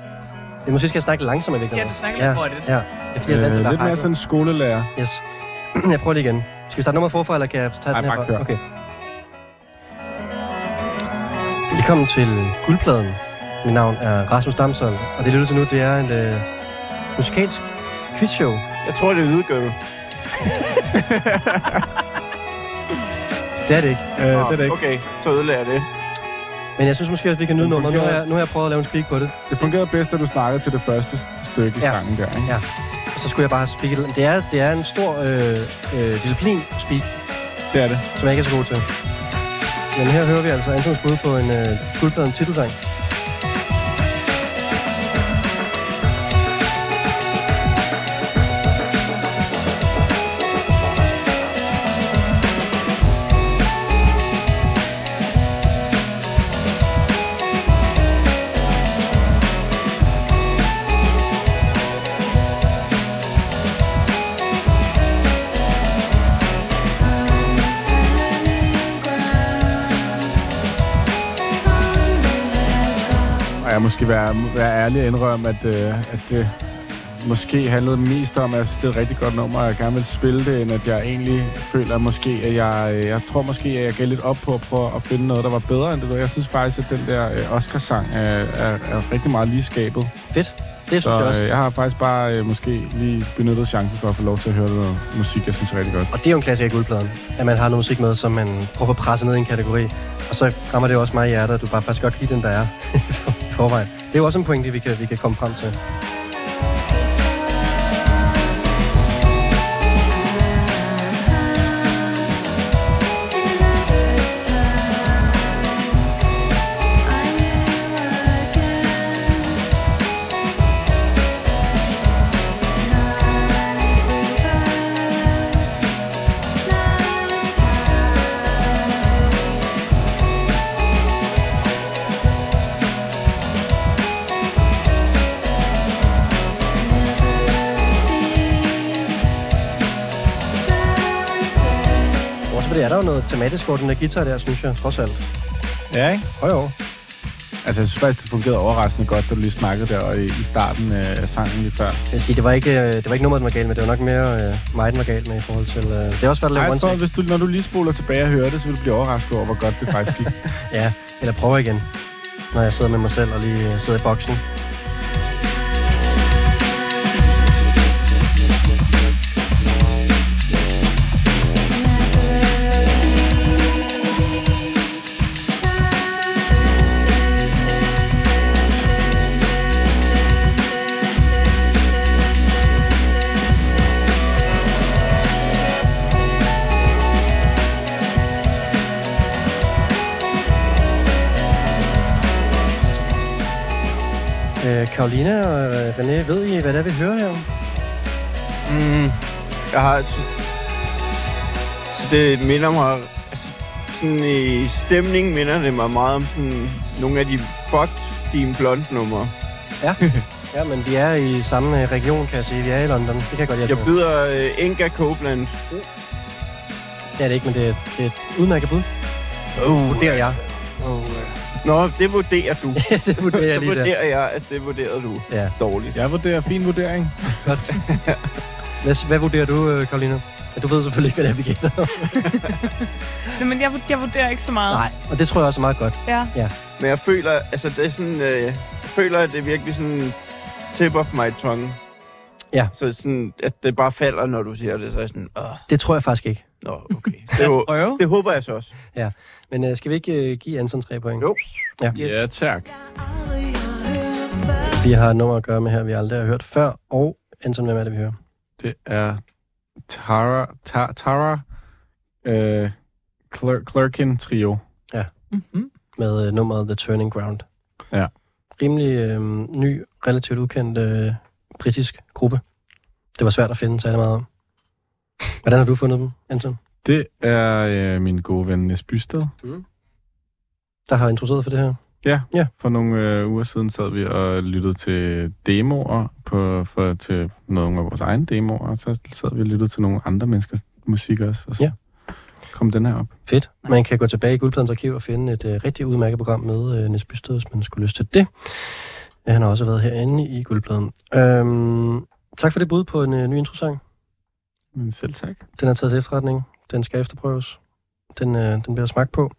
Speaker 2: Måske skal jeg snakke langsommere i virkeligheden.
Speaker 3: Ja, du snakker lidt hurtigt.
Speaker 2: Ja, ja. Det er fordi, jeg er vant til at
Speaker 4: Øh, lidt
Speaker 2: lade
Speaker 4: mere sådan en skolelærer.
Speaker 2: Yes. (clears throat) jeg prøver lige igen. Skal vi starte nummeret forfra, eller kan jeg tage
Speaker 4: Ej,
Speaker 2: den her
Speaker 4: bare
Speaker 2: fra?
Speaker 4: kør.
Speaker 2: Okay. Velkommen til Guldpladen. Mit navn er Rasmus Damsholm, og det, I lytter til nu, det er en øh, musikalsk quizshow.
Speaker 5: Jeg tror, det er hvidegøvel.
Speaker 2: Det er det ikke.
Speaker 5: Ah.
Speaker 4: Øh, det er det ikke.
Speaker 5: Okay, så ødelagde jeg det.
Speaker 2: Men jeg synes måske også, vi kan nyde nummeret. Nu har jeg, nu har jeg prøvet at lave en speak på det.
Speaker 4: Det fungerede bedst, da du snakkede til det første st- stykke i
Speaker 2: Ja.
Speaker 4: sangen der, ikke?
Speaker 2: Ja. Og så skulle jeg bare have speaket. lidt. Det er, det er en stor øh, øh, disciplin, speak,
Speaker 4: Det er det.
Speaker 2: som jeg ikke er så god til. Men her hører vi altså Antons bud på en øh, guldpladen titelsang.
Speaker 4: Og jeg måske være, være ærlig og indrømme, at, øh, at det måske handlede mest om, at jeg synes, det er et rigtig godt nummer, og jeg gerne vil spille det, end at jeg egentlig føler måske, at jeg, øh, jeg tror måske, at jeg gav lidt op på at prøve at finde noget, der var bedre end det. der. Jeg synes faktisk, at den der øh, Oscar-sang øh, er, er rigtig meget lige skabet.
Speaker 2: Fedt. Det synes jeg
Speaker 4: Så
Speaker 2: også.
Speaker 4: øh, jeg har faktisk bare øh, måske lige benyttet chancen for at få lov til at høre noget musik, jeg synes er rigtig godt.
Speaker 2: Og det er jo en klassiker i guldpladen, at man har noget musik med, som man prøver at presse ned i en kategori. Og så rammer det jo også mig i hjertet, at du bare faktisk godt kan lide den, der er (laughs) i forvejen. Det er jo også en pointe, vi kan, vi kan komme frem til. Også fordi er der jo noget tematisk over den der guitar der, synes jeg, trods alt.
Speaker 4: Ja, ikke?
Speaker 2: Og jo,
Speaker 4: Altså, jeg synes faktisk, det fungerede overraskende godt, da du lige snakkede der i, i starten øh, af sangen lige før.
Speaker 2: jeg vil sige, det var ikke, øh, det var ikke nummeret, den var galt med. Det var nok mere øh, mig, den var galt med i forhold til... Øh, det er også svært at
Speaker 4: Nej,
Speaker 2: lave one
Speaker 4: jeg tror,
Speaker 2: take.
Speaker 4: hvis du, når du lige spoler tilbage og hører det, så vil du blive overrasket over, hvor godt det faktisk gik.
Speaker 2: Ja, eller prøver igen, når jeg sidder med mig selv og lige øh, sidder i boksen. Øh, Karoline og øh, René, ved I, hvad det er, vi hører her?
Speaker 5: Mm, jeg har... Så, så det minder mig... Altså, sådan i stemning minder det mig meget om sådan nogle af de fuck din blond numre.
Speaker 2: (laughs) Ja. ja, men vi er i samme øh, region, kan jeg sige. Vi er i London. Det kan jeg godt hjælpe
Speaker 5: Jeg
Speaker 2: med.
Speaker 5: byder øh, Inga Copeland.
Speaker 2: Det er det ikke, men det er, det er et udmærket bud.
Speaker 5: Oh,
Speaker 2: Vurderer jeg.
Speaker 5: Nå, det vurderer du.
Speaker 2: (laughs) det vurderer jeg
Speaker 5: Det
Speaker 2: lige der.
Speaker 5: øh, vurderer jeg, at det vurderede du
Speaker 2: Ja,
Speaker 5: dårligt.
Speaker 4: Jeg vurderer fin vurdering.
Speaker 2: godt. Hvad, hvad vurderer du, øh, Karoline? Ja, du ved selvfølgelig ikke, hvad det er, vi gætter.
Speaker 3: Nå, men jeg, vur- jeg vurderer ikke så meget.
Speaker 2: Nej, og det tror jeg også er meget godt.
Speaker 3: Ja.
Speaker 5: Men jeg føler, altså det er sådan, øh, jeg føler, at det er virkelig sådan tip of my tongue.
Speaker 2: Ja.
Speaker 5: Så sådan, at det bare falder, når du siger det, så er jeg sådan, åh,
Speaker 2: Det tror jeg faktisk ikke.
Speaker 5: nå,
Speaker 2: (laughs)
Speaker 5: okay.
Speaker 3: Lad
Speaker 5: Det,
Speaker 3: os
Speaker 5: hå-
Speaker 3: prøve.
Speaker 5: det håber jeg så også.
Speaker 2: Men øh, skal vi ikke øh, give Anton tre point?
Speaker 5: Jo.
Speaker 3: Yes.
Speaker 4: Ja, tak.
Speaker 2: Vi har et nummer at gøre med her, vi aldrig har hørt før. Og Anton, hvem er det, vi hører?
Speaker 4: Det er Tara, ta, Tara øh, Cler, Clerkin Trio.
Speaker 3: Mm-hmm.
Speaker 2: Med øh, nummeret The Turning Ground.
Speaker 4: Ja.
Speaker 2: Rimelig øh, ny, relativt ukendt øh, britisk gruppe. Det var svært at finde særlig meget om. Hvordan har du fundet dem, Anton?
Speaker 4: Det er øh, min gode ven Nis Bysted.
Speaker 2: Der har introduceret for det her.
Speaker 4: For nogle øh, uger siden sad vi og lyttede til demoer, på, for, til nogle af vores egne demoer, og så sad vi og lyttede til nogle andre menneskers musik også. Og så
Speaker 2: Ja.
Speaker 4: kom den her op.
Speaker 2: Fedt. Man kan gå tilbage i Guldpladens arkiv og finde et øh, rigtig udmærket program med øh, Niels Bysted, hvis man skulle lyst til det. Ja, han har også været herinde i Guldpladen. Øhm, tak for det bud på en øh, ny introsang.
Speaker 4: Men selv tak.
Speaker 2: Den er taget til efterretning. Den skal efterprøves. Den, øh, den bliver smagt på.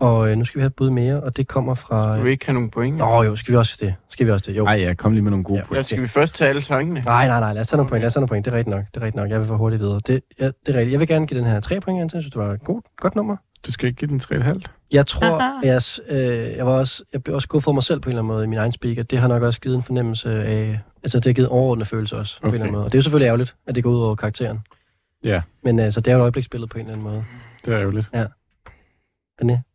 Speaker 2: Og øh, nu skal vi have et bud mere, og det kommer fra...
Speaker 5: Vil
Speaker 2: Øh...
Speaker 5: vi ikke have nogle point?
Speaker 2: Nå jo, skal vi også det? Skal vi også det? Jo.
Speaker 4: Ej, ja, kom lige med nogle gode
Speaker 2: Ja.
Speaker 4: ja.
Speaker 5: Ja,
Speaker 4: point.
Speaker 5: skal vi først tage alle tankene?
Speaker 2: Nej, nej, nej, lad os tage nogle point, lad os tage nogle point. Det er rigtigt nok, det er rigtigt nok. Jeg vil for hurtigt videre. Det, ja, det er rigtigt. Jeg vil gerne give den her tre point, Anton. Jeg synes, det var et godt, godt nummer.
Speaker 4: Du skal ikke give den 3,5.
Speaker 2: Jeg tror,
Speaker 3: Aha.
Speaker 2: at jeg, s- øh, jeg, var også, jeg blev også skuffet for mig selv på en eller anden måde i min egen speak, og det har nok også givet en fornemmelse af... Altså, det har givet overordnet følelse også, okay. på en
Speaker 4: Okay.
Speaker 2: eller anden måde. Og det er jo selvfølgelig ærgerligt, at det går ud over karakteren.
Speaker 4: Ja.
Speaker 2: Men altså, det er jo et øjebliksbillede på en eller anden måde. øh,
Speaker 4: Det er ærgerligt.
Speaker 2: René?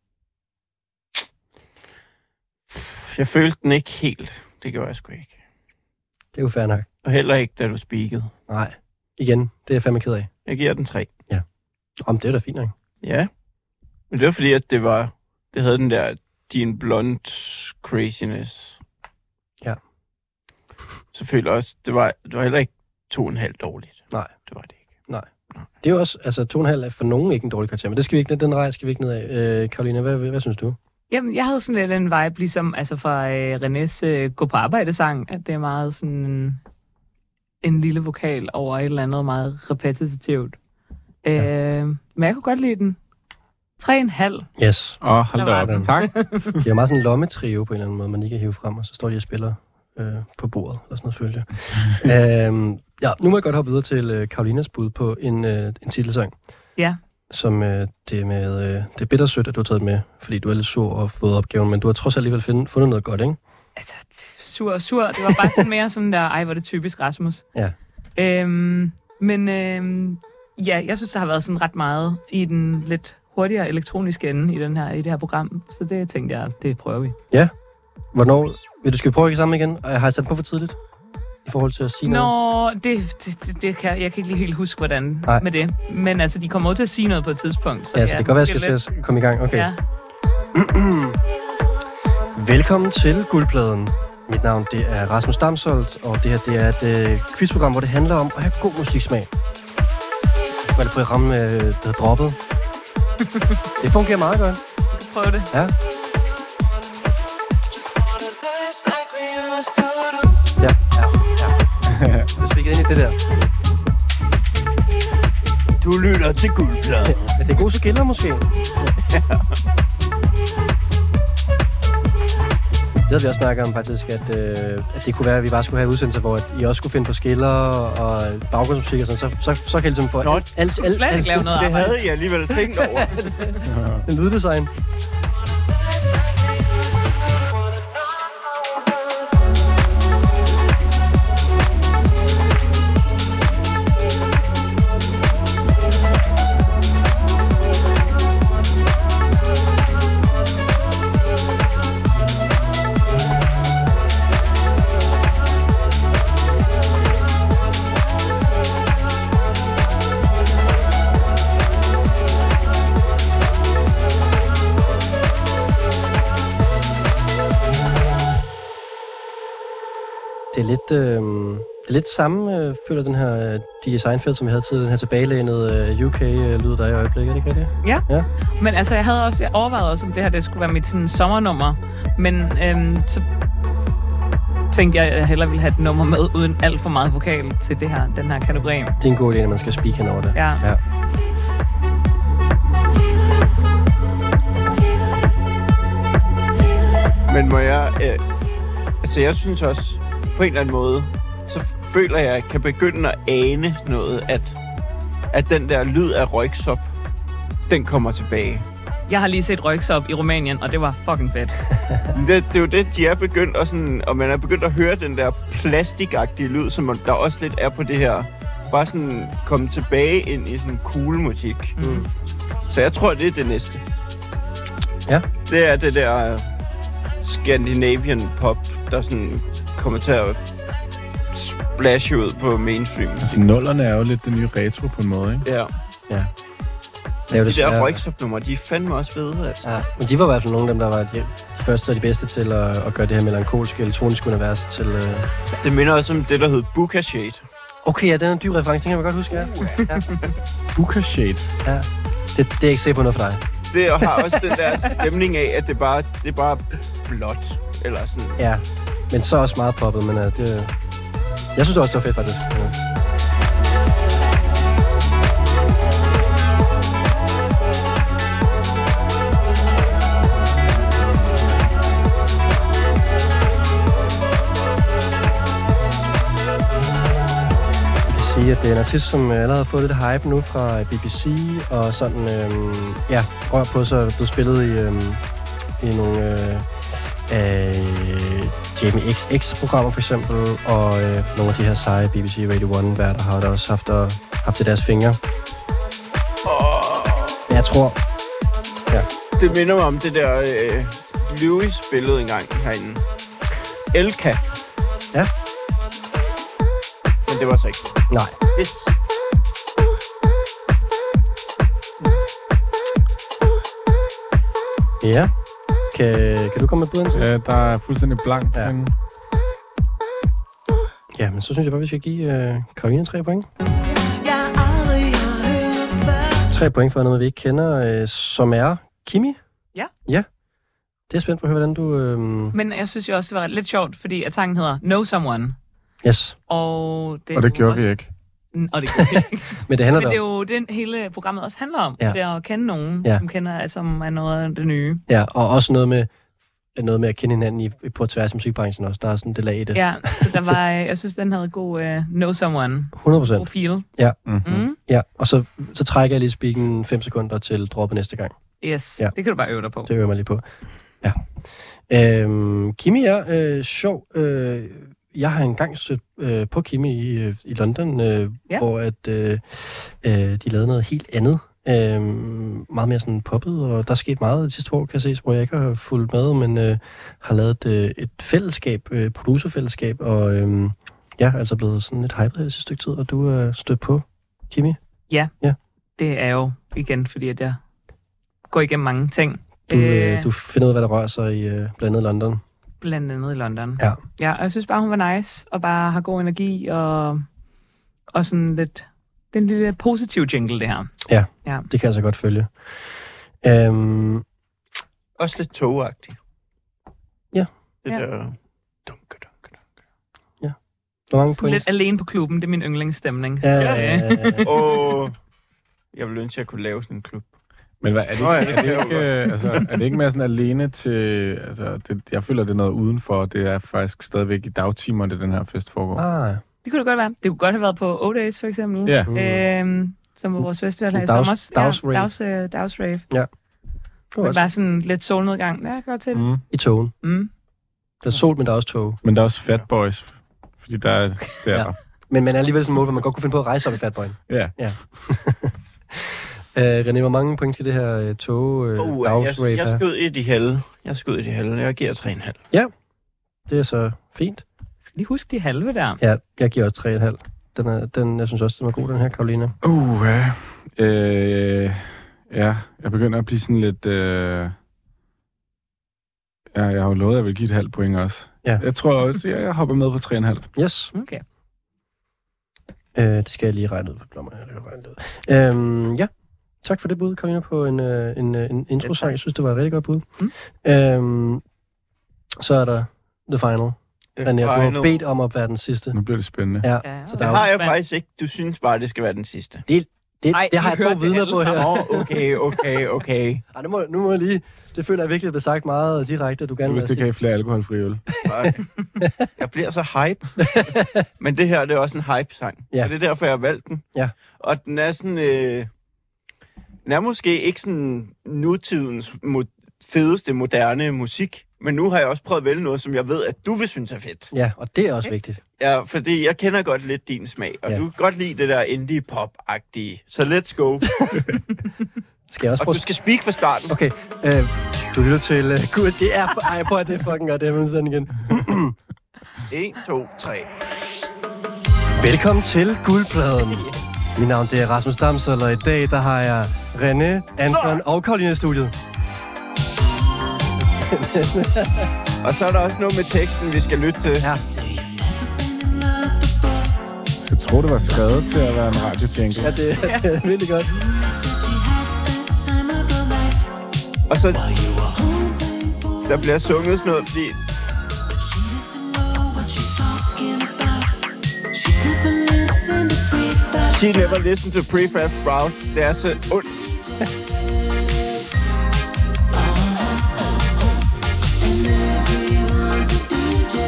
Speaker 5: Jeg følte den ikke helt. Det gjorde jeg sgu ikke.
Speaker 2: Det er jo fair nok.
Speaker 5: Og heller ikke, da du speakede.
Speaker 2: Nej. Igen, det er jeg fandme ked af.
Speaker 5: Jeg giver den tre.
Speaker 2: Om det er da fint nok.
Speaker 5: Ja. Men det var fordi, at det var... Det havde den der din blond craziness.
Speaker 2: Ja.
Speaker 5: Selvfølgelig også. Det var, det var heller ikke to og en halv dårligt.
Speaker 2: Nej.
Speaker 5: Det var det ikke.
Speaker 2: Det er jo også, altså 2,5 er for nogen ikke en dårlig karakter, men det skal vi ikke, den rej skal vi ikke ned af. Øh, Karolina, hvad, hvad, hvad, synes du?
Speaker 3: Jamen, jeg havde sådan lidt en vibe, ligesom altså fra øh, Renés øh, Gå på arbejde-sang, at det er meget sådan en, en lille vokal over et eller andet meget repetitivt. Øh, men jeg kunne godt lide den. 3,5.
Speaker 2: Yes.
Speaker 4: Åh, oh, hold
Speaker 3: Der
Speaker 4: da
Speaker 3: var
Speaker 4: op.
Speaker 2: den.
Speaker 4: Tak.
Speaker 2: Det er jo meget sådan en lommetrio på en eller anden måde, man lige kan hive frem, og så står de og spiller øh, på bordet, eller sådan noget følge.
Speaker 3: (laughs)
Speaker 2: øhm, ja, nu må jeg godt hoppe videre til øh, Karolinas bud på en, øh, en titelsang.
Speaker 3: Ja.
Speaker 2: Som øh, det er med, øh, det er bittersødt, at du har taget med, fordi du er lidt sur og har fået opgaven, men du har trods alt alligevel find, fundet noget godt, ikke?
Speaker 3: Altså, t- sur og sur. Det var bare sådan mere sådan der, ej, hvor er det typisk Rasmus.
Speaker 2: Ja.
Speaker 3: Øhm, men øhm, ja, jeg synes, der har været sådan ret meget i den lidt hurtigere elektroniske ende i, den her, i det her program. Så det tænkte jeg, det prøver vi.
Speaker 2: Hvornår, vil du skal vi prøve at sammen igen? Øh, Har jeg sat den på for tidligt? I forhold til at sige noget?
Speaker 3: Nå, det, det, det, det kan, jeg kan ikke lige helt huske, hvordan
Speaker 2: Nej.
Speaker 3: Nej. med det. Men altså, de kommer ud til at sige noget på et tidspunkt. Så
Speaker 2: Ja, så det kan godt være, jeg skal
Speaker 3: måske
Speaker 2: til at komme i gang. Okay.
Speaker 3: lidt. Ja.
Speaker 2: Velkommen til Guldpladen. Mit navn det er Rasmus Damsholdt, og det her det er et øh, quizprogram, hvor det handler om at have god musiksmag. Var det på et ramme, øh, der hedder
Speaker 3: (laughs)
Speaker 2: droppet? det fungerer meget godt.
Speaker 3: Prøv det.
Speaker 2: Ja. Ja, ja, ja. (laughs) Du spikket ind i det der.
Speaker 5: Du lytter til guldpladen.
Speaker 2: Men det er gode skiller måske. Det havde vi også snakket om faktisk, at, øh, at det kunne være, at vi bare skulle have udsendelser, hvor at I også skulle finde på skiller og baggrundsmusik og sådan, så, så, så kan I ligesom få
Speaker 5: Nå,
Speaker 2: alt, alt, alt,
Speaker 3: Slet
Speaker 2: alt,
Speaker 3: ikke lave noget
Speaker 5: Det
Speaker 3: arbejde.
Speaker 5: havde jeg alligevel tænkt over.
Speaker 2: en lyddesign. Det er lidt, øh, det er lidt samme, øh, føler den her øh, DJ Seinfeld, som vi havde tidligere, den her tilbagelænede øh, UK-lyd, der er i øjeblikket, er det ikke det?
Speaker 3: Men altså, jeg havde også jeg overvejede også, om det her det skulle være mit sådan, sommernummer. Men øhm, så tænkte jeg, at jeg hellere ville have et nummer med uden alt for meget vokal til det her, den her kategori.
Speaker 2: Det er en god idé, når man skal speak henover det.
Speaker 3: Ja.
Speaker 2: ja.
Speaker 5: Men må jeg... Øh, altså, jeg synes også, på en eller anden måde, så f- føler jeg, at jeg kan begynde at ane noget, at, at den der lyd af røgsop, den kommer tilbage.
Speaker 3: Jeg har lige set Røgsop i Rumænien, og det var fucking fedt.
Speaker 5: Men Det, det er jo det, de er begyndt at sådan, og man er begyndt at høre den der plastikagtige lyd, som der også lidt er på det her. Bare sådan komme tilbage ind i sådan cool musik.
Speaker 3: Mm.
Speaker 5: Så jeg tror, det er det næste.
Speaker 2: Ja.
Speaker 5: Det er det der øh, Scandinavian pop, der sådan kommer til at splashe ud på mainstream.
Speaker 4: Altså, (laughs) nullerne er jo lidt det nye retro på en måde, ikke?
Speaker 5: Ja.
Speaker 2: Det er jo
Speaker 5: De der
Speaker 2: desværre-
Speaker 5: rygsopnummer, de er fandme også fede. Altså.
Speaker 2: Ja, men de var i hvert fald nogle af dem, der var de de første og de bedste til at, at gøre det her melankolske elektroniske univers til... Øh...
Speaker 5: Det minder også om det, der hed Buka Shade.
Speaker 2: Okay, ja, den er en dyb reference, den kan man godt huske, ja.
Speaker 4: Buka Shade.
Speaker 2: Det, det er jeg ikke sikker på noget for dig.
Speaker 5: Det har også den der stemning af, at det bare det er bare blåt. Eller sådan.
Speaker 2: Ja, men så også meget poppet, men uh, det... Jeg synes også, det var fedt, faktisk. Ja. sige, at det er en artist, som øh, allerede har fået lidt hype nu fra BBC, og sådan, øh, ja, rør på sig er blevet spillet i, øh, i nogle øh, øh, Jamie XX-programmer for eksempel, og øh, nogle af de her seje BBC Radio 1-værter har der også haft, at, haft til deres fingre. Men jeg tror,
Speaker 5: Det minder mig om det der øh, Louis spillede engang herinde. Elka.
Speaker 2: Ja.
Speaker 5: Men det var så ikke.
Speaker 2: nej.
Speaker 5: Yes.
Speaker 2: Ja. Kan, kan du komme med bud, Anton?
Speaker 4: Ja, der er fuldstændig blank.
Speaker 2: Ja.
Speaker 4: Ja. Men
Speaker 2: Ja, men så synes jeg bare, vi skal give øh, Karolina tre point. Tre point for noget, vi ikke kender, øh, som er Kimi.
Speaker 3: Ja.
Speaker 2: Ja. Det er spændt på at høre, hvordan du... Øh...
Speaker 3: Men jeg synes jo også, det var lidt sjovt, fordi at sangen hedder Know Someone.
Speaker 2: Yes,
Speaker 3: Og det, er
Speaker 4: og det
Speaker 3: jo
Speaker 4: gjorde
Speaker 3: også... Mm,
Speaker 4: vi ikke.
Speaker 3: Og det gjorde vi ikke.
Speaker 2: men det handler
Speaker 3: Men det
Speaker 2: da
Speaker 3: er
Speaker 2: om...
Speaker 3: jo det, hele programmet også handler om.
Speaker 2: Ja.
Speaker 3: Ja. Det er at kende nogen,
Speaker 2: Ja.
Speaker 3: ja. som kender, altså, som er noget af det nye.
Speaker 2: Ja, og også noget med, noget med at kende hinanden i, på tværs af musikbranchen også. Der er sådan det lag i det.
Speaker 3: Ja, så der var, øh, jeg synes, den havde god uh, know someone
Speaker 2: 100 procent.
Speaker 3: profil.
Speaker 4: Mm-hmm.
Speaker 3: Mm.
Speaker 2: Ja, og så, så trækker jeg lige spikken 5 sekunder til droppet næste gang.
Speaker 3: Yes,
Speaker 2: Ja.
Speaker 3: ja. det kan du bare øve dig på.
Speaker 2: Det øver jeg mig lige på. Ja. Øhm, Kimi er øh, sjov. Øh, jeg har engang søgt øh, på Kimi i, øh, i London, øh, ja.
Speaker 3: Ja.
Speaker 2: hvor at, øh, øh, de lavede noget helt andet. Øh, meget mere sådan poppet, og der er sket meget de sidste år, kan jeg se, hvor jeg ikke har fulgt med, men øh, har lavet øh, et fællesskab, øh, producerfællesskab, og øh, ja, altså blevet sådan lidt hypet her det sidste stykke tid, og du er stødt på Kimi.
Speaker 3: Det er jo igen, fordi at jeg går igennem mange ting.
Speaker 2: Du, øh, du finder ud af, hvad der rører sig i øh, blandt andet London.
Speaker 3: Blandt andet i London.
Speaker 2: Ja.
Speaker 3: ja. Og jeg synes bare, hun var nice, og bare har god energi, og, og sådan lidt... Den lille positive jingle, det her.
Speaker 2: Det kan jeg så godt følge. Øhm,
Speaker 5: Også lidt togagtigt.
Speaker 2: Ja.
Speaker 5: Det
Speaker 3: Ja.
Speaker 5: der... Dunke, dunke, dunke.
Speaker 2: hvor mange
Speaker 3: Sådan
Speaker 2: point? Ah,
Speaker 3: lidt alene på klubben, det er min yndlingsstemning.
Speaker 2: Ja,
Speaker 3: Så,
Speaker 2: (laughs) ja,
Speaker 3: øh,
Speaker 2: ja.
Speaker 5: Og jeg ville ønske, at jeg kunne lave sådan en klub.
Speaker 4: Men hvad, er, det,
Speaker 5: Nå ja, det
Speaker 4: er,
Speaker 5: kan
Speaker 4: det
Speaker 5: jeg
Speaker 4: ikke,
Speaker 5: jo
Speaker 4: øh, altså, er det ikke mere sådan alene til... Altså, det, jeg føler, det er noget udenfor, og det er faktisk stadigvæk i dagtimerne, det den her fest foregår.
Speaker 2: Ah,
Speaker 3: det kunne det godt være. Det kunne godt have været på O Days, for eksempel.
Speaker 4: Ja,
Speaker 2: mm.
Speaker 3: Øhm, som var vores festival her i
Speaker 2: Dags-
Speaker 3: sommer. også.
Speaker 2: dagsrave.
Speaker 3: Ja, Dags, øh, dags rave.
Speaker 2: det var
Speaker 3: Det
Speaker 2: også
Speaker 3: var sådan lidt solnedgang. Ja, jeg kan godt til det.
Speaker 4: mm.
Speaker 2: i togen.
Speaker 3: Mm.
Speaker 2: Der er sol, men der er også tog.
Speaker 4: Men der er også Fat Boys, fordi der er... Der.
Speaker 2: Ja.
Speaker 4: ja.
Speaker 2: Men man er alligevel sådan en måde, hvor man godt kunne finde på at rejse op i fatbøjen.
Speaker 4: ja.
Speaker 2: (laughs) Øh, René, hvor mange point skal det her øh, tog øh,
Speaker 5: Uh,
Speaker 2: oh,
Speaker 5: jeg,
Speaker 2: dagsrape
Speaker 5: jeg
Speaker 2: have?
Speaker 5: skød et i halve. Jeg skød et i halve. Jeg giver 3,5.
Speaker 2: Det er så fint.
Speaker 3: Jeg skal lige huske de halve der.
Speaker 2: Ja, jeg giver også 3,5. Den er, den, jeg synes også, den var god, den her, Karoline.
Speaker 4: Uh, ja. Øh, ja, jeg begynder at blive sådan lidt... Øh, ja, jeg har jo lovet, at jeg vil give et halvt point også.
Speaker 2: Ja.
Speaker 4: Jeg tror også, ja, jeg hopper med på 3,5.
Speaker 2: Yes,
Speaker 3: Okay.
Speaker 2: øh, det skal jeg lige regne ud på blommerne. her, Det kan jeg regne ud. Øhm, ja, tak for det bud, Karoline, på en, øh, en, øh, en intro-sang.
Speaker 3: tak.
Speaker 2: Jeg synes, det var et rigtig godt bud.
Speaker 3: Mm.
Speaker 2: Øhm, så er der The Final.
Speaker 5: Det
Speaker 2: René,
Speaker 5: var
Speaker 2: du har
Speaker 5: endnu-
Speaker 2: bedt om at være den sidste.
Speaker 4: Nu bliver det spændende.
Speaker 2: Ja.
Speaker 3: Ja,
Speaker 2: Så
Speaker 3: så
Speaker 2: der
Speaker 3: der
Speaker 2: er
Speaker 5: har jeg
Speaker 3: Spand.
Speaker 5: faktisk ikke. Du synes bare, det skal være den sidste.
Speaker 2: Det,
Speaker 3: Ej,
Speaker 2: det har
Speaker 3: I
Speaker 2: jeg to
Speaker 3: hørte det
Speaker 2: vidner
Speaker 3: alle
Speaker 2: på her.
Speaker 3: sammen.
Speaker 5: Nå, okay, okay, okay.
Speaker 2: Ej, nu, må, nu må jeg lige... Det føler jeg virkelig er blevet sagt meget direkte, at du gerne
Speaker 4: Hvis det
Speaker 2: vil
Speaker 4: kan
Speaker 2: have
Speaker 4: have flere alkoholfri øl.
Speaker 5: Fuck. Jeg bliver så hype. Men det her, det er også en hype-sang.
Speaker 2: Ja.
Speaker 5: Ja. Og det er derfor, jeg har valgt den.
Speaker 2: Ja.
Speaker 5: Og den er sådan... Øh, den er måske ikke sådan nutidens mo- fedeste moderne musik. Men nu har jeg også prøvet at vælge noget, som jeg ved, at du vil synes er fedt.
Speaker 2: sidst. Ja, og det er også vigtigt.
Speaker 5: Ja, fordi jeg kender godt lidt din smag. Og
Speaker 2: Ja.
Speaker 5: ja. du kan godt lide det der indie-pop-agtige. Så let's (laughs) go.
Speaker 2: Skal jeg også
Speaker 5: Og
Speaker 2: prøve...
Speaker 5: du skal speak fra starten.
Speaker 2: Okay, øh, du lytter til... Øh, gud, det er... Ej, prøv at det er fucking godt, det er sådan igen.
Speaker 5: 1, 2, 3.
Speaker 2: Velkommen til Guldpladen. Mit navn det er Rasmus Damsel, og i dag der har jeg René, Anton og Karoline i studiet.
Speaker 5: Og så er der også noget med teksten, vi skal lytte til.
Speaker 2: Ja,
Speaker 4: Jeg tror, det var skrevet til at være en radiojingle.
Speaker 2: ja det, det er (laughs) virkelig godt.
Speaker 5: Og så... Der bliver sunget sådan noget, fordi She never listen to prefab sprout. Det er så ondt.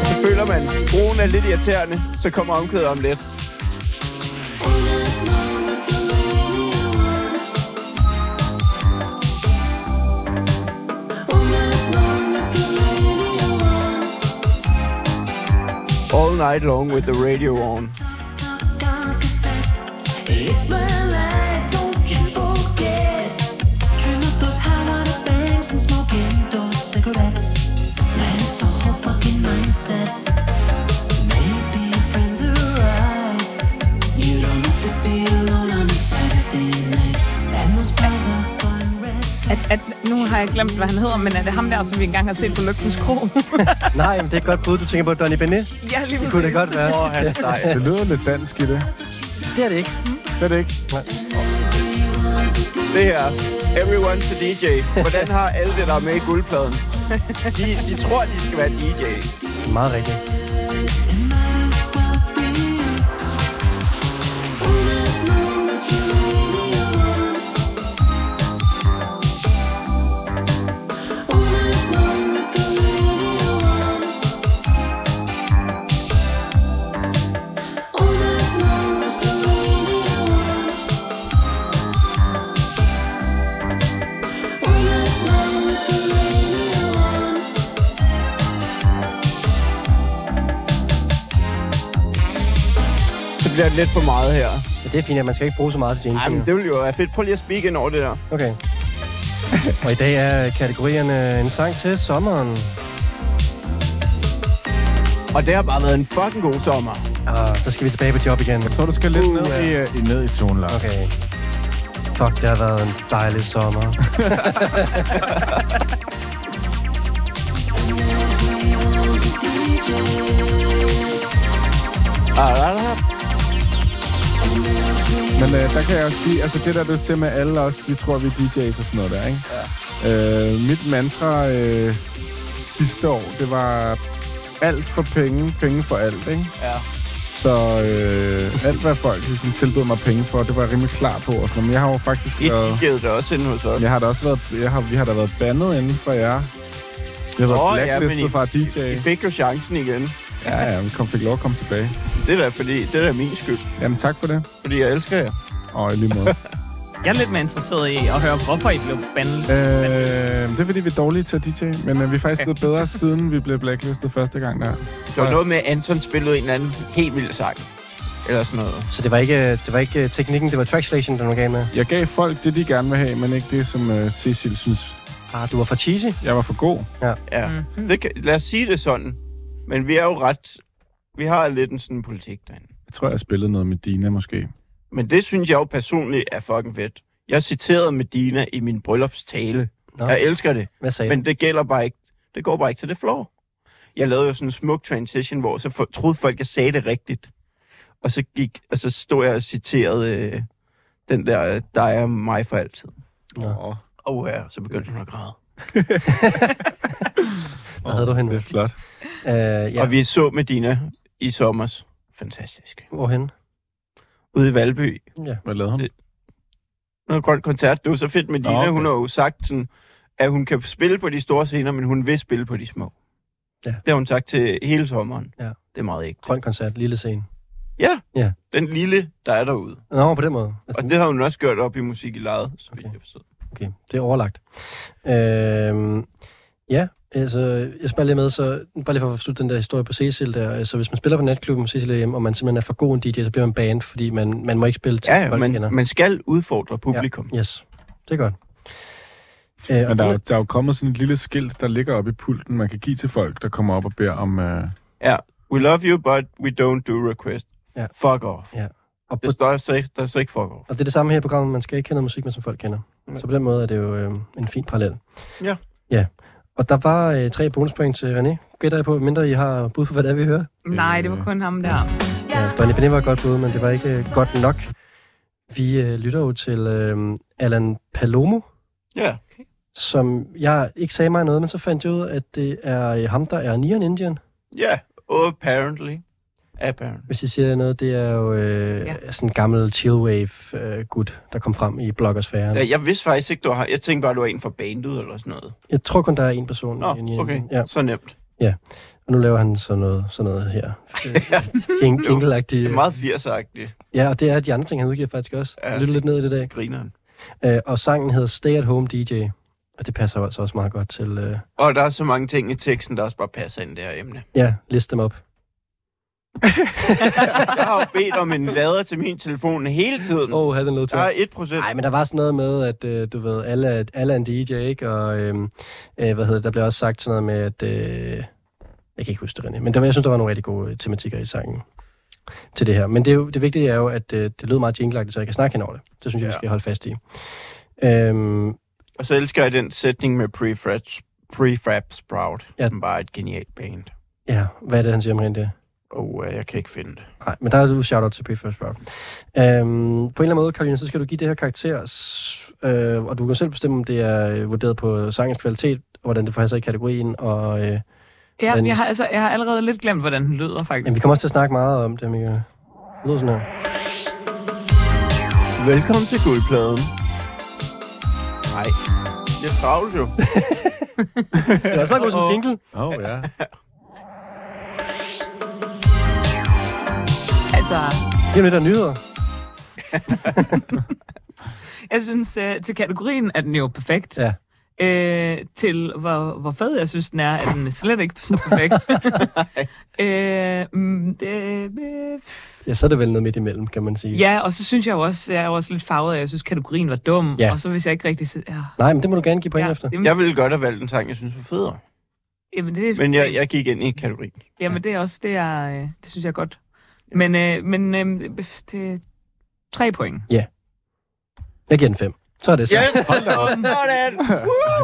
Speaker 5: Så føler man, broen er lidt irriterende, så kommer omkvædet om lidt. All night long with the radio on.
Speaker 6: It's my life, don't you forget. Trim up those high water bangs and smoking those cigarettes. Man, it's a whole fucking mindset. Maybe your friends are right. You don't have to be alone on a Saturday night. And those power bun red
Speaker 3: At, at, nu har jeg glemt, hvad han hedder, men er det ham der, som vi engang har set på Lygtens Kro? (laughs)
Speaker 2: Nej, men det er et godt bud. Du tænker på Donny Benet.
Speaker 3: ja, lige
Speaker 2: Det kunne det godt være.
Speaker 5: Åh, han er sej.
Speaker 4: Det lyder lidt dansk i det.
Speaker 2: Det er det ikke.
Speaker 4: Det er det ikke.
Speaker 5: Det her, everyone to DJ. Hvordan har alle det, der er med i guldpladen? (laughs) De, de tror, de skal være DJ.
Speaker 2: Meget rigtigt.
Speaker 5: Så bliver det lidt for meget her.
Speaker 2: Men det er fint, at man skal ikke bruge så meget til
Speaker 5: Ej, men
Speaker 2: jingling.
Speaker 5: det ville jo være fedt. Prøv lige at speak ind over det der.
Speaker 2: Okay. Og i dag er kategorierne en sang til sommeren.
Speaker 5: Og det har bare været en fucking god sommer.
Speaker 2: Og Ah, så skal vi tilbage på job igen. Uh,
Speaker 4: Så du skal lidt ned i, øh, i ned i tonen, Lars. Okay.
Speaker 2: Okay. Fuck, det har været en dejlig sommer.
Speaker 5: Ah, la, la.
Speaker 4: Men øh, der kan jeg også sige, altså det der, du ser med alle os, vi tror, vi er DJ's og sådan noget der, ikke? Ja. Øh, mit mantra øh, sidste år, det var alt for penge, penge for alt, ikke?
Speaker 5: Ja.
Speaker 4: Så øh, alt, hvad folk ligesom, tilbød mig penge for, det var jeg rimelig klar på. Og sådan, noget. men jeg har jo faktisk
Speaker 5: I
Speaker 4: været...
Speaker 5: DJ'ede det også inde hos os.
Speaker 4: Jeg har da også været... Jeg har, vi har da været bandet inden for jer. Jeg har været
Speaker 5: Åh,
Speaker 4: oh,
Speaker 5: ja,
Speaker 4: blacklistet
Speaker 5: men I-
Speaker 4: ja, fra DJ.
Speaker 5: I fik jo chancen igen.
Speaker 4: Ja, ja, men kom, fik lov at komme tilbage.
Speaker 5: Det er da fordi, det er da min skyld.
Speaker 4: Jamen, tak for det.
Speaker 5: Fordi jeg elsker jer.
Speaker 4: Og i lige måde.
Speaker 3: Jeg er lidt mere interesseret i at høre, hvorfor I blev bandet.
Speaker 4: øh, det er, fordi vi er dårlige til at DJ, men øh, vi er faktisk blevet (laughs) bedre, siden vi blev blacklistet første gang der.
Speaker 5: Det var noget med, at Anton spillede en eller anden helt vild sang. Eller sådan noget.
Speaker 2: Så det var ikke, det var ikke øh, teknikken, det var track selection, den var gav med.
Speaker 4: Jeg gav folk det, de gerne vil have, men ikke det, som øh, Cecil synes,
Speaker 2: Ah, du var for cheesy.
Speaker 4: jeg var for god.
Speaker 5: Ja. Mm-hmm. Det kan, lad os sige det sådan. Men vi er jo ret... Vi har lidt en sådan politik derinde.
Speaker 4: Jeg tror, jeg spillede noget med Dina måske.
Speaker 5: Men det synes jeg jo personligt er fucking fedt. Jeg citerede Medina i min bryllupstale.
Speaker 2: Nå,
Speaker 5: Jeg elsker det.
Speaker 2: hvad sagde
Speaker 5: Men det gælder bare ikke. Det går bare ikke til det flår. Jeg lavede jo sådan en smuk transition, hvor så for, troede folk, jeg sagde det rigtigt. Og så, gik, og så stod jeg og citerede øh, den der, øh, dig og mig for altid.
Speaker 2: Nå.
Speaker 5: Og oh, ja, så begyndte hun at græde.
Speaker 2: du? Hvad havde du henne?
Speaker 4: Det er flot.
Speaker 2: Øh,
Speaker 5: Ja.
Speaker 2: ja,
Speaker 5: Og vi så Medina i sommer. Fantastisk.
Speaker 2: hvorhen?
Speaker 5: Ude i Valby.
Speaker 4: Hvad lavede hun?
Speaker 5: Det- noget grønt koncert. Det var så fedt med Dina.
Speaker 4: Nå,
Speaker 5: Okay.
Speaker 4: okay.
Speaker 5: Hun har jo sagt, sådan, at hun kan spille på de store scener, men hun vil spille på de små.
Speaker 2: Ja.
Speaker 5: Det har hun sagt til hele sommeren.
Speaker 2: Ja.
Speaker 5: Det er meget ægte.
Speaker 2: Grøn koncert, lille scene.
Speaker 5: Den lille, der er derude.
Speaker 2: Nå, på den måde.
Speaker 5: Og det har hun også gjort op i musik i lejet, så vidt
Speaker 2: Okay.
Speaker 5: jeg forstod.
Speaker 2: Okay, det er overlagt. Øhm, ja, altså, jeg spørger lige med, så bare lige for at slutte den der historie på Cecil der, altså hvis man spiller på natklubben Cecil hjem, og man simpelthen er for god en DJ, så bliver man banned, fordi man, man må ikke spille til
Speaker 5: Ja, ja
Speaker 2: folk kender.
Speaker 5: man, man skal udfordre publikum. Ja.
Speaker 2: Yes, det er godt. Øh,
Speaker 4: Men
Speaker 2: og
Speaker 4: der er,
Speaker 2: den
Speaker 4: jo- der er jo kommet sådan et lille skilt, der ligger oppe i pulten, man kan give til folk, der kommer op og beder om... Øh,
Speaker 5: We love you, but we don't do request.
Speaker 2: Ja.
Speaker 5: Ja. Fuck off.
Speaker 2: Ja. og,
Speaker 5: Det
Speaker 2: på,
Speaker 5: står så ikke, der står ikke fuck
Speaker 2: og
Speaker 5: off.
Speaker 2: det er det samme her i programmet, man skal ikke kende noget musik, men som folk kender. Så på den måde er det jo øh, en fin parallel.
Speaker 5: Ja.
Speaker 2: Ja, og der var øh, tre bonuspoint til René. Gætter jeg på, mindre I har bud på, hvad det er, vi hører?
Speaker 3: Nej, det var kun ham der.
Speaker 2: Ja, Donny Benet var et godt bud, men det var ikke øh, godt nok. Vi øh, lytter jo til øh, Alan Palomo,
Speaker 5: Ja.
Speaker 2: som jeg ikke sagde mig noget, men så fandt jeg ud, af, at det er øh, ham, der er Nian Indian.
Speaker 5: Ja. Apparently. Apparently.
Speaker 2: Hvis jeg siger jer noget, det er jo øh, ja.
Speaker 3: Ja.
Speaker 2: sådan en gammel chillwave-gud, der kom frem i bloggersfæren.
Speaker 5: Ja, jeg vidste faktisk ikke, du har... Jeg tænkte bare, du var en fra bandet eller sådan noget.
Speaker 2: Jeg tror kun, der er en person.
Speaker 5: Nå,
Speaker 2: i Nian
Speaker 5: okay.
Speaker 2: Ja.
Speaker 5: Så nemt. (laughs)
Speaker 2: Og Og nu laver han sådan noget, sådan noget her.
Speaker 5: (laughs)
Speaker 2: Jing- Jingle-agtigt.
Speaker 5: Det er meget 80'er-agtigt,
Speaker 2: Ja, og det er de andre ting, han udgiver faktisk også.
Speaker 5: Ja.
Speaker 2: Jeg lytter lidt ned i det dag.
Speaker 5: grineren.
Speaker 2: Øh, og sangen hedder Stay at Home DJ. Og det passer jo altså også meget godt til... Øh,
Speaker 5: Og der er så mange ting i teksten, der også bare passer ind i det her
Speaker 2: (laughs)
Speaker 5: emne.
Speaker 2: ja, list dem op.
Speaker 5: Jeg har jo bedt om en lader til min telefon hele tiden.
Speaker 2: Åh, oh, havde den lyd til.
Speaker 5: Der er 1 procent.
Speaker 2: Nej, men der var sådan noget med, at øh, du ved, alle, er- alle er en DJ, ikke? Og øhm, øh, hvad hedder det, der blev også sagt sådan noget med, at... Øh, jeg kan ikke huske det, René, men der, var- jeg synes, der var nogle rigtig gode øh, tematikker i sangen til det her. Men det, er jo, det vigtige er jo, at øh, det lød meget jinglagtigt, så jeg kan snakke henover det. Det synes jeg, vi
Speaker 5: Ja.
Speaker 2: skal holde fast i. Øhm,
Speaker 5: Og så elsker jeg den sætning med prefab, prefab Sprout.
Speaker 2: Ja.
Speaker 5: Ja. Den bare er et genialt band.
Speaker 2: ja, hvad er det, han siger omkring det?
Speaker 5: Og oh, jeg kan ikke finde det.
Speaker 2: Nej, men der er du shout-out til P1 Sprout. Øhm, på en eller anden måde, Karoline, så skal du give det her karakter, s- øh, og du kan selv bestemme, om det er øh, vurderet på sangens kvalitet, og hvordan det får sig i kategorien, og, øh,
Speaker 3: Ja,
Speaker 2: Men-
Speaker 3: jeg har, altså, jeg har allerede lidt glemt, hvordan den lyder,
Speaker 2: men
Speaker 3: faktisk.
Speaker 2: vi kommer også til at snakke meget om det, Mika. Det lyder sådan her.
Speaker 5: Velkommen til guldpladen. Nej. Jeg er travlt jo.
Speaker 2: (laughs) Det er også meget godt som jingle.
Speaker 4: Åh, oh, ja.
Speaker 3: Altså,
Speaker 2: Det er jo lidt af nyheder.
Speaker 3: jeg synes, øh, til kategorien er den jo perfekt.
Speaker 2: Ja.
Speaker 3: Øh, til hvor, hvor fed jeg synes, den er, er den slet ikke så (laughs) perfekt. øh, mm, det, øh,
Speaker 2: Ja, så er det vel noget midt imellem, kan man sige.
Speaker 3: ja, og så synes jeg jo også, jeg er jo også lidt farvet af, at jeg synes, kategorien var dum.
Speaker 2: Ja.
Speaker 3: Og så hvis jeg ikke rigtig... si- Ja,
Speaker 2: Nej, men det må du gerne give point
Speaker 3: ja,
Speaker 2: ja. efter.
Speaker 3: jamen,
Speaker 5: Jeg ville godt have valgt en sang, jeg synes var federe.
Speaker 3: jamen, det er
Speaker 5: Men jeg, jeg gik ind i kategorien.
Speaker 3: Jamen, det er også, det er, øh, det synes jeg er godt. Men, øh, men øh, bef- det er tre point.
Speaker 2: Jeg giver den fem. Så er det så.
Speaker 5: hold da op.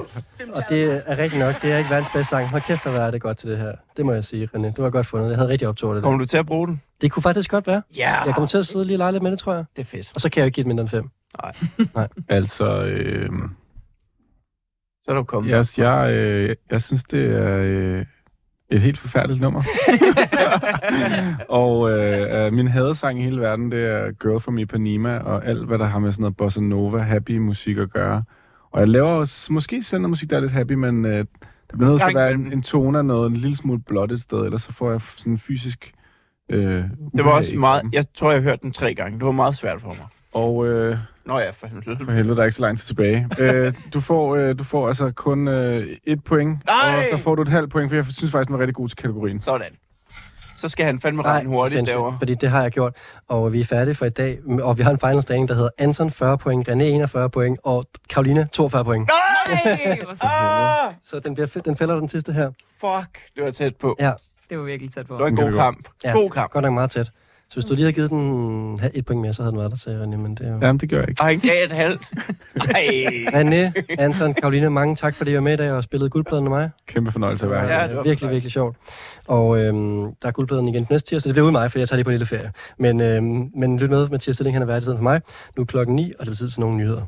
Speaker 5: Sådan.
Speaker 2: Og det er rigtigt nok. Det er ikke verdens bedste sang. Hold kæft, hvor er det godt til det her. Det må jeg sige, René. Du har godt fundet. det. Jeg havde rigtig optog det. Der.
Speaker 5: Kommer du til at bruge den?
Speaker 2: Det kunne faktisk godt være.
Speaker 5: Ja,
Speaker 2: Jeg kommer til at sidde lige og lege lidt med det, tror jeg.
Speaker 5: det er fedt.
Speaker 2: Og så kan jeg jo ikke give det mindre end fem.
Speaker 4: (laughs) Altså, øh,
Speaker 5: Så er du kommet.
Speaker 4: jeg, jeg, øh, jeg synes, det er øh, et helt forfærdeligt nummer. og øh, øh, min hadesang i hele verden, det er Girl from Ipanema, og alt, hvad der har med sådan noget bossa nova, happy musik at gøre. Og jeg laver også, måske selv noget musik, der er lidt happy, men øh, der bliver nødt til at være en, en tone af noget, en lille smule blåt et sted, ellers så får jeg sådan en fysisk... Øh,
Speaker 5: Det var også meget... Jeg tror, jeg hørte den tre gange. Det var meget svært for mig.
Speaker 4: Og... Øh,
Speaker 5: Nå ja, for helvede.
Speaker 4: For helvede, der er ikke så lang tid tilbage. øh, du, får, øh, du får altså kun øh, et point,
Speaker 5: Nej!
Speaker 4: og så får du et halvt point, for jeg synes faktisk, den var rigtig god til kategorien.
Speaker 5: Sådan. Så skal han fandme regne hurtigt
Speaker 2: sindssygt,
Speaker 5: derovre.
Speaker 2: fordi det har jeg gjort. Og vi er færdige for i dag, og vi har en final standing, der hedder Anton 40 point, René 41 point og Karoline 42 point.
Speaker 3: Nej, hvor så-
Speaker 5: Ah,
Speaker 2: Så den, bliver, fæ- den fælder den sidste her.
Speaker 5: fuck. Det var tæt på.
Speaker 2: Ja,
Speaker 3: det var virkelig tæt
Speaker 5: Det var
Speaker 3: på.
Speaker 5: en
Speaker 4: Kan
Speaker 5: god
Speaker 4: det gå.
Speaker 5: kamp.
Speaker 2: ja
Speaker 5: God kamp.
Speaker 2: godt nok meget tæt. Så hvis du lige havde givet den ha- et point mere, så havde den været der til René, men det er jo...
Speaker 4: Jamen, det gør jeg ikke.
Speaker 5: Og han gav et halvt. Ej.
Speaker 2: René, Anton, Karoline, mange tak, fordi I var med i dag og spillede guldpladen med mig.
Speaker 4: Kæmpe fornøjelse at være her.
Speaker 5: Ja,
Speaker 2: Ja,
Speaker 5: det
Speaker 2: det
Speaker 5: var
Speaker 2: virkelig, virkelig sjovt. Og øhm, der er guldpladen igen næste tirsdag. Det bliver uden mig, for jeg tager lige på en lille ferie. Men, øhm, men lyt med, Mathias Stilling, han er værd i stedet for mig. Nu er klokken 9, og det betyder til nogle nyheder.